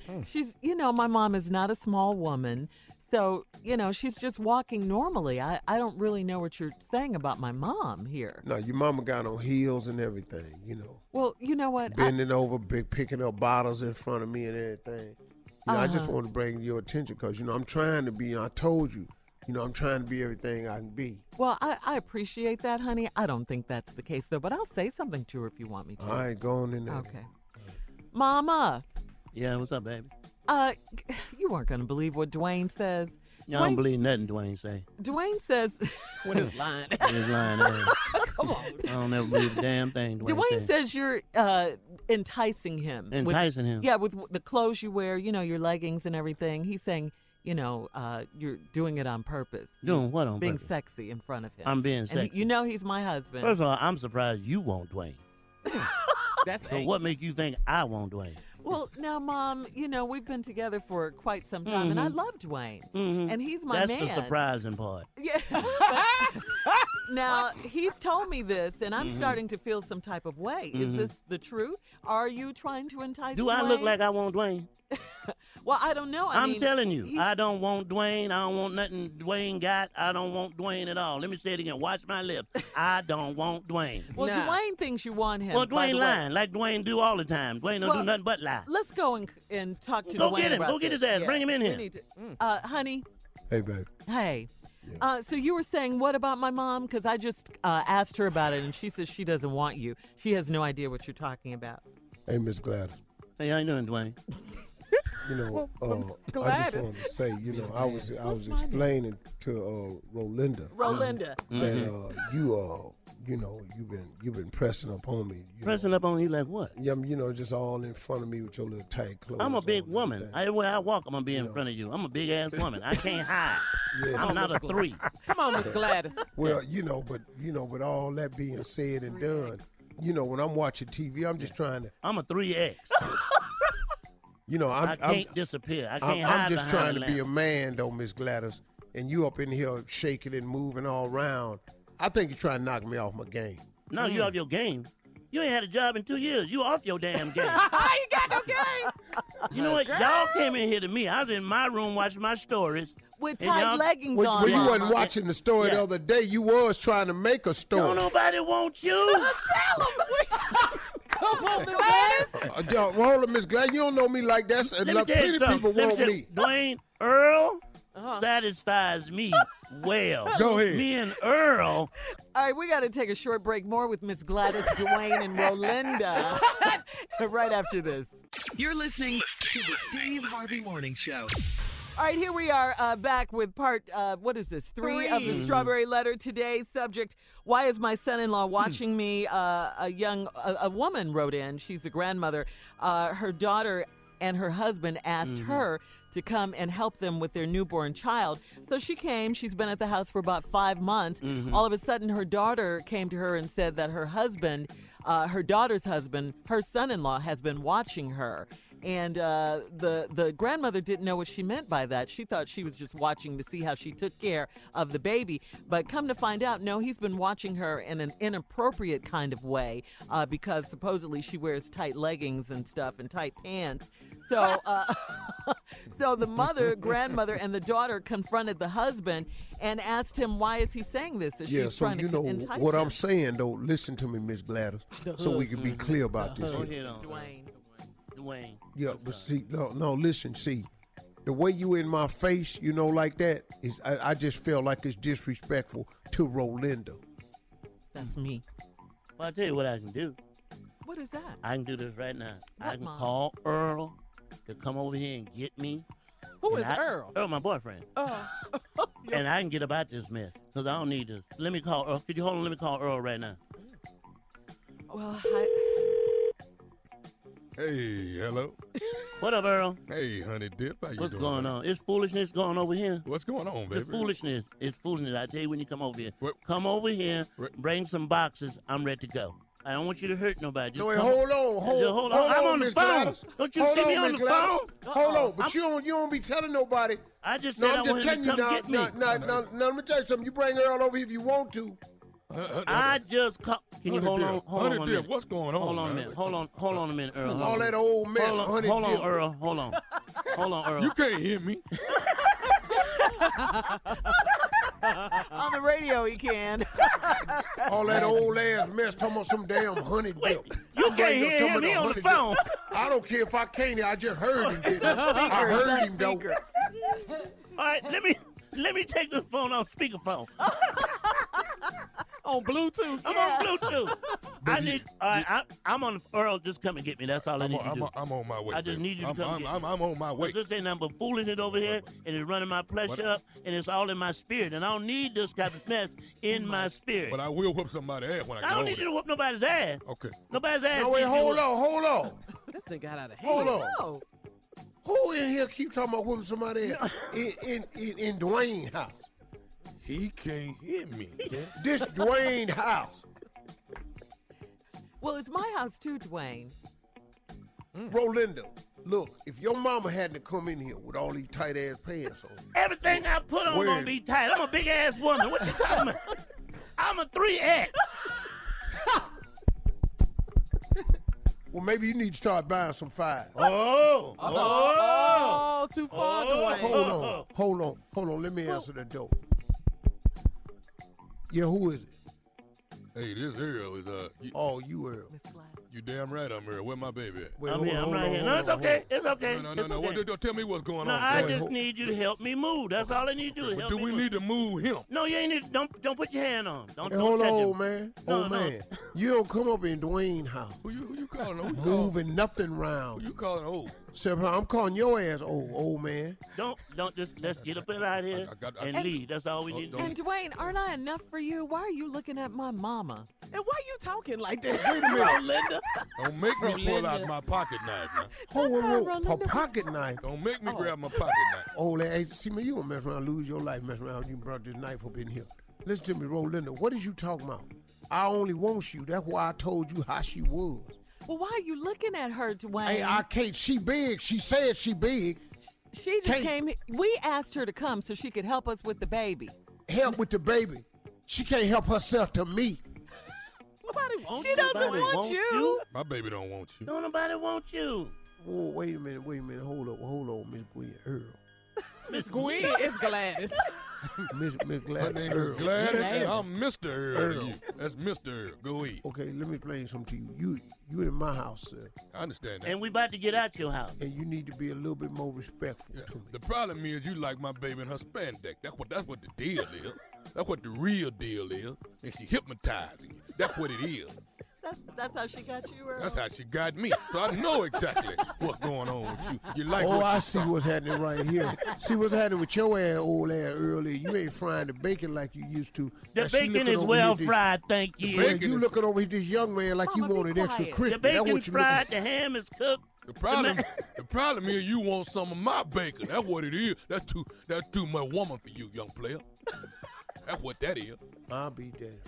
Speaker 3: Hmm.
Speaker 1: she's, you know, my mom is not a small woman. So, you know, she's just walking normally. I, I don't really know what you're saying about my mom here.
Speaker 3: No, your mama got on heels and everything, you know.
Speaker 1: Well, you know what? I-
Speaker 3: bending over, big, picking up bottles in front of me and everything. You know, I just
Speaker 1: Uh-huh.
Speaker 3: want to bring your attention because you know I'm trying to be. I told you, you know, I'm trying to be everything I can be.
Speaker 1: well, I, I appreciate that, honey. I don't think that's the case, though, but I'll say something to her if you want me to.
Speaker 3: All right, going in there.
Speaker 1: Okay. Mama,
Speaker 5: Yeah, what's up, baby?
Speaker 1: uh, you weren't going to believe what Dwayne says.
Speaker 5: Y'all don't
Speaker 1: Dwayne-
Speaker 5: believe nothing Dwayne say.
Speaker 1: Dwayne says. what is lying?
Speaker 5: He's lying. there. I don't ever believe a damn thing Dwayne,
Speaker 1: Dwayne
Speaker 5: say.
Speaker 1: says you're uh, enticing him. with-
Speaker 5: Enticing him.
Speaker 1: Yeah, with w- the clothes you wear, you know, your leggings and everything. He's saying, you know, uh, you're doing it on purpose.
Speaker 5: Doing what on
Speaker 1: being
Speaker 5: purpose?
Speaker 1: sexy in front of him.
Speaker 5: I'm being
Speaker 1: And he-
Speaker 5: sexy.
Speaker 1: you know he's my husband.
Speaker 5: First of all, I'm surprised you want Dwayne.
Speaker 1: That's
Speaker 5: So what make you think I want Dwayne?
Speaker 1: Well, now, Mom, you know, we've been together for quite some time, and I
Speaker 5: Mhm.
Speaker 1: love Dwayne.
Speaker 5: Mhm.
Speaker 1: And he's my
Speaker 5: That's
Speaker 1: man.
Speaker 5: the surprising part.
Speaker 1: Yeah. now he's told me this, and I'm
Speaker 5: Mhm.
Speaker 1: starting to feel some type of way. Is
Speaker 5: Mhm.
Speaker 1: this the truth? Are you trying to entice?
Speaker 5: Do I look
Speaker 1: Dwayne?
Speaker 5: like I want Dwayne?
Speaker 1: Well, I don't know. I
Speaker 5: I'm
Speaker 1: mean,
Speaker 5: telling you,
Speaker 1: he's-
Speaker 5: I don't want Dwayne. I don't want nothing Dwayne got. I don't want Dwayne at all. Let me say it again. Watch my lips. I don't want Dwayne.
Speaker 1: Well, Dwayne thinks you want him.
Speaker 5: Well,
Speaker 1: by
Speaker 5: Dwayne
Speaker 1: the way.
Speaker 5: lying like Dwayne do all the time. Dwayne don't
Speaker 1: Well,
Speaker 5: do nothing but lie.
Speaker 1: Let's go and and talk to
Speaker 5: Go
Speaker 1: Dwayne.
Speaker 5: get him.
Speaker 1: about
Speaker 5: Go get
Speaker 1: this.
Speaker 5: his ass.
Speaker 1: Yeah,
Speaker 5: Bring him in
Speaker 1: we
Speaker 5: here.
Speaker 1: need to- uh, honey,
Speaker 3: Hey, baby.
Speaker 1: hey. Uh, so you were saying what about my mom? Because I just uh, asked her about it, and she says she doesn't want you. She has no idea what you're talking about.
Speaker 3: Hey, Miss Gladys.
Speaker 5: Hey, how you doing, Dwayne?
Speaker 3: You know,
Speaker 1: Well,
Speaker 3: uh,
Speaker 1: I'm
Speaker 3: I just
Speaker 1: glad.
Speaker 3: wanted to say, you know, I was I was
Speaker 1: funny?
Speaker 3: explaining to uh, Rolinda,
Speaker 1: Rolinda.
Speaker 3: that
Speaker 5: Mhm.
Speaker 3: uh, you uh, you know, you've been you've been pressing up on me. You
Speaker 5: Pressing up on you like what?
Speaker 3: know, Yeah, you know, just all in front of me with your little tight clothes.
Speaker 5: I'm a big
Speaker 3: on and
Speaker 5: woman.
Speaker 3: everything.
Speaker 5: Everywhere I walk, I'm gonna be in front of you. I'm a big ass woman. I can't hide.
Speaker 3: Yeah.
Speaker 5: I'm not a three.
Speaker 16: Come on, Miss Gladys.
Speaker 3: Well, you know, but you know, but all that being said and done, you know, when I'm watching TV, I'm just trying to,
Speaker 5: I'm a three X.
Speaker 3: you know, I'm,
Speaker 5: I
Speaker 3: I'm-
Speaker 5: can't disappear. I
Speaker 3: I'm,
Speaker 5: can't
Speaker 3: I'm
Speaker 5: hide
Speaker 3: just
Speaker 5: behind
Speaker 3: trying
Speaker 5: the
Speaker 3: to be a
Speaker 5: lamp.
Speaker 3: man, though, Miss Gladys, and you up in here shaking and moving all around. I think you're trying to knock me off my game.
Speaker 5: No, you off your game. You ain't had a job in two years. You off your damn game.
Speaker 16: you got no game.
Speaker 5: You know what? Y'all came in here to me. I was in my room watching my stories.
Speaker 1: With
Speaker 5: And
Speaker 1: tight
Speaker 5: y'all-
Speaker 1: leggings
Speaker 3: When,
Speaker 1: on.
Speaker 3: when you
Speaker 1: Mama.
Speaker 3: wasn't watching the story
Speaker 5: Yeah.
Speaker 3: the other day, you was trying to make a story.
Speaker 5: Don't nobody want you.
Speaker 16: Come on, Miss Gladys.
Speaker 3: Uh, yo, hold on, Miss Gladys, you don't know me like that. And
Speaker 5: Let
Speaker 3: like,
Speaker 5: me tell you
Speaker 3: plenty people
Speaker 5: something. Let me
Speaker 3: want
Speaker 5: tell
Speaker 3: me.
Speaker 5: you, Dwayne Earl
Speaker 1: Uh-huh.
Speaker 5: satisfies me well.
Speaker 7: Go ahead.
Speaker 5: Me and Earl.
Speaker 1: All right, we got to take a short break. More with Miss Gladys, Dwayne, and Rolinda right after this.
Speaker 4: You're listening to the Steve Harvey Morning Show.
Speaker 1: All right, here we are uh, back with part, uh, what is this, three, of the
Speaker 4: Three.
Speaker 1: Strawberry Letter. Today's subject, why is my son-in-law watching me? Uh, a young, a, a woman wrote in, she's a grandmother. Uh, her daughter and her husband asked her to come and help them with their newborn child. So she came, she's been at the house for about five months. All of a sudden, her daughter came to her and said that her husband, uh, her daughter's husband, her son-in-law has been watching her and uh, the the grandmother didn't know what she meant by that. She thought she was just watching to see how she took care of the baby. But come to find out, no, he's been watching her in an inappropriate kind of way uh, because supposedly she wears tight leggings and stuff and tight pants. So, uh, so the mother, grandmother, and the daughter confronted the husband and asked him, "Why is he saying this?" That
Speaker 3: Yeah,
Speaker 1: she's
Speaker 3: so
Speaker 1: trying
Speaker 3: you
Speaker 1: to
Speaker 3: know
Speaker 1: entice
Speaker 3: what I'm
Speaker 1: him.
Speaker 3: saying though. Listen to me, Miss Gladys, so we can
Speaker 1: Mm-hmm.
Speaker 3: be clear
Speaker 16: Mm-hmm.
Speaker 3: about this.
Speaker 5: Go
Speaker 3: here.
Speaker 5: ahead on.
Speaker 1: Dwayne.
Speaker 5: Dwayne.
Speaker 3: Yeah, but see, no, no, listen, see, the way you in my face, you know, like that is I, I just feel like it's disrespectful to Rolando.
Speaker 5: Mm.
Speaker 1: That's me.
Speaker 5: Well, I'll tell you what I can do.
Speaker 1: What is that?
Speaker 5: I can do this right now. I
Speaker 1: What,
Speaker 5: can
Speaker 1: Mom?
Speaker 5: call Earl to come over here and get me.
Speaker 1: Who
Speaker 5: And
Speaker 1: is
Speaker 5: I-
Speaker 1: Earl?
Speaker 5: Earl, my boyfriend.
Speaker 1: Oh.
Speaker 5: And I can get about this mess because I don't need this. Let me call Earl. Could you hold on? Let me call Earl right now.
Speaker 1: Well, I,
Speaker 7: Hey, hello.
Speaker 5: What up, Earl?
Speaker 7: Hey, honey dip. How you
Speaker 5: What's
Speaker 7: doing,
Speaker 5: going on? It's foolishness going over here.
Speaker 7: What's going on,
Speaker 5: It's
Speaker 7: baby?
Speaker 5: foolishness. It's foolishness. I tell you when you come over here. Come over here. Bring some boxes. I'm ready to go. I don't want you to hurt nobody. Just
Speaker 3: No, wait,
Speaker 5: come-
Speaker 3: hold on, hold,
Speaker 5: Just hold on.
Speaker 3: hold
Speaker 5: I'm on the
Speaker 3: Miss
Speaker 5: phone.
Speaker 3: Gladys.
Speaker 5: Don't you
Speaker 3: Hold
Speaker 5: see me on
Speaker 3: Miss
Speaker 5: the
Speaker 3: Gladys.
Speaker 5: phone?
Speaker 3: Hold
Speaker 5: Uh-oh.
Speaker 3: on, but
Speaker 5: I'm-
Speaker 3: you don't you don't be telling nobody.
Speaker 5: I just
Speaker 3: no,
Speaker 5: said
Speaker 3: I'm
Speaker 5: I wanted
Speaker 3: just
Speaker 5: him
Speaker 3: telling
Speaker 5: to
Speaker 3: you
Speaker 5: come
Speaker 3: now.
Speaker 5: get me.
Speaker 3: now- now- now- now, let me tell you something. You bring Earl over here if you want to.
Speaker 5: I just ca- Can you
Speaker 3: Honey
Speaker 5: hold
Speaker 3: dip,
Speaker 5: on? Hold
Speaker 3: honey
Speaker 5: on a
Speaker 3: dip,
Speaker 5: minute.
Speaker 3: what's going on,
Speaker 5: Hold on a
Speaker 3: man?
Speaker 5: minute. Hold on. Hold on a minute, Earl.
Speaker 3: All
Speaker 5: Hold on.
Speaker 3: that old mess,
Speaker 5: Hold on,
Speaker 3: honey
Speaker 5: hold on
Speaker 3: dip.
Speaker 5: Earl. Hold on. Hold on, Earl.
Speaker 7: You can't hear me.
Speaker 1: on the radio, he can.
Speaker 3: All that old ass mess talking about some damn honey dip. You
Speaker 5: can't hear him, he on the phone.
Speaker 3: I don't care if I can't hear. I just heard him. didn't I? I
Speaker 5: Speaker,
Speaker 3: heard
Speaker 5: it's
Speaker 3: him though.
Speaker 5: All right, let me let me take this phone off speakerphone.
Speaker 1: on Bluetooth.
Speaker 5: I'm on Bluetooth. I need. All right, I, I'm on. Earl, just come and get me. That's all I
Speaker 7: I'm
Speaker 5: need
Speaker 7: on-
Speaker 5: you to
Speaker 7: I'm
Speaker 5: do.
Speaker 7: on- I'm on my way,
Speaker 5: I just
Speaker 7: baby.
Speaker 5: need you to
Speaker 7: I'm-
Speaker 5: come
Speaker 7: I'm-
Speaker 5: get
Speaker 7: I'm-
Speaker 5: me.
Speaker 7: I'm on my way.
Speaker 5: 'Cause This ain't nothing but foolishness over here, and it's running my pressure up, and it's all in my spirit, and I don't need this type of mess in my spirit.
Speaker 7: But I will whoop somebody's ass when I,
Speaker 5: I
Speaker 7: get
Speaker 5: don't
Speaker 7: over
Speaker 5: need
Speaker 7: there.
Speaker 5: you to whoop nobody's ass.
Speaker 7: Okay.
Speaker 5: Nobody's ass.
Speaker 3: No, wait,
Speaker 5: needs to be
Speaker 3: hold
Speaker 5: whooped.
Speaker 3: on, hold on.
Speaker 1: This thing got out of hand.
Speaker 3: Hold on. Who in here keep talking about whooping somebody ass in, in, in, in Dwayne house?
Speaker 7: He can't hear me.
Speaker 3: This Dwayne house.
Speaker 1: Well, it's my house too, Dwayne. Mm.
Speaker 3: Rolando, look, if your mama hadn't have come in here with all these tight ass pants on,
Speaker 5: Everything I put on gonna
Speaker 3: Wait.
Speaker 5: be tight. I'm a big ass woman. What you talking about? I'm a three X.
Speaker 3: well, maybe you need to start buying some five.
Speaker 5: Oh,
Speaker 1: Oh, too far, Dwayne.
Speaker 3: Hold on, hold on, hold on. Let me answer the door. Yeah, who is it?
Speaker 7: Hey, this Earl is uh. You,
Speaker 3: oh, you Earl.
Speaker 7: You damn right I'm Earl. Where my baby at?
Speaker 3: Wait, I'm hold here, on, I'm hold right on, here.
Speaker 5: No, hold it's on, okay. hold on. It's okay.
Speaker 7: No, no, no,
Speaker 5: It's
Speaker 7: no. What-
Speaker 5: okay.
Speaker 7: don't tell me what's going
Speaker 5: No,
Speaker 7: on.
Speaker 5: I
Speaker 7: Wait,
Speaker 5: just
Speaker 7: hold-
Speaker 5: need you to help me move. That's all I need you to do.
Speaker 7: But
Speaker 5: Help
Speaker 7: do
Speaker 5: me
Speaker 7: we
Speaker 5: move.
Speaker 7: need to move him?
Speaker 5: No, you ain't. Need, don't don't put your hand on. him. Don't,
Speaker 3: Hey,
Speaker 5: don't
Speaker 3: hold
Speaker 5: touch
Speaker 3: on,
Speaker 5: him.
Speaker 3: old man.
Speaker 5: No,
Speaker 3: old
Speaker 5: no.
Speaker 3: man. You don't come up in Dwayne house.
Speaker 7: Who you, who you calling? Who you calling?
Speaker 3: Moving nothing round.
Speaker 7: Who you calling old?
Speaker 3: Except how I'm calling your ass old, old man.
Speaker 5: Don't don't just let's get up and out of here
Speaker 3: got- I-
Speaker 5: and leave. That's all
Speaker 3: Oh,
Speaker 7: Oh,
Speaker 5: we need to
Speaker 1: And
Speaker 5: do.
Speaker 1: Dwayne, aren't I enough for you? Why are you looking at my mama?
Speaker 16: And why you talking like that?
Speaker 3: Wait a minute.
Speaker 16: Linda.
Speaker 7: Don't make me pull out
Speaker 16: Rolinda.
Speaker 7: my pocket knife. Now.
Speaker 3: Hold whoa, whoa, whoa. A pocket knife.
Speaker 7: Don't make me grab my pocket knife.
Speaker 3: Old ass. See, man, you gonna mess around, lose your life, mess around. You brought this knife up in here. Listen to me, Rolinda. What is you talking about? I only want you. That's why I told you how she was.
Speaker 1: Well, why are you looking at her, Dwayne?
Speaker 3: Hey, I can't. She big. She said she big.
Speaker 1: she just came. he- We asked her to come so she could help us with the baby.
Speaker 3: Help with the baby. She can't help herself to me.
Speaker 16: Nobody wants
Speaker 1: She
Speaker 16: you.
Speaker 1: doesn't
Speaker 16: Nobody
Speaker 1: want
Speaker 16: wants
Speaker 1: you.
Speaker 7: My baby don't want you.
Speaker 5: Don't nobody want you,
Speaker 3: Whoa, wait a minute, wait a minute. Hold up, hold on, Miss Gwen Earl.
Speaker 5: Miss
Speaker 16: Gwen is Gladys.
Speaker 3: Miss, Miss
Speaker 7: My
Speaker 3: Gladys
Speaker 7: name
Speaker 3: Earl.
Speaker 7: is Gladys, and
Speaker 3: Gladys.
Speaker 7: I'm Mr. Earl. to
Speaker 3: Earl.
Speaker 7: you. That's Mr. Earl. Go eat.
Speaker 3: Okay, let me explain something to you. You you in my house, sir,
Speaker 7: I understand that.
Speaker 5: and we about to get out your house.
Speaker 3: and you need to be a little bit more respectful to me.
Speaker 7: The problem is you like my baby in her spandex. That's what that's what the deal is. That's what the real deal is. And she hypnotizing you. That's what it is.
Speaker 1: That's that's how she got you, Earl.
Speaker 7: That's how she got me. So I know exactly what's going on with you. You like
Speaker 3: oh,
Speaker 7: what
Speaker 3: I
Speaker 7: you
Speaker 3: see
Speaker 7: saw.
Speaker 3: what's happening right here. see what's happening with your ass, old ass earlier. You ain't frying the bacon like you used to.
Speaker 5: The
Speaker 3: Now she
Speaker 5: bacon
Speaker 3: looking
Speaker 5: is
Speaker 3: over
Speaker 5: well
Speaker 3: here, this-
Speaker 5: fried, thank you.
Speaker 3: Well, you looking over here, this young man like
Speaker 1: Mama,
Speaker 3: you
Speaker 1: be
Speaker 3: wanted extra
Speaker 1: quiet.
Speaker 3: crispy.
Speaker 5: the
Speaker 3: That's
Speaker 5: bacon's
Speaker 3: what you
Speaker 5: fried, the ham is cooked.
Speaker 7: The problem, the problem is you want some of my bacon. That's what it is. That's too that's too much woman for you, young player. That's what that is.
Speaker 3: looking- I'll be damned.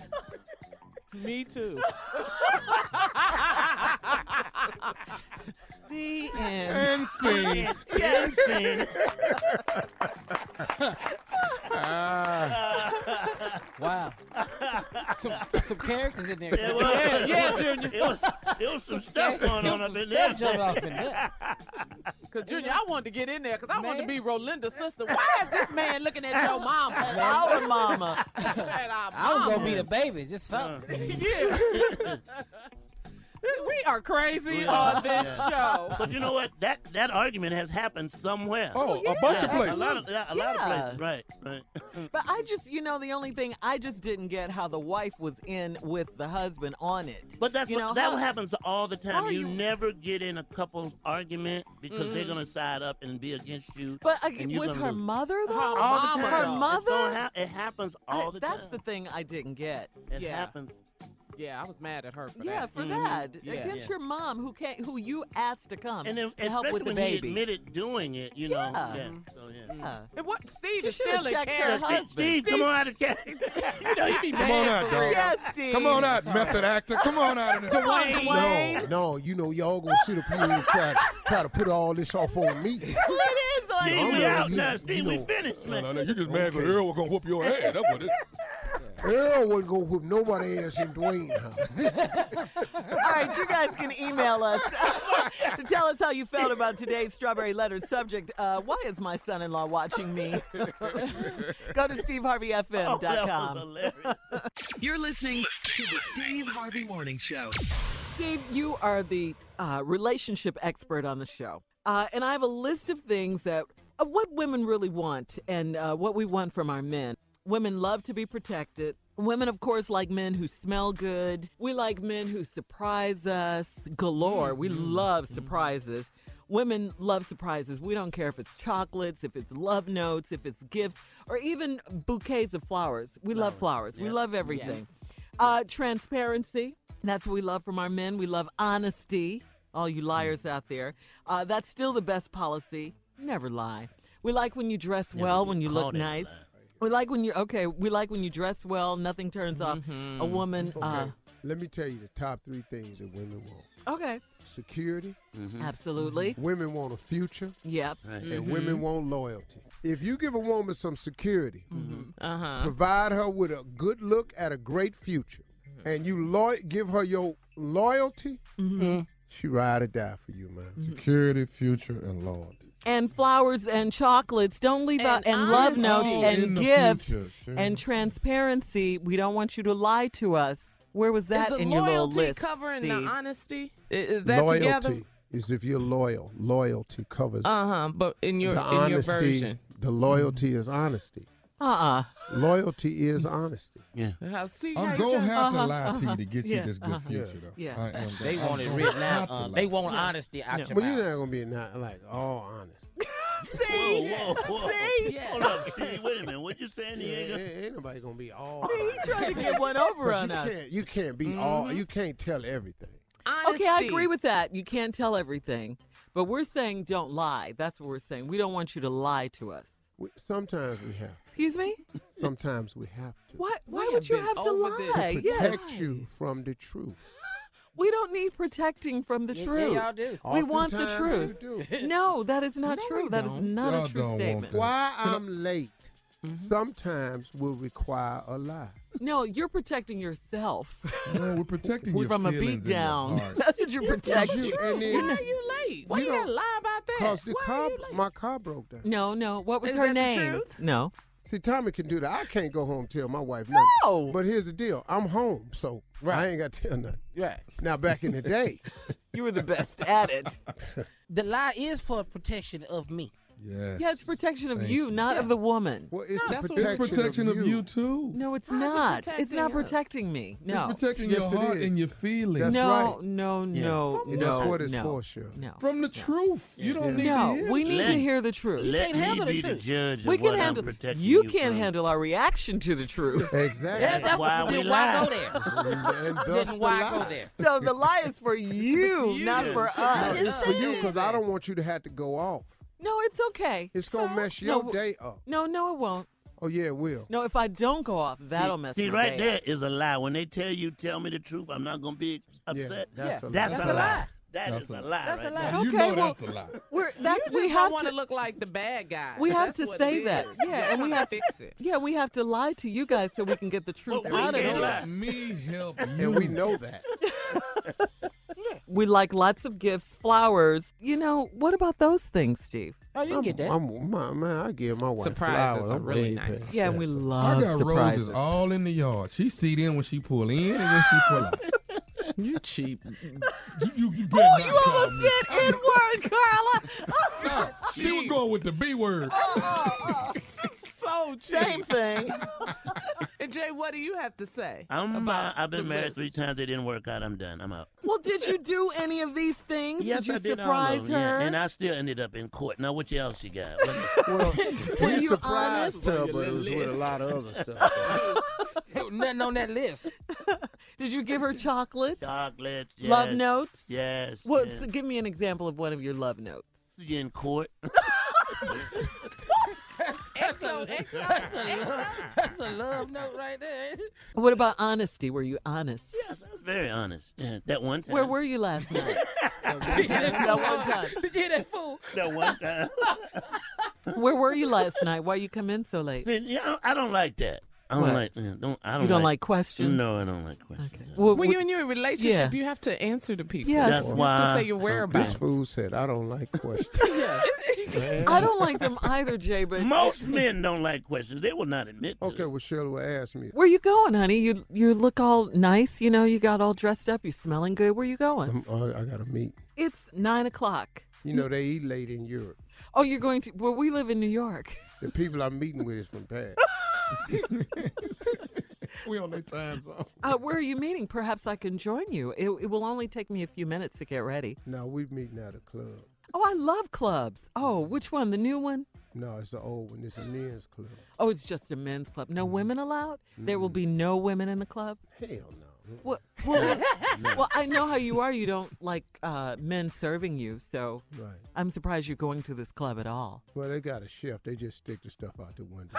Speaker 16: Me too.
Speaker 1: The end.
Speaker 7: And sing.
Speaker 5: Yes, and-
Speaker 8: Wow. some, some characters in there.
Speaker 5: It was,
Speaker 8: yeah, yeah, Junior.
Speaker 5: It was, it was some stuff going on
Speaker 8: Some
Speaker 5: up in there.
Speaker 8: stuff jumped off in there.
Speaker 16: Cause Junior, I wanted to get in there because I wanted to be Rolinda's sister. Why is this man looking at your mama? At
Speaker 1: Our mama.
Speaker 16: our
Speaker 8: I was
Speaker 16: mama. Uh-huh.
Speaker 8: gonna be the baby, just something.
Speaker 16: Yeah. we are crazy on this show.
Speaker 5: But you know what? That that argument has happened somewhere.
Speaker 7: Oh, a bunch of
Speaker 5: Yeah,
Speaker 7: places.
Speaker 5: A lot of, yeah, a lot of
Speaker 1: Yeah.
Speaker 5: places. Right, right.
Speaker 1: But I just, you know, the only thing I just didn't get how the wife was in with the husband on it.
Speaker 5: But that's
Speaker 1: you
Speaker 5: what,
Speaker 1: know,
Speaker 5: that
Speaker 1: how-
Speaker 5: happens all the time.
Speaker 16: Oh,
Speaker 1: how
Speaker 5: You,
Speaker 1: you-
Speaker 5: never get in a couple's argument because they're
Speaker 1: Mhm.
Speaker 5: gonna side up and be against you.
Speaker 1: But uh,
Speaker 5: and you're
Speaker 1: with
Speaker 5: gonna
Speaker 1: her
Speaker 5: lose.
Speaker 1: mother though,
Speaker 5: all the time.
Speaker 1: her
Speaker 5: It's gonna
Speaker 1: mother,
Speaker 5: hap- it happens all the
Speaker 1: that's
Speaker 5: time.
Speaker 1: the thing I didn't get.
Speaker 5: It happens.
Speaker 16: Yeah, I was mad at her for
Speaker 1: Yeah,
Speaker 16: that.
Speaker 1: for that
Speaker 16: Yeah.
Speaker 1: against
Speaker 5: Mm-hmm. Yeah.
Speaker 1: your mom who can't, who you asked to come
Speaker 5: And then,
Speaker 1: to help
Speaker 5: especially
Speaker 1: with the
Speaker 5: when
Speaker 1: baby.
Speaker 5: he admitted doing it, you know.
Speaker 1: Yeah.
Speaker 5: Yeah.
Speaker 1: Mhm.
Speaker 5: So,
Speaker 1: yeah.
Speaker 16: And what Steve
Speaker 1: She
Speaker 16: is
Speaker 1: should've
Speaker 16: still in
Speaker 1: checked her
Speaker 16: character.
Speaker 5: husband. Steve, come on out of the
Speaker 16: you know, he be
Speaker 7: Come on
Speaker 16: mad
Speaker 7: out,
Speaker 16: for
Speaker 7: dog.
Speaker 16: real.
Speaker 7: Yes, Steve. Come on out, method actor. Come on out of this.
Speaker 16: Dwayne.
Speaker 3: No, no, you know y'all gonna sit up here and try, try to put all this off on me.
Speaker 1: it is on
Speaker 3: Steve,
Speaker 1: you.
Speaker 3: we out now.
Speaker 5: Steve, we finished,
Speaker 7: man. No, no, no. You just mad 'cause Earl was gonna whoop your ass. That's what it.
Speaker 3: Earl wasn't gonna whoop nobody ass in Dwayne house.
Speaker 1: All right, you guys can email us to tell us how you felt about today's Strawberry Letter subject. Uh, why is my son in law watching me? Go to Oh,
Speaker 9: Oh,
Speaker 1: SteveHarveyFM.com.
Speaker 4: You're listening to the Steve Harvey Morning Show.
Speaker 1: Steve, you are the uh, relationship expert on the show. Uh, and I have a list of things that uh, what women really want and uh, what we want from our men. Women love to be protected. Women, of course, like men who smell good. We like men who surprise us galore. We love surprises. Women love surprises. We don't care if it's chocolates, if it's love notes, if it's gifts, or even bouquets of flowers. We love flowers. We love everything. Uh, transparency. That's what we love from our men. We love honesty. All you liars out there. Uh, that's still the best policy. Never lie. We like when you dress well, when you look
Speaker 5: caught in a
Speaker 1: nice. We like when you're okay. We like when you dress well. Nothing turns off
Speaker 16: Mm-hmm.
Speaker 1: a woman.
Speaker 3: Okay.
Speaker 1: Uh,
Speaker 3: Let me tell you the top three things that women want:
Speaker 1: okay.
Speaker 3: security, Mm-hmm.
Speaker 1: Absolutely.
Speaker 3: Women want a future.
Speaker 1: Yep. Mm-hmm.
Speaker 3: And women want loyalty. If you give a woman some security,
Speaker 1: Uh huh.
Speaker 3: provide her with a good look at a great future,
Speaker 1: Mm-hmm.
Speaker 3: and you loy- give her your loyalty, she ride or die for you,
Speaker 1: Mm-hmm.
Speaker 3: man. Security, future, and loyalty.
Speaker 1: And flowers and chocolates. Don't leave out. And love notes
Speaker 3: Oh, in
Speaker 1: and
Speaker 3: the
Speaker 1: gifts
Speaker 3: future, sure.
Speaker 1: and transparency. We don't want you to lie to us. Where was that
Speaker 16: Is the
Speaker 1: in your little
Speaker 16: loyalty
Speaker 1: list?
Speaker 16: covering
Speaker 1: Steve?
Speaker 16: the honesty? I- Is that
Speaker 3: loyalty
Speaker 16: together?
Speaker 3: is if you're loyal. Loyalty covers
Speaker 16: Uh huh. But in your
Speaker 3: the
Speaker 16: in
Speaker 3: honesty.
Speaker 16: your version,
Speaker 3: The loyalty is honesty.
Speaker 1: Uh-uh.
Speaker 3: Loyalty is honesty.
Speaker 5: Yeah.
Speaker 16: How- see how
Speaker 15: I'm
Speaker 16: you
Speaker 15: gonna
Speaker 16: just-
Speaker 15: have to
Speaker 16: Uh-huh,
Speaker 15: lie to you
Speaker 16: uh-huh.
Speaker 15: to get
Speaker 16: Yeah,
Speaker 15: you this good
Speaker 16: uh-huh.
Speaker 15: future, though.
Speaker 16: Yeah.
Speaker 15: I am-
Speaker 13: They
Speaker 15: I'm
Speaker 13: want it
Speaker 15: gonna
Speaker 13: written
Speaker 15: have
Speaker 13: out.
Speaker 15: to
Speaker 13: Uh,
Speaker 15: lie.
Speaker 13: they want honesty out your
Speaker 3: But
Speaker 13: mouth.
Speaker 3: you're not gonna be not like all honest.
Speaker 5: Whoa, whoa, whoa.
Speaker 1: See?
Speaker 5: Hold up, Steve. Wait a minute. What you saying?
Speaker 3: Yeah,
Speaker 5: You ain't gonna-
Speaker 3: ain't, ain't nobody gonna be all.
Speaker 1: See, he's trying to get one over
Speaker 3: But
Speaker 1: on
Speaker 3: you
Speaker 1: us.
Speaker 3: Can't, you can't be all. You can't tell everything.
Speaker 1: Okay, I
Speaker 16: Honesty.
Speaker 1: agree with that. You can't tell everything, but we're saying don't lie. That's what we're saying. We don't want you to lie to us.
Speaker 3: We, sometimes we have.
Speaker 1: Excuse me?
Speaker 3: Sometimes we have to.
Speaker 1: Why? Why
Speaker 16: We
Speaker 1: would
Speaker 16: have
Speaker 1: you
Speaker 16: been
Speaker 1: have to
Speaker 16: over this.
Speaker 1: lie?
Speaker 3: protect
Speaker 1: Yes.
Speaker 3: you from the truth.
Speaker 1: We don't need protecting from the
Speaker 13: Yeah, yeah,
Speaker 1: truth.
Speaker 13: y'all do.
Speaker 1: We want the
Speaker 3: Oftentimes
Speaker 1: truth.
Speaker 3: you do.
Speaker 1: No, that is not true. That is not
Speaker 15: Y'all
Speaker 1: a true
Speaker 15: don't want
Speaker 1: statement. Mm-hmm.
Speaker 15: that.
Speaker 3: Why um, I'm late sometimes will require a lie.
Speaker 1: No, you're protecting yourself
Speaker 15: No, we're protecting your
Speaker 1: from a
Speaker 15: feelings and your
Speaker 1: beatdown.
Speaker 15: heart.
Speaker 1: That's what you're protecting.
Speaker 3: you- and then-
Speaker 16: Why are you late? Why
Speaker 3: You
Speaker 16: you, gotta
Speaker 3: don't-
Speaker 16: lie about that?
Speaker 3: Cause the
Speaker 16: Why
Speaker 3: car,
Speaker 16: are you late?
Speaker 3: my car broke down.
Speaker 1: No, no. What was
Speaker 16: Is
Speaker 1: her
Speaker 16: that the
Speaker 1: name?
Speaker 16: truth?
Speaker 1: No.
Speaker 3: See, Tommy can do that. I can't go home and tell my wife
Speaker 1: No.
Speaker 3: nothing. But here's the deal: I'm home, so I ain't got to tell nothing.
Speaker 13: Right.
Speaker 3: Now, back in the day,
Speaker 1: You were the best at it.
Speaker 13: The lie is for protection of me.
Speaker 15: Yes.
Speaker 1: Yeah, it's protection of
Speaker 15: Thank
Speaker 1: you, not of the woman.
Speaker 3: well, it's
Speaker 16: that's
Speaker 3: the
Speaker 16: what we-
Speaker 15: It's
Speaker 3: protection,
Speaker 15: protection of you, too.
Speaker 1: No, it's
Speaker 16: How's it
Speaker 1: not. It's
Speaker 16: protecting us?
Speaker 1: not protecting me. No.
Speaker 15: It's protecting
Speaker 3: Yes, it
Speaker 15: your heart
Speaker 3: is.
Speaker 15: and your feelings
Speaker 3: That's
Speaker 1: no,
Speaker 3: right.
Speaker 1: no, no, no.
Speaker 3: And that's what it's
Speaker 1: no,
Speaker 3: for, sure.
Speaker 1: No.
Speaker 15: from the truth. You don't need to
Speaker 1: No,
Speaker 15: hear
Speaker 1: we
Speaker 15: that.
Speaker 1: need to
Speaker 5: Let-
Speaker 1: hear the truth.
Speaker 5: Let
Speaker 13: can't
Speaker 5: me
Speaker 13: handle the
Speaker 5: be the
Speaker 13: truth.
Speaker 5: judge of
Speaker 1: we
Speaker 5: what
Speaker 1: can handle.
Speaker 5: I'm protecting
Speaker 1: You
Speaker 5: you
Speaker 1: can't
Speaker 5: from.
Speaker 1: handle our reaction to the truth.
Speaker 13: Yeah,
Speaker 3: Exactly.
Speaker 13: that-
Speaker 5: why we
Speaker 13: then why
Speaker 5: lie.
Speaker 13: go there?
Speaker 3: and thus
Speaker 13: Then why
Speaker 3: the
Speaker 13: go
Speaker 3: lie.
Speaker 13: there?
Speaker 1: so the lie is for you, not for us.
Speaker 3: It's for you because I don't want you to have to go off.
Speaker 1: No, it's okay.
Speaker 3: It's gonna mess your
Speaker 1: no,
Speaker 3: day up.
Speaker 1: No, no, it won't.
Speaker 3: Oh yeah, it will.
Speaker 1: No, if I don't go off, that'll mess
Speaker 5: See,
Speaker 1: my
Speaker 5: right
Speaker 1: day
Speaker 5: there
Speaker 1: up.
Speaker 5: is a lie. When they tell you, tell me the truth, I'm not gonna be upset.
Speaker 3: that's Yeah. a
Speaker 5: that's,
Speaker 3: lie.
Speaker 5: a lie.
Speaker 15: That's
Speaker 5: That's
Speaker 15: a-
Speaker 5: a lie.
Speaker 13: That's a
Speaker 5: right
Speaker 13: lie.
Speaker 5: there.
Speaker 15: You
Speaker 1: Okay,
Speaker 15: know
Speaker 1: well-
Speaker 15: that's a lie.
Speaker 1: We're that's
Speaker 16: You just
Speaker 1: we
Speaker 16: don't
Speaker 1: have
Speaker 16: want
Speaker 1: to
Speaker 16: to look like the bad guy.
Speaker 1: we have
Speaker 16: That's
Speaker 1: to
Speaker 16: what
Speaker 1: say
Speaker 16: it
Speaker 1: that.
Speaker 16: is.
Speaker 1: Yeah, and we
Speaker 16: Y'all
Speaker 1: have to
Speaker 16: fix it.
Speaker 1: Yeah, we have to lie to you guys so we can get the truth
Speaker 5: But we
Speaker 1: out of
Speaker 5: can't
Speaker 1: you.
Speaker 5: lie.
Speaker 15: Let me help you.
Speaker 3: And we know that.
Speaker 1: We like lots of gifts, flowers. You know, what about those things, Steve?
Speaker 13: Oh, you
Speaker 3: I'm,
Speaker 13: can get that.
Speaker 3: I'm, my, man, I give my wife
Speaker 16: Surprises
Speaker 3: flowers.
Speaker 16: are
Speaker 3: I'm
Speaker 16: really
Speaker 3: way
Speaker 16: nice.
Speaker 3: past
Speaker 1: Yeah,
Speaker 3: that.
Speaker 1: and we
Speaker 15: I
Speaker 1: love
Speaker 15: got
Speaker 1: surprises.
Speaker 15: roses all in the yard. She see them when she pull in and when she pull out.
Speaker 8: You cheap.
Speaker 7: You, you
Speaker 8: better
Speaker 7: Oh,
Speaker 8: not
Speaker 7: you
Speaker 8: call
Speaker 7: almost
Speaker 8: me.
Speaker 7: said N word, Carla. she was going with the B word.
Speaker 16: Oh, so Jay thing. and Jay, what do you have to say?
Speaker 5: I'm, uh, I've
Speaker 16: the
Speaker 5: been married
Speaker 16: list?
Speaker 5: three times. It didn't work out. I'm done. I'm out.
Speaker 1: Well, did you do any of these things?
Speaker 5: Yes,
Speaker 1: did you
Speaker 5: I did all
Speaker 1: surprise
Speaker 5: of them.
Speaker 1: her?
Speaker 5: Yeah, and I still ended up in court. Now, what else you got?
Speaker 1: Were
Speaker 13: you
Speaker 1: surprised
Speaker 13: honest? her, but it was with a lot
Speaker 5: of other stuff.
Speaker 13: Nothing on that list.
Speaker 1: Did you give her chocolates?
Speaker 5: Chocolates.
Speaker 1: Love
Speaker 5: yes.
Speaker 1: notes?
Speaker 5: Yes.
Speaker 1: Well,
Speaker 5: yes.
Speaker 1: so give me an example of one of your love notes.
Speaker 5: You in court?
Speaker 13: That's a, that's, a, that's a love note right there.
Speaker 1: What about honesty? Were you honest?
Speaker 5: Yes, I was very honest. Yeah, that one time.
Speaker 1: Where were you last night?
Speaker 5: that one time.
Speaker 13: Did you hear that fool?
Speaker 5: That one time.
Speaker 1: Where were you last night? Why you come in so late?
Speaker 5: See, yeah, I don't- I don't like that. I don't
Speaker 1: What?
Speaker 5: like. yeah, Don't. I
Speaker 1: You
Speaker 5: don't.
Speaker 1: don't like questions?
Speaker 5: No, I don't like questions.
Speaker 16: when you're in your relationship,
Speaker 1: yeah.
Speaker 16: you have to answer to people.
Speaker 1: Yes.
Speaker 5: That's
Speaker 16: you
Speaker 5: why-
Speaker 16: have to say your
Speaker 3: This
Speaker 16: whereabouts.
Speaker 3: fool said, I don't like questions.
Speaker 1: I don't like them either, Jay. But
Speaker 5: Most men don't like questions. They will not admit.
Speaker 3: Okay, well, Shirley will ask me.
Speaker 1: Where you going, honey? You you look all nice. You know, you got all dressed up. You smelling good. Where you going?
Speaker 3: I'm, uh, I, I got to meet.
Speaker 1: It's nine o'clock.
Speaker 3: You know, they eat late in Europe.
Speaker 1: Oh, you're going to? Well, we live in New York.
Speaker 3: The people I'm meeting with is from Paris. we on their time zone.
Speaker 1: Uh, where are you meeting? Perhaps I can join you. It, it will only take me a few minutes to get ready.
Speaker 3: No, we meeting at a club.
Speaker 1: Oh, I love clubs. Oh, which one? The new one?
Speaker 3: No, it's an old one. It's a men's club.
Speaker 1: Oh, it's just a men's club. No women allowed. There will be no women in the club.
Speaker 3: Hell no.
Speaker 1: Well, well, well, I know how you are. You don't like uh, men serving you, so
Speaker 3: Right.
Speaker 1: I'm surprised you're going to this club at all.
Speaker 3: Well, they got a chef. They just stick the stuff out the window.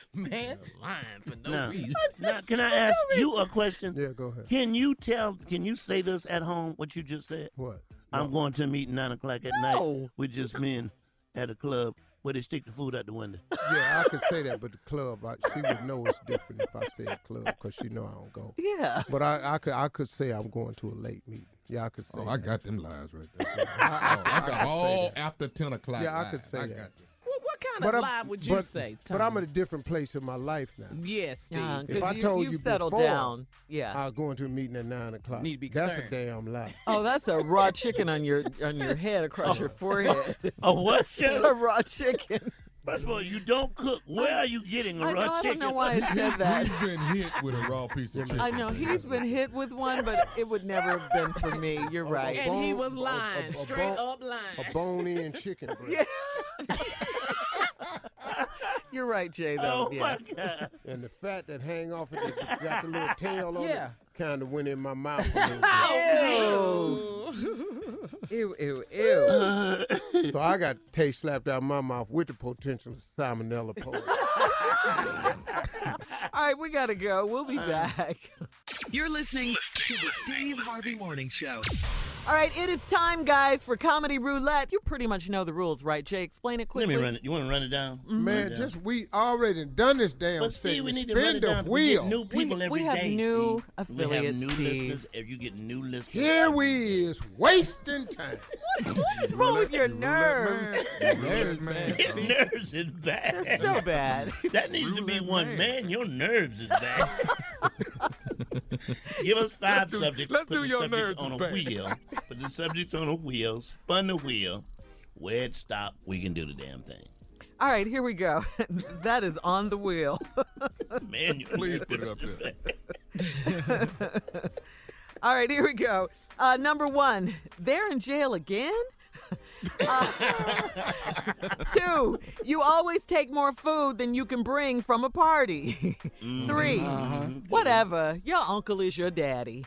Speaker 13: Man, lying for no
Speaker 5: Now,
Speaker 13: reason.
Speaker 5: now, can I ask you a question?
Speaker 3: Yeah, go ahead.
Speaker 5: Can you tell? Can you say this at home? What you just said?
Speaker 3: What?
Speaker 5: I'm going to a meeting nine o'clock at night with just men at a club where they stick the food out the window.
Speaker 3: yeah, I could say that, but the club, I, she would know it's different if I said club because she know I don't go.
Speaker 1: Yeah.
Speaker 3: But I, I could, I could say I'm going to a late meeting. Yeah, I could say.
Speaker 7: Oh, I
Speaker 3: that.
Speaker 7: got them lies right there.
Speaker 3: I, I- I
Speaker 7: I
Speaker 3: could
Speaker 7: got
Speaker 3: say
Speaker 7: all
Speaker 3: that.
Speaker 7: after 10 o'clock.
Speaker 3: Yeah, I
Speaker 7: lies.
Speaker 3: could say
Speaker 7: I
Speaker 3: that.
Speaker 7: got
Speaker 16: Well, what kind of lie would you
Speaker 3: but-
Speaker 16: say, Tom?
Speaker 3: But I'm at a different place in my life now.
Speaker 16: Yes, Steve.
Speaker 1: Yeah,
Speaker 3: If I
Speaker 1: you,
Speaker 3: told
Speaker 1: you've
Speaker 3: you
Speaker 1: settled
Speaker 3: before,
Speaker 1: down. Yeah.
Speaker 3: I'll go into a meeting at nine o'clock.
Speaker 13: Need to be
Speaker 3: That's a
Speaker 13: concerned.
Speaker 3: damn lie.
Speaker 1: Oh, that's a raw chicken on your on your head
Speaker 3: Oh.
Speaker 1: across your forehead.
Speaker 5: Oh. A what?
Speaker 1: a
Speaker 5: Shirley?
Speaker 1: raw chicken.
Speaker 5: First of all, you don't cook. Where are you getting a
Speaker 1: I know,
Speaker 5: raw
Speaker 1: I
Speaker 5: chicken?
Speaker 1: don't know why I said that.
Speaker 7: He's been hit with a raw piece of chicken.
Speaker 1: I know he's been hit with one, but it would never have been for me. You're right.
Speaker 16: and he
Speaker 3: bone-
Speaker 16: was
Speaker 3: a- a-
Speaker 16: lying,
Speaker 3: a
Speaker 16: straight
Speaker 3: bone-
Speaker 16: up lying.
Speaker 3: A bone in chicken breast.
Speaker 1: You're right, Jay. Though.
Speaker 5: Oh
Speaker 1: yeah.
Speaker 5: my god!
Speaker 3: And the fat that hang off it, that got the little tail on
Speaker 13: Yeah.
Speaker 3: it, kind of went in my mouth. a little
Speaker 1: Oh,
Speaker 16: Oh,
Speaker 1: Ew, ew, ew.
Speaker 3: bit. so I got taste slapped out of my mouth with the potential of salmonella poison.
Speaker 1: All right, we gotta go. We'll be back.
Speaker 4: You're listening to the Steve Harvey Morning Show.
Speaker 1: All right, it is time, guys, for comedy roulette. You pretty much know the rules, right, Jay? Explain it
Speaker 5: Let
Speaker 1: quickly.
Speaker 5: me run it. You want to run it down?
Speaker 16: Mm-hmm.
Speaker 3: Man,
Speaker 5: Yeah.
Speaker 3: just we already done this damn
Speaker 5: But
Speaker 3: segment.
Speaker 5: see, we need to run
Speaker 3: Spin
Speaker 5: it
Speaker 3: the
Speaker 5: down. because We
Speaker 3: wheel.
Speaker 5: get new people every
Speaker 1: we
Speaker 5: day.
Speaker 1: have new
Speaker 5: Steve. We have
Speaker 1: affiliates,
Speaker 5: new
Speaker 1: Steve.
Speaker 5: listeners. If you get new listeners,
Speaker 3: Here we is wasting time.
Speaker 1: What's wrong with your nerves?
Speaker 3: Nerves, man.
Speaker 5: His nerves is
Speaker 1: They're
Speaker 5: bad.
Speaker 1: so bad.
Speaker 5: That needs to be one man. Your nerves is bad. Give us 5
Speaker 7: do-
Speaker 5: subjects.
Speaker 7: let's
Speaker 5: put
Speaker 7: do
Speaker 5: the
Speaker 7: your
Speaker 5: subjects
Speaker 7: nerves
Speaker 5: on a
Speaker 7: is bad.
Speaker 5: wheel. Put the subjects on a wheel. Spun the wheel. Where it stopped, we can do the damn thing.
Speaker 1: All right, here we go. that is on the wheel.
Speaker 5: Man, your
Speaker 7: Please
Speaker 5: nerves
Speaker 7: put it up
Speaker 5: is
Speaker 7: there.
Speaker 5: bad.
Speaker 1: All right, here we go. Uh, number one, they're in jail again. Uh, two, you always take more food than you can bring from a party. 3
Speaker 15: Uh-huh.
Speaker 1: whatever, your uncle is your daddy.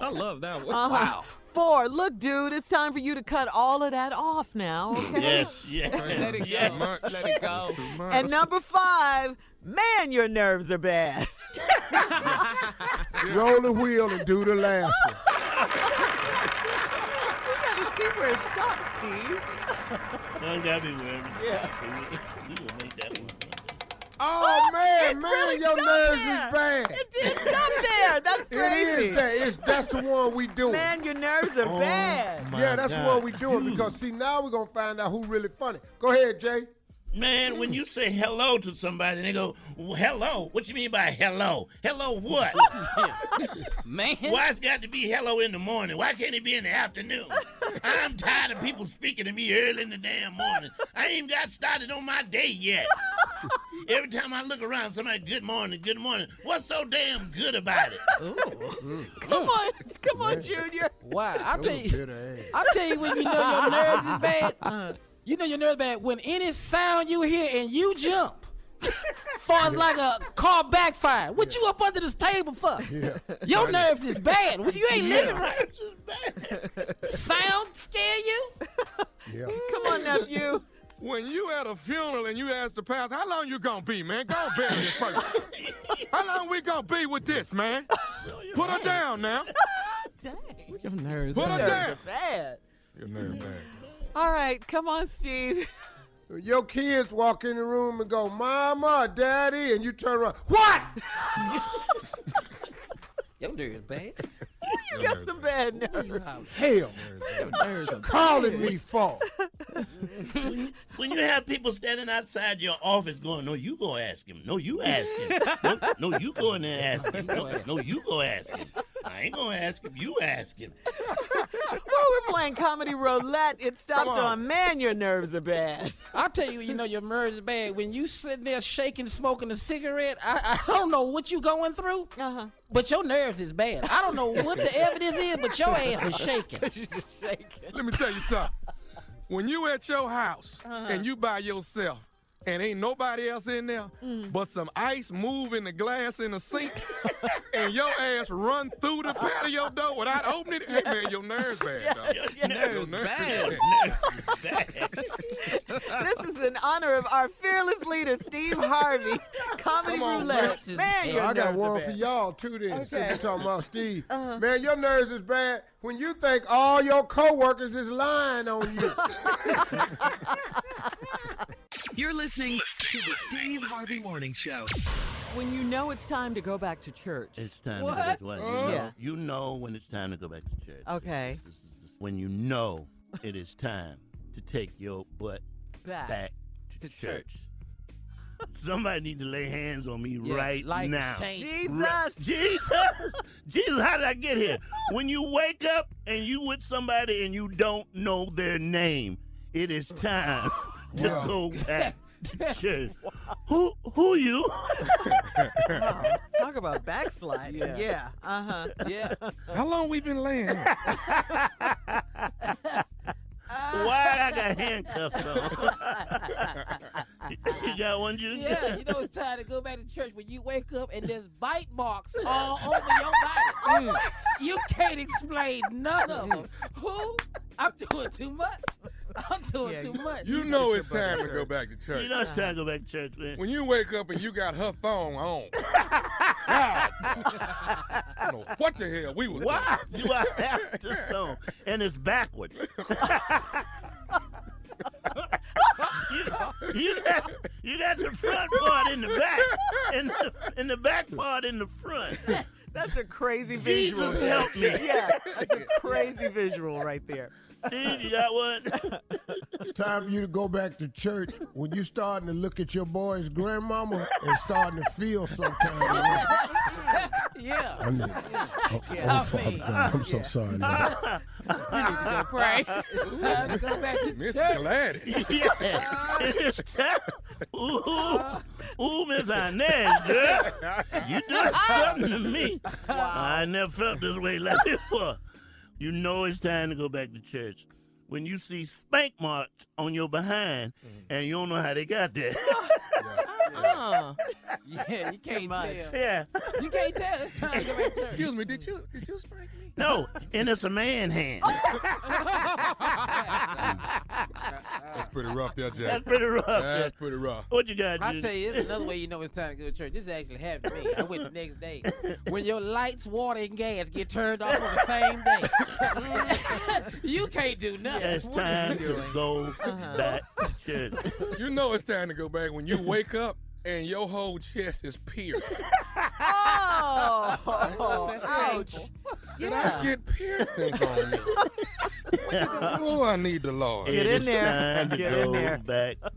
Speaker 15: I love that one.
Speaker 1: Uh-huh. Four, look, dude, it's time for you to cut all of that off now. Okay?
Speaker 5: Yes, yes.
Speaker 16: Let it go.
Speaker 5: yes.
Speaker 16: Let it go.
Speaker 1: And number five, man, your nerves are bad.
Speaker 3: Roll the wheel and do the last one.
Speaker 1: We gotta see where it stops, Steve.
Speaker 5: Don't got me worried. We will make that one.
Speaker 3: Oh man, man,
Speaker 1: really
Speaker 3: your
Speaker 1: stopped
Speaker 3: nerves
Speaker 1: there.
Speaker 3: is bad.
Speaker 1: It did stop there. That's
Speaker 3: It
Speaker 1: crazy.
Speaker 3: is that. It's that's the one we Oh doing.
Speaker 1: Man, your nerves are bad.
Speaker 5: My
Speaker 3: yeah, that's the
Speaker 5: God.
Speaker 3: one we doing
Speaker 5: Dude.
Speaker 3: because see now we're gonna find out who really funny. Go ahead, Jay.
Speaker 5: Man, when you say hello to somebody, they go, "Well, "Hello? What you mean by hello? Hello what?" Man, why's got to be hello in the morning? Why can't it be in the afternoon? I'm tired of people speaking to me early in the damn morning. I ain't even got started on my day yet. Every time I look around, somebody, "Good morning, good morning." What's so damn good about it?
Speaker 2: Come on, come on, Junior.
Speaker 13: Wow, I tell you, I tell you when you know your nerves is bad. You know your nerves bad when any sound you hear and you jump. Far as like a car backfire. What you up under this table for? Your nerves is bad. Well, you ain't living right. sound scare you?
Speaker 2: Come on, nephew.
Speaker 7: When you at a funeral and you ask the pastor, how long you gonna be, man? Go bury this person. how long we gonna be with this, man? Put her down now.
Speaker 17: Your nerves.
Speaker 7: Put her
Speaker 2: Nerves are
Speaker 7: down.
Speaker 2: bad.
Speaker 7: Your nerve man.
Speaker 2: All right, come on, Steve.
Speaker 3: Your kids walk in the room and go, Mama, Daddy, and you turn around, What?
Speaker 17: Your nerves bad.
Speaker 2: You got some bad nerves.
Speaker 3: Hell,
Speaker 17: Your nerves are
Speaker 3: calling me for.
Speaker 5: when you have people standing outside your office going, no, you go ask him. No, you ask him. No, no you go in there and ask him. No, no, you go ask him. I ain't gonna ask him. You ask him.
Speaker 2: well, we're playing comedy roulette. It stopped on. man, your nerves are bad.
Speaker 13: I tell you, you know your nerves is bad when you sitting there shaking, smoking a cigarette. I, I don't know what you going through,
Speaker 2: Uh-huh.
Speaker 13: but your nerves is bad. I don't know what the evidence is, but your ass is shaking.
Speaker 7: Let me tell you something. When you at your house and you by yourself and ain't nobody else in there, but some ice move in the glass in the sink, and your ass run through the patio door without opening it. Hey man, your nerves bad, dog. Your nerves bad.
Speaker 2: This is in honor of our fearless leader, Steve Harvey. Comedy roulette.
Speaker 3: Nerves is
Speaker 2: Man,
Speaker 3: bad.
Speaker 2: your
Speaker 3: I got
Speaker 2: nerves are
Speaker 3: one
Speaker 2: bad.
Speaker 3: for y'all too. Then since
Speaker 2: Okay. Uh-huh.
Speaker 3: you're talking about Steve, man, your nerves is bad when you think all your coworkers is lying on you.
Speaker 9: You're listening to the Steve Harvey Morning Show.
Speaker 2: When you know it's time to go back to church.
Speaker 5: It's time
Speaker 2: What?
Speaker 5: to go back to work. You, know,
Speaker 2: Yeah.
Speaker 5: you know when it's time to go back to church.
Speaker 2: Okay.
Speaker 5: This is- this is when you know it is time to take your butt
Speaker 2: Back
Speaker 5: back, to, church. Somebody need to lay hands on me
Speaker 17: Yeah,
Speaker 5: right
Speaker 17: life
Speaker 5: now.
Speaker 17: has changed.
Speaker 5: Right- Jesus. Jesus, how did I get here? When you wake up and you with somebody and you don't know their name, it is time to go back to church. Who who you?
Speaker 1: Oh,
Speaker 2: Talk about backsliding. Yeah. Uh huh.
Speaker 1: uh-huh.
Speaker 13: Yeah.
Speaker 7: How long we been laying? here?
Speaker 5: Why I got handcuffs on? you got one, Junior?
Speaker 13: Yeah, you know it's time to go back to church when you wake up and there's bite marks all over your
Speaker 2: Mm.
Speaker 13: body. You can't explain none of them.
Speaker 2: Mm-hmm.
Speaker 13: Who? I'm doing too much. I'm doing
Speaker 2: Yeah,
Speaker 13: too
Speaker 2: you-
Speaker 13: much.
Speaker 7: You know it's time to go back to church.
Speaker 5: You know it's time to go back to church, man.
Speaker 7: When you wake up and you got her phone on. God. I don't know what the hell we was doing.
Speaker 5: Why do I have this song? And it's backwards. you, you got, you got the front part in the back, and the, and the back part in the front.
Speaker 2: That's a crazy visual.
Speaker 5: Jesus help me.
Speaker 2: Yeah, that's a crazy visual right there.
Speaker 5: Steve, you got one?
Speaker 3: It's time for you to go back to church when you starting to look at your boy's grandmama and starting to feel some kind of way.
Speaker 13: Yeah.
Speaker 3: I mean, oh, oh, Father God, I'm so sorry. Lord.
Speaker 13: Right. It's time to go back to
Speaker 7: Miss
Speaker 13: church.
Speaker 7: Gladys.
Speaker 5: yeah. It's time. Ooh, ooh, Miss Inez, girl. You done something to me. I never felt this way like this before. You know it's time to go back to church. When you see spank marks on your behind
Speaker 13: Mm-hmm.
Speaker 5: and you don't know how they got there.
Speaker 13: Uh-uh.
Speaker 2: Uh,
Speaker 13: Yeah, you can't
Speaker 2: much.
Speaker 13: tell.
Speaker 5: yeah.
Speaker 13: You can't tell. It's time to go back to church.
Speaker 7: Excuse me, did you did you spank me?
Speaker 5: No, and it's a man hand.
Speaker 7: That's pretty rough there,
Speaker 5: That's
Speaker 7: Jack.
Speaker 5: pretty rough.
Speaker 7: That's pretty rough.
Speaker 5: What you got,
Speaker 13: I
Speaker 5: Judy?
Speaker 13: tell you, there's another way you know it's time to go to church. This actually happened to me. I went the next day. When your lights, water, and gas get turned off on the same day, you can't do nothing.
Speaker 5: It's
Speaker 13: What is
Speaker 5: time
Speaker 13: you
Speaker 5: to
Speaker 13: doing? Uh-huh.
Speaker 5: go back to church.
Speaker 7: You know it's time to go back when you wake up and your whole chest is pierced.
Speaker 2: oh, ouch.
Speaker 7: Did
Speaker 18: Oh.
Speaker 7: I
Speaker 2: Yeah.
Speaker 7: get piercings on me? oh, I need the Lord.
Speaker 3: Get in there. Get in there.
Speaker 5: back to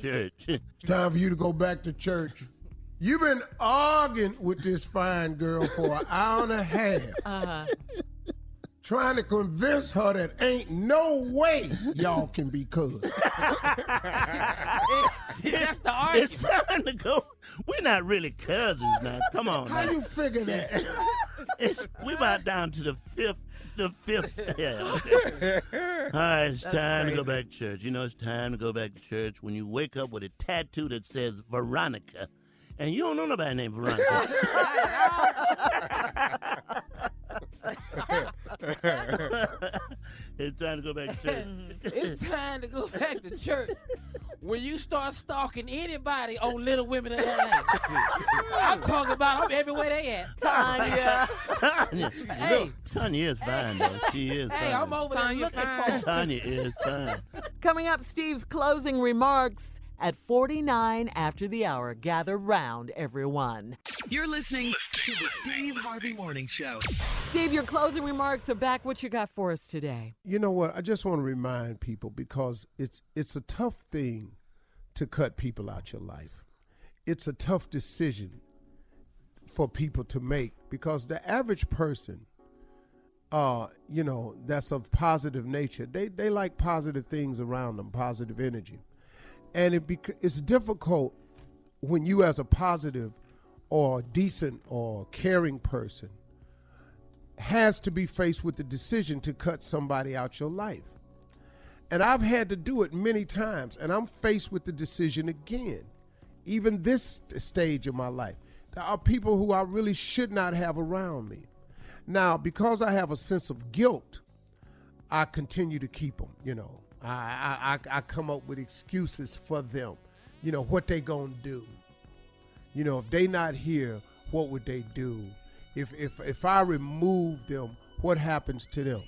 Speaker 5: church.
Speaker 3: It's time for you to go back to church. You've been arguing with this fine girl for an hour and a half,
Speaker 1: Uh-huh.
Speaker 3: trying to convince her that ain't no way y'all can be cousins.
Speaker 5: It's, it's time to go. We're not really cousins now. Come on.
Speaker 3: How
Speaker 5: now.
Speaker 3: you figure that?
Speaker 5: It's, we about down to the fifth. The fifth. Yeah. All right, it's
Speaker 18: That's
Speaker 5: time to go
Speaker 18: crazy.
Speaker 5: back to church. You know, it's time to go back to church when you wake up with a tattoo that says Veronica, and you don't know nobody named Veronica. it's time to go back to church.
Speaker 13: it's time to go back to church. When you start stalking anybody on Little Women of LA, I'm talking about them everywhere they at.
Speaker 5: Tanya. Tanya.
Speaker 13: Hey.
Speaker 5: Look, Tanya is fine, though. She is
Speaker 13: Hey,
Speaker 5: fine.
Speaker 13: I'm over there
Speaker 1: Tanya
Speaker 13: looking
Speaker 1: fine.
Speaker 13: for
Speaker 5: Tanya is fine.
Speaker 1: Coming up, Steve's closing remarks at 49 after the hour. Gather round, everyone.
Speaker 4: You're listening to the Steve Harvey Morning Show.
Speaker 1: Steve, your closing remarks are back. What you got for us today?
Speaker 3: You know what? I just want to remind people because it's it's a tough thing to cut people out your life. It's a tough decision for people to make because the average person uh, you know, that's of positive nature. They they like positive things around them, positive energy. And it bec- it's difficult when you as a positive or decent or caring person has to be faced with the decision to cut somebody out your life. And I've had to do it many times, and I'm faced with the decision again, even this st- stage of my life. There are people who I really should not have around me. Now, because I have a sense of guilt, I continue to keep them, you know. I, I, I, I come up with excuses for them, you know, what they gonna do. You know, if they not here, what would they do? If if if I remove them, what happens to them?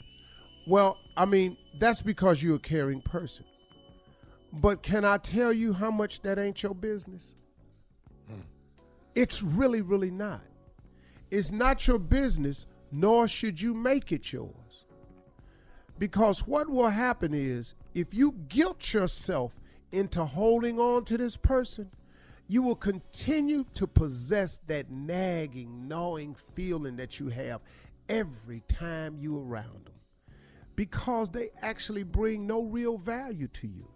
Speaker 3: Well, I mean, that's because you're a caring person. But can I tell you how much that ain't your business? It's really, really not. It's not your business, nor should you make it yours. Because what will happen is if you guilt yourself into holding on to this person, you will continue to possess that nagging, gnawing feeling that you have every time you around them because they actually bring no real value to you.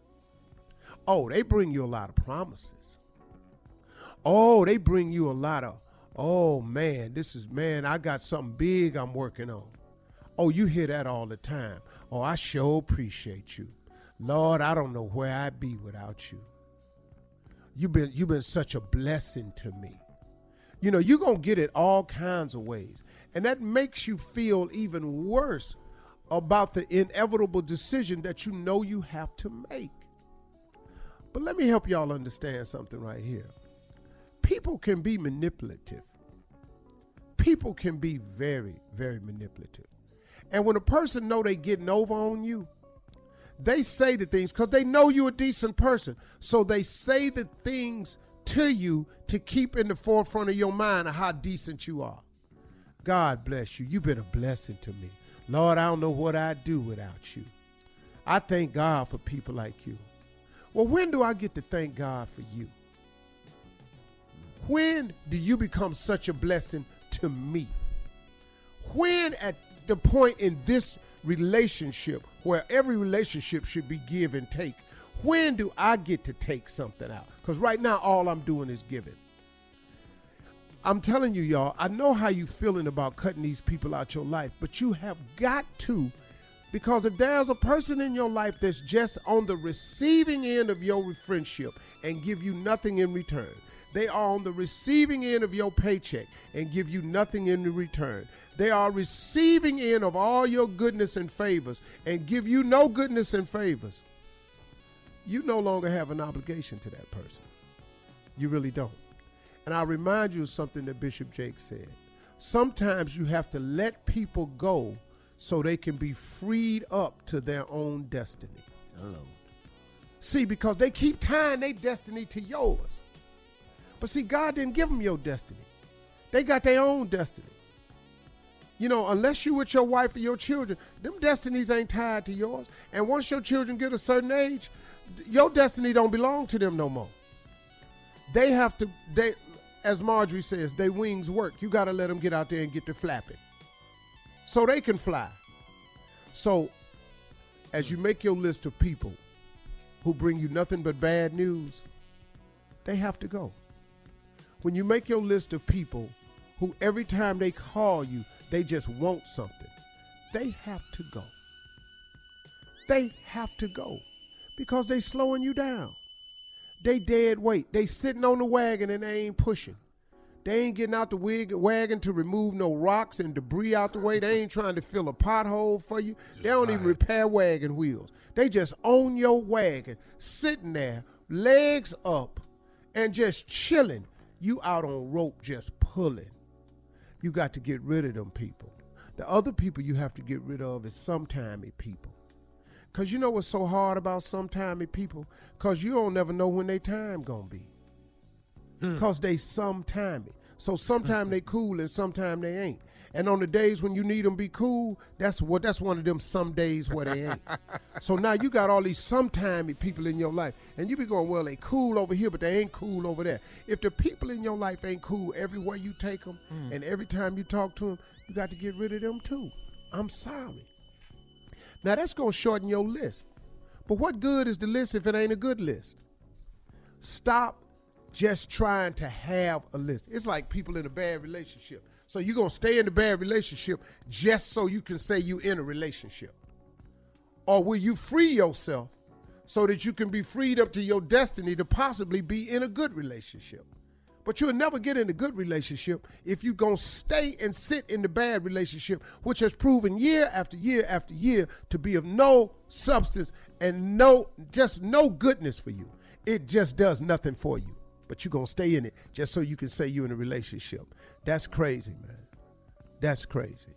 Speaker 3: Oh, they bring you a lot of promises. Oh, they bring you a lot of, oh man, this is, man, I got something big I'm working on. Oh, you hear that all the time. Oh, I sure appreciate you. Lord, I don't know where I'd be without you. You've been, you've been such a blessing to me. You know, you're going to get it all kinds of ways. And that makes you feel even worse about the inevitable decision that you know you have to make. But let me help y'all understand something right here. People can be manipulative. People can be very, very manipulative. And when a person know they getting over on you, they say the things because they know you're a decent person. So they say the things to you to keep in the forefront of your mind of how decent you are. God bless you. You've been a blessing to me. Lord, I don't know what I'd do without you. I thank God for people like you. Well, when do I get to thank God for you? When do you become such a blessing to me? When at the point in this relationship where every relationship should be give and take, when do I get to take something out? Because right now, all I'm doing is giving. I'm telling you, y'all, I know how you feeling about cutting these people out your life, but you have got to. Because if there's a person in your life that's just on the receiving end of your friendship and give you nothing in return, they are on the receiving end of your paycheck and give you nothing in return. They are receiving end of all your goodness and favors and give you no goodness and favors. You no longer have an obligation to that person. You really don't. And I remind you of something that Bishop Jake said. Sometimes you have to let people go so they can be freed up to their own destiny.
Speaker 5: Hello.
Speaker 3: See, because they keep tying their destiny to yours. But see, God didn't give them your destiny. They got their own destiny. You know, unless you with your wife or your children, them destinies ain't tied to yours. And once your children get a certain age, th- your destiny don't belong to them no more. They have to they as Marjorie says, they wings work. You got to let them get out there and get to flapping. So they can fly. So as you make your list of people who bring you nothing but bad news, they have to go. When you make your list of people who every time they call you, they just want something, they have to go. They have to go because they slowing you down. They dead weight. They sitting on the wagon and they ain't pushing. They ain't getting out the wig wagon to remove no rocks and debris out the way. They ain't trying to fill a pothole for you. they don't even repair wagon wheels. They just own your wagon, sitting there, legs up, and just chilling. You out on rope, just pulling. You got to get rid of them people. The other people you have to get rid of is sometimey people. Cause you know what's so hard about sometimey people? Cause you don't never know when they time gonna be. Cause they sometimey. So sometime they cool and sometime they ain't. And on the days when you need them be cool, that's what that's one of them some days where they ain't. so now you got all these sometimey people in your life. And you be going, well, they cool over here, but they ain't cool over there. If the people in your life ain't cool everywhere you take them
Speaker 18: Mm.
Speaker 3: and every time you talk to them, you got to get rid of them too. I'm sorry. Now that's gonna shorten your list. But what good is the list if it ain't a good list? Stop just trying to have a list. It's like people in a bad relationship. So you're gonna stay in the bad relationship just so you can say you in a relationship. Or will you free yourself so that you can be freed up to your destiny to possibly be in a good relationship? But you'll never get in a good relationship if you're going to stay and sit in the bad relationship, which has proven year after year after year to be of no substance and no, just no goodness for you. It just does nothing for you. But you're going to stay in it just so you can say you're in a relationship. That's crazy, man. That's crazy.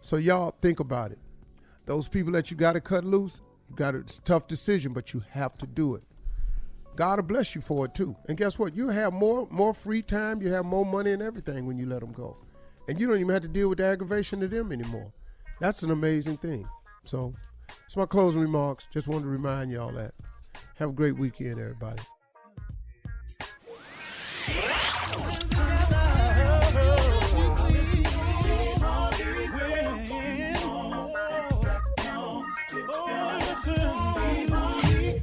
Speaker 3: So, y'all, think about it. Those people that you got to cut loose, you got to, it's a tough decision, but you have to do it. God will bless you for it too. And guess what? You have more more free time. You have more money and everything when you let them go, and you don't even have to deal with the aggravation of them anymore. That's an amazing thing. So, it's my closing remarks. Just wanted to remind y'all that. Have a great weekend, everybody.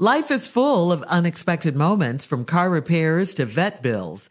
Speaker 9: Life is full of unexpected moments from car repairs to vet bills.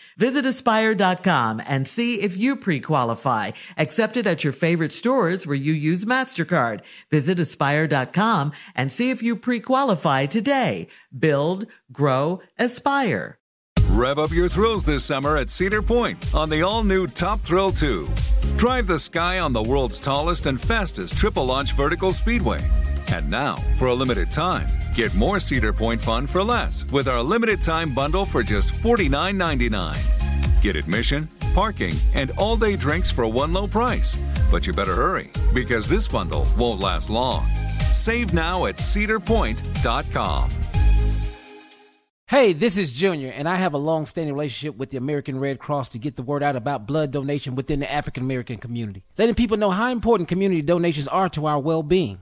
Speaker 9: Visit aspire.com and see if you pre-qualify. Accepted at your favorite stores where you use MasterCard. Visit aspire.com and see if you pre-qualify today. Build, grow, aspire.
Speaker 18: Rev up your thrills this summer at Cedar Point on the all new Top Thrill 2. Drive the sky on the world's tallest and fastest triple launch vertical speedway. And now, for a limited time, get more Cedar Point fun for less with our limited time bundle for just $49.99. Get admission, parking, and all day drinks for one low price. But you better hurry because this bundle won't last long. Save now at cedarpoint.com.
Speaker 8: Hey, this is Junior, and I have a long standing relationship with the American Red Cross to get the word out about blood donation within the African American community, letting people know how important community donations are to our well being.